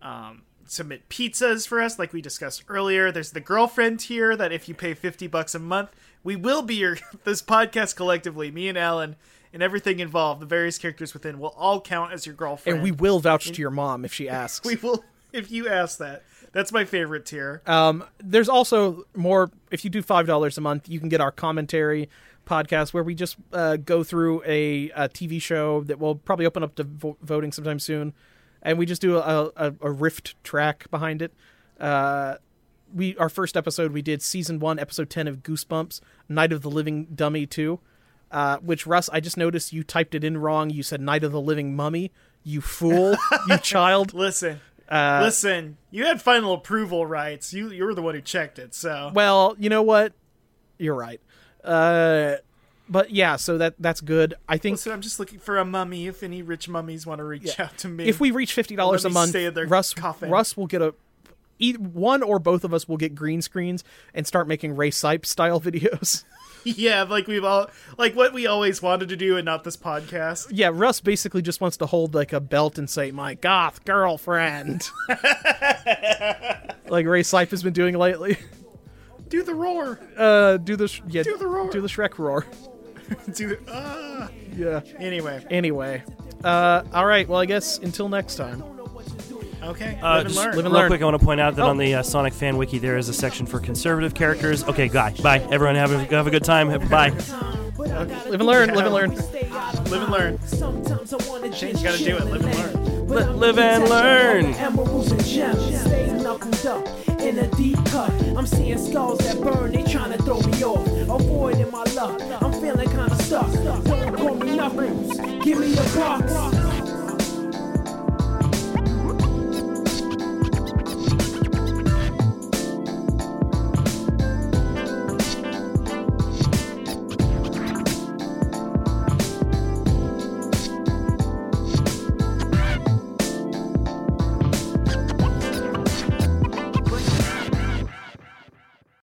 Speaker 1: um, submit pizzas for us, like we discussed earlier. There's the girlfriend tier that if you pay 50 bucks a month, we will be your this podcast collectively, me and Alan and everything involved, the various characters within will all count as your girlfriend.
Speaker 2: And we will vouch to your mom if she asks.
Speaker 1: we will if you ask that. That's my favorite tier.
Speaker 2: Um, there's also more. If you do five dollars a month, you can get our commentary podcast where we just uh, go through a, a TV show that will probably open up to vo- voting sometime soon, and we just do a, a, a rift track behind it. Uh, we our first episode we did season one episode ten of Goosebumps Night of the Living Dummy two, uh, which Russ I just noticed you typed it in wrong. You said Night of the Living Mummy. You fool! you child!
Speaker 1: Listen. Uh, Listen, you had final approval rights. You you were the one who checked it, so
Speaker 2: Well, you know what? You're right. Uh, but yeah, so that that's good. I think
Speaker 1: Listen, I'm just looking for a mummy. If any rich mummies want to reach out to me,
Speaker 2: if we reach fifty dollars a
Speaker 1: Let me
Speaker 2: month,
Speaker 1: stay in their
Speaker 2: Russ
Speaker 1: coffin.
Speaker 2: Russ will get a e- one or both of us will get green screens and start making Ray Sipe style videos.
Speaker 1: yeah, like we've all like what we always wanted to do, and not this podcast.
Speaker 2: yeah, Russ basically just wants to hold like a belt and say, "My goth girlfriend," like Ray Sipe has been doing lately.
Speaker 1: Do the roar,
Speaker 2: Uh, do the sh- yeah,
Speaker 1: Do the roar.
Speaker 2: do the Shrek roar.
Speaker 1: do the, ah.
Speaker 2: Yeah.
Speaker 1: Anyway,
Speaker 2: Anyway, uh, all right. Well, I guess until next time.
Speaker 1: okay,
Speaker 3: Uh,
Speaker 1: live and
Speaker 3: just
Speaker 1: learn.
Speaker 2: live and
Speaker 3: real
Speaker 2: learn.
Speaker 3: quick, I want to point out that
Speaker 2: Oh.
Speaker 3: on the uh, Sonic fan wiki there is a section for conservative characters. Okay, guy, bye. Everyone have a, have a good time. Have, bye.
Speaker 2: Live and learn. Live and learn.
Speaker 1: Live and learn.
Speaker 4: Sometimes I wanna
Speaker 1: Shane, you gotta do it. Live and learn.
Speaker 4: But
Speaker 3: Li-
Speaker 4: I'm
Speaker 3: live and
Speaker 4: detached from
Speaker 3: learn.
Speaker 4: all the Emeralds and gems. Stay knuckled up in a deep cut. I'm seeing stars that burn, they tryna throw me off. Avoiding my luck, I'm feeling kinda stuck. Don't call me knuckles, give me a box.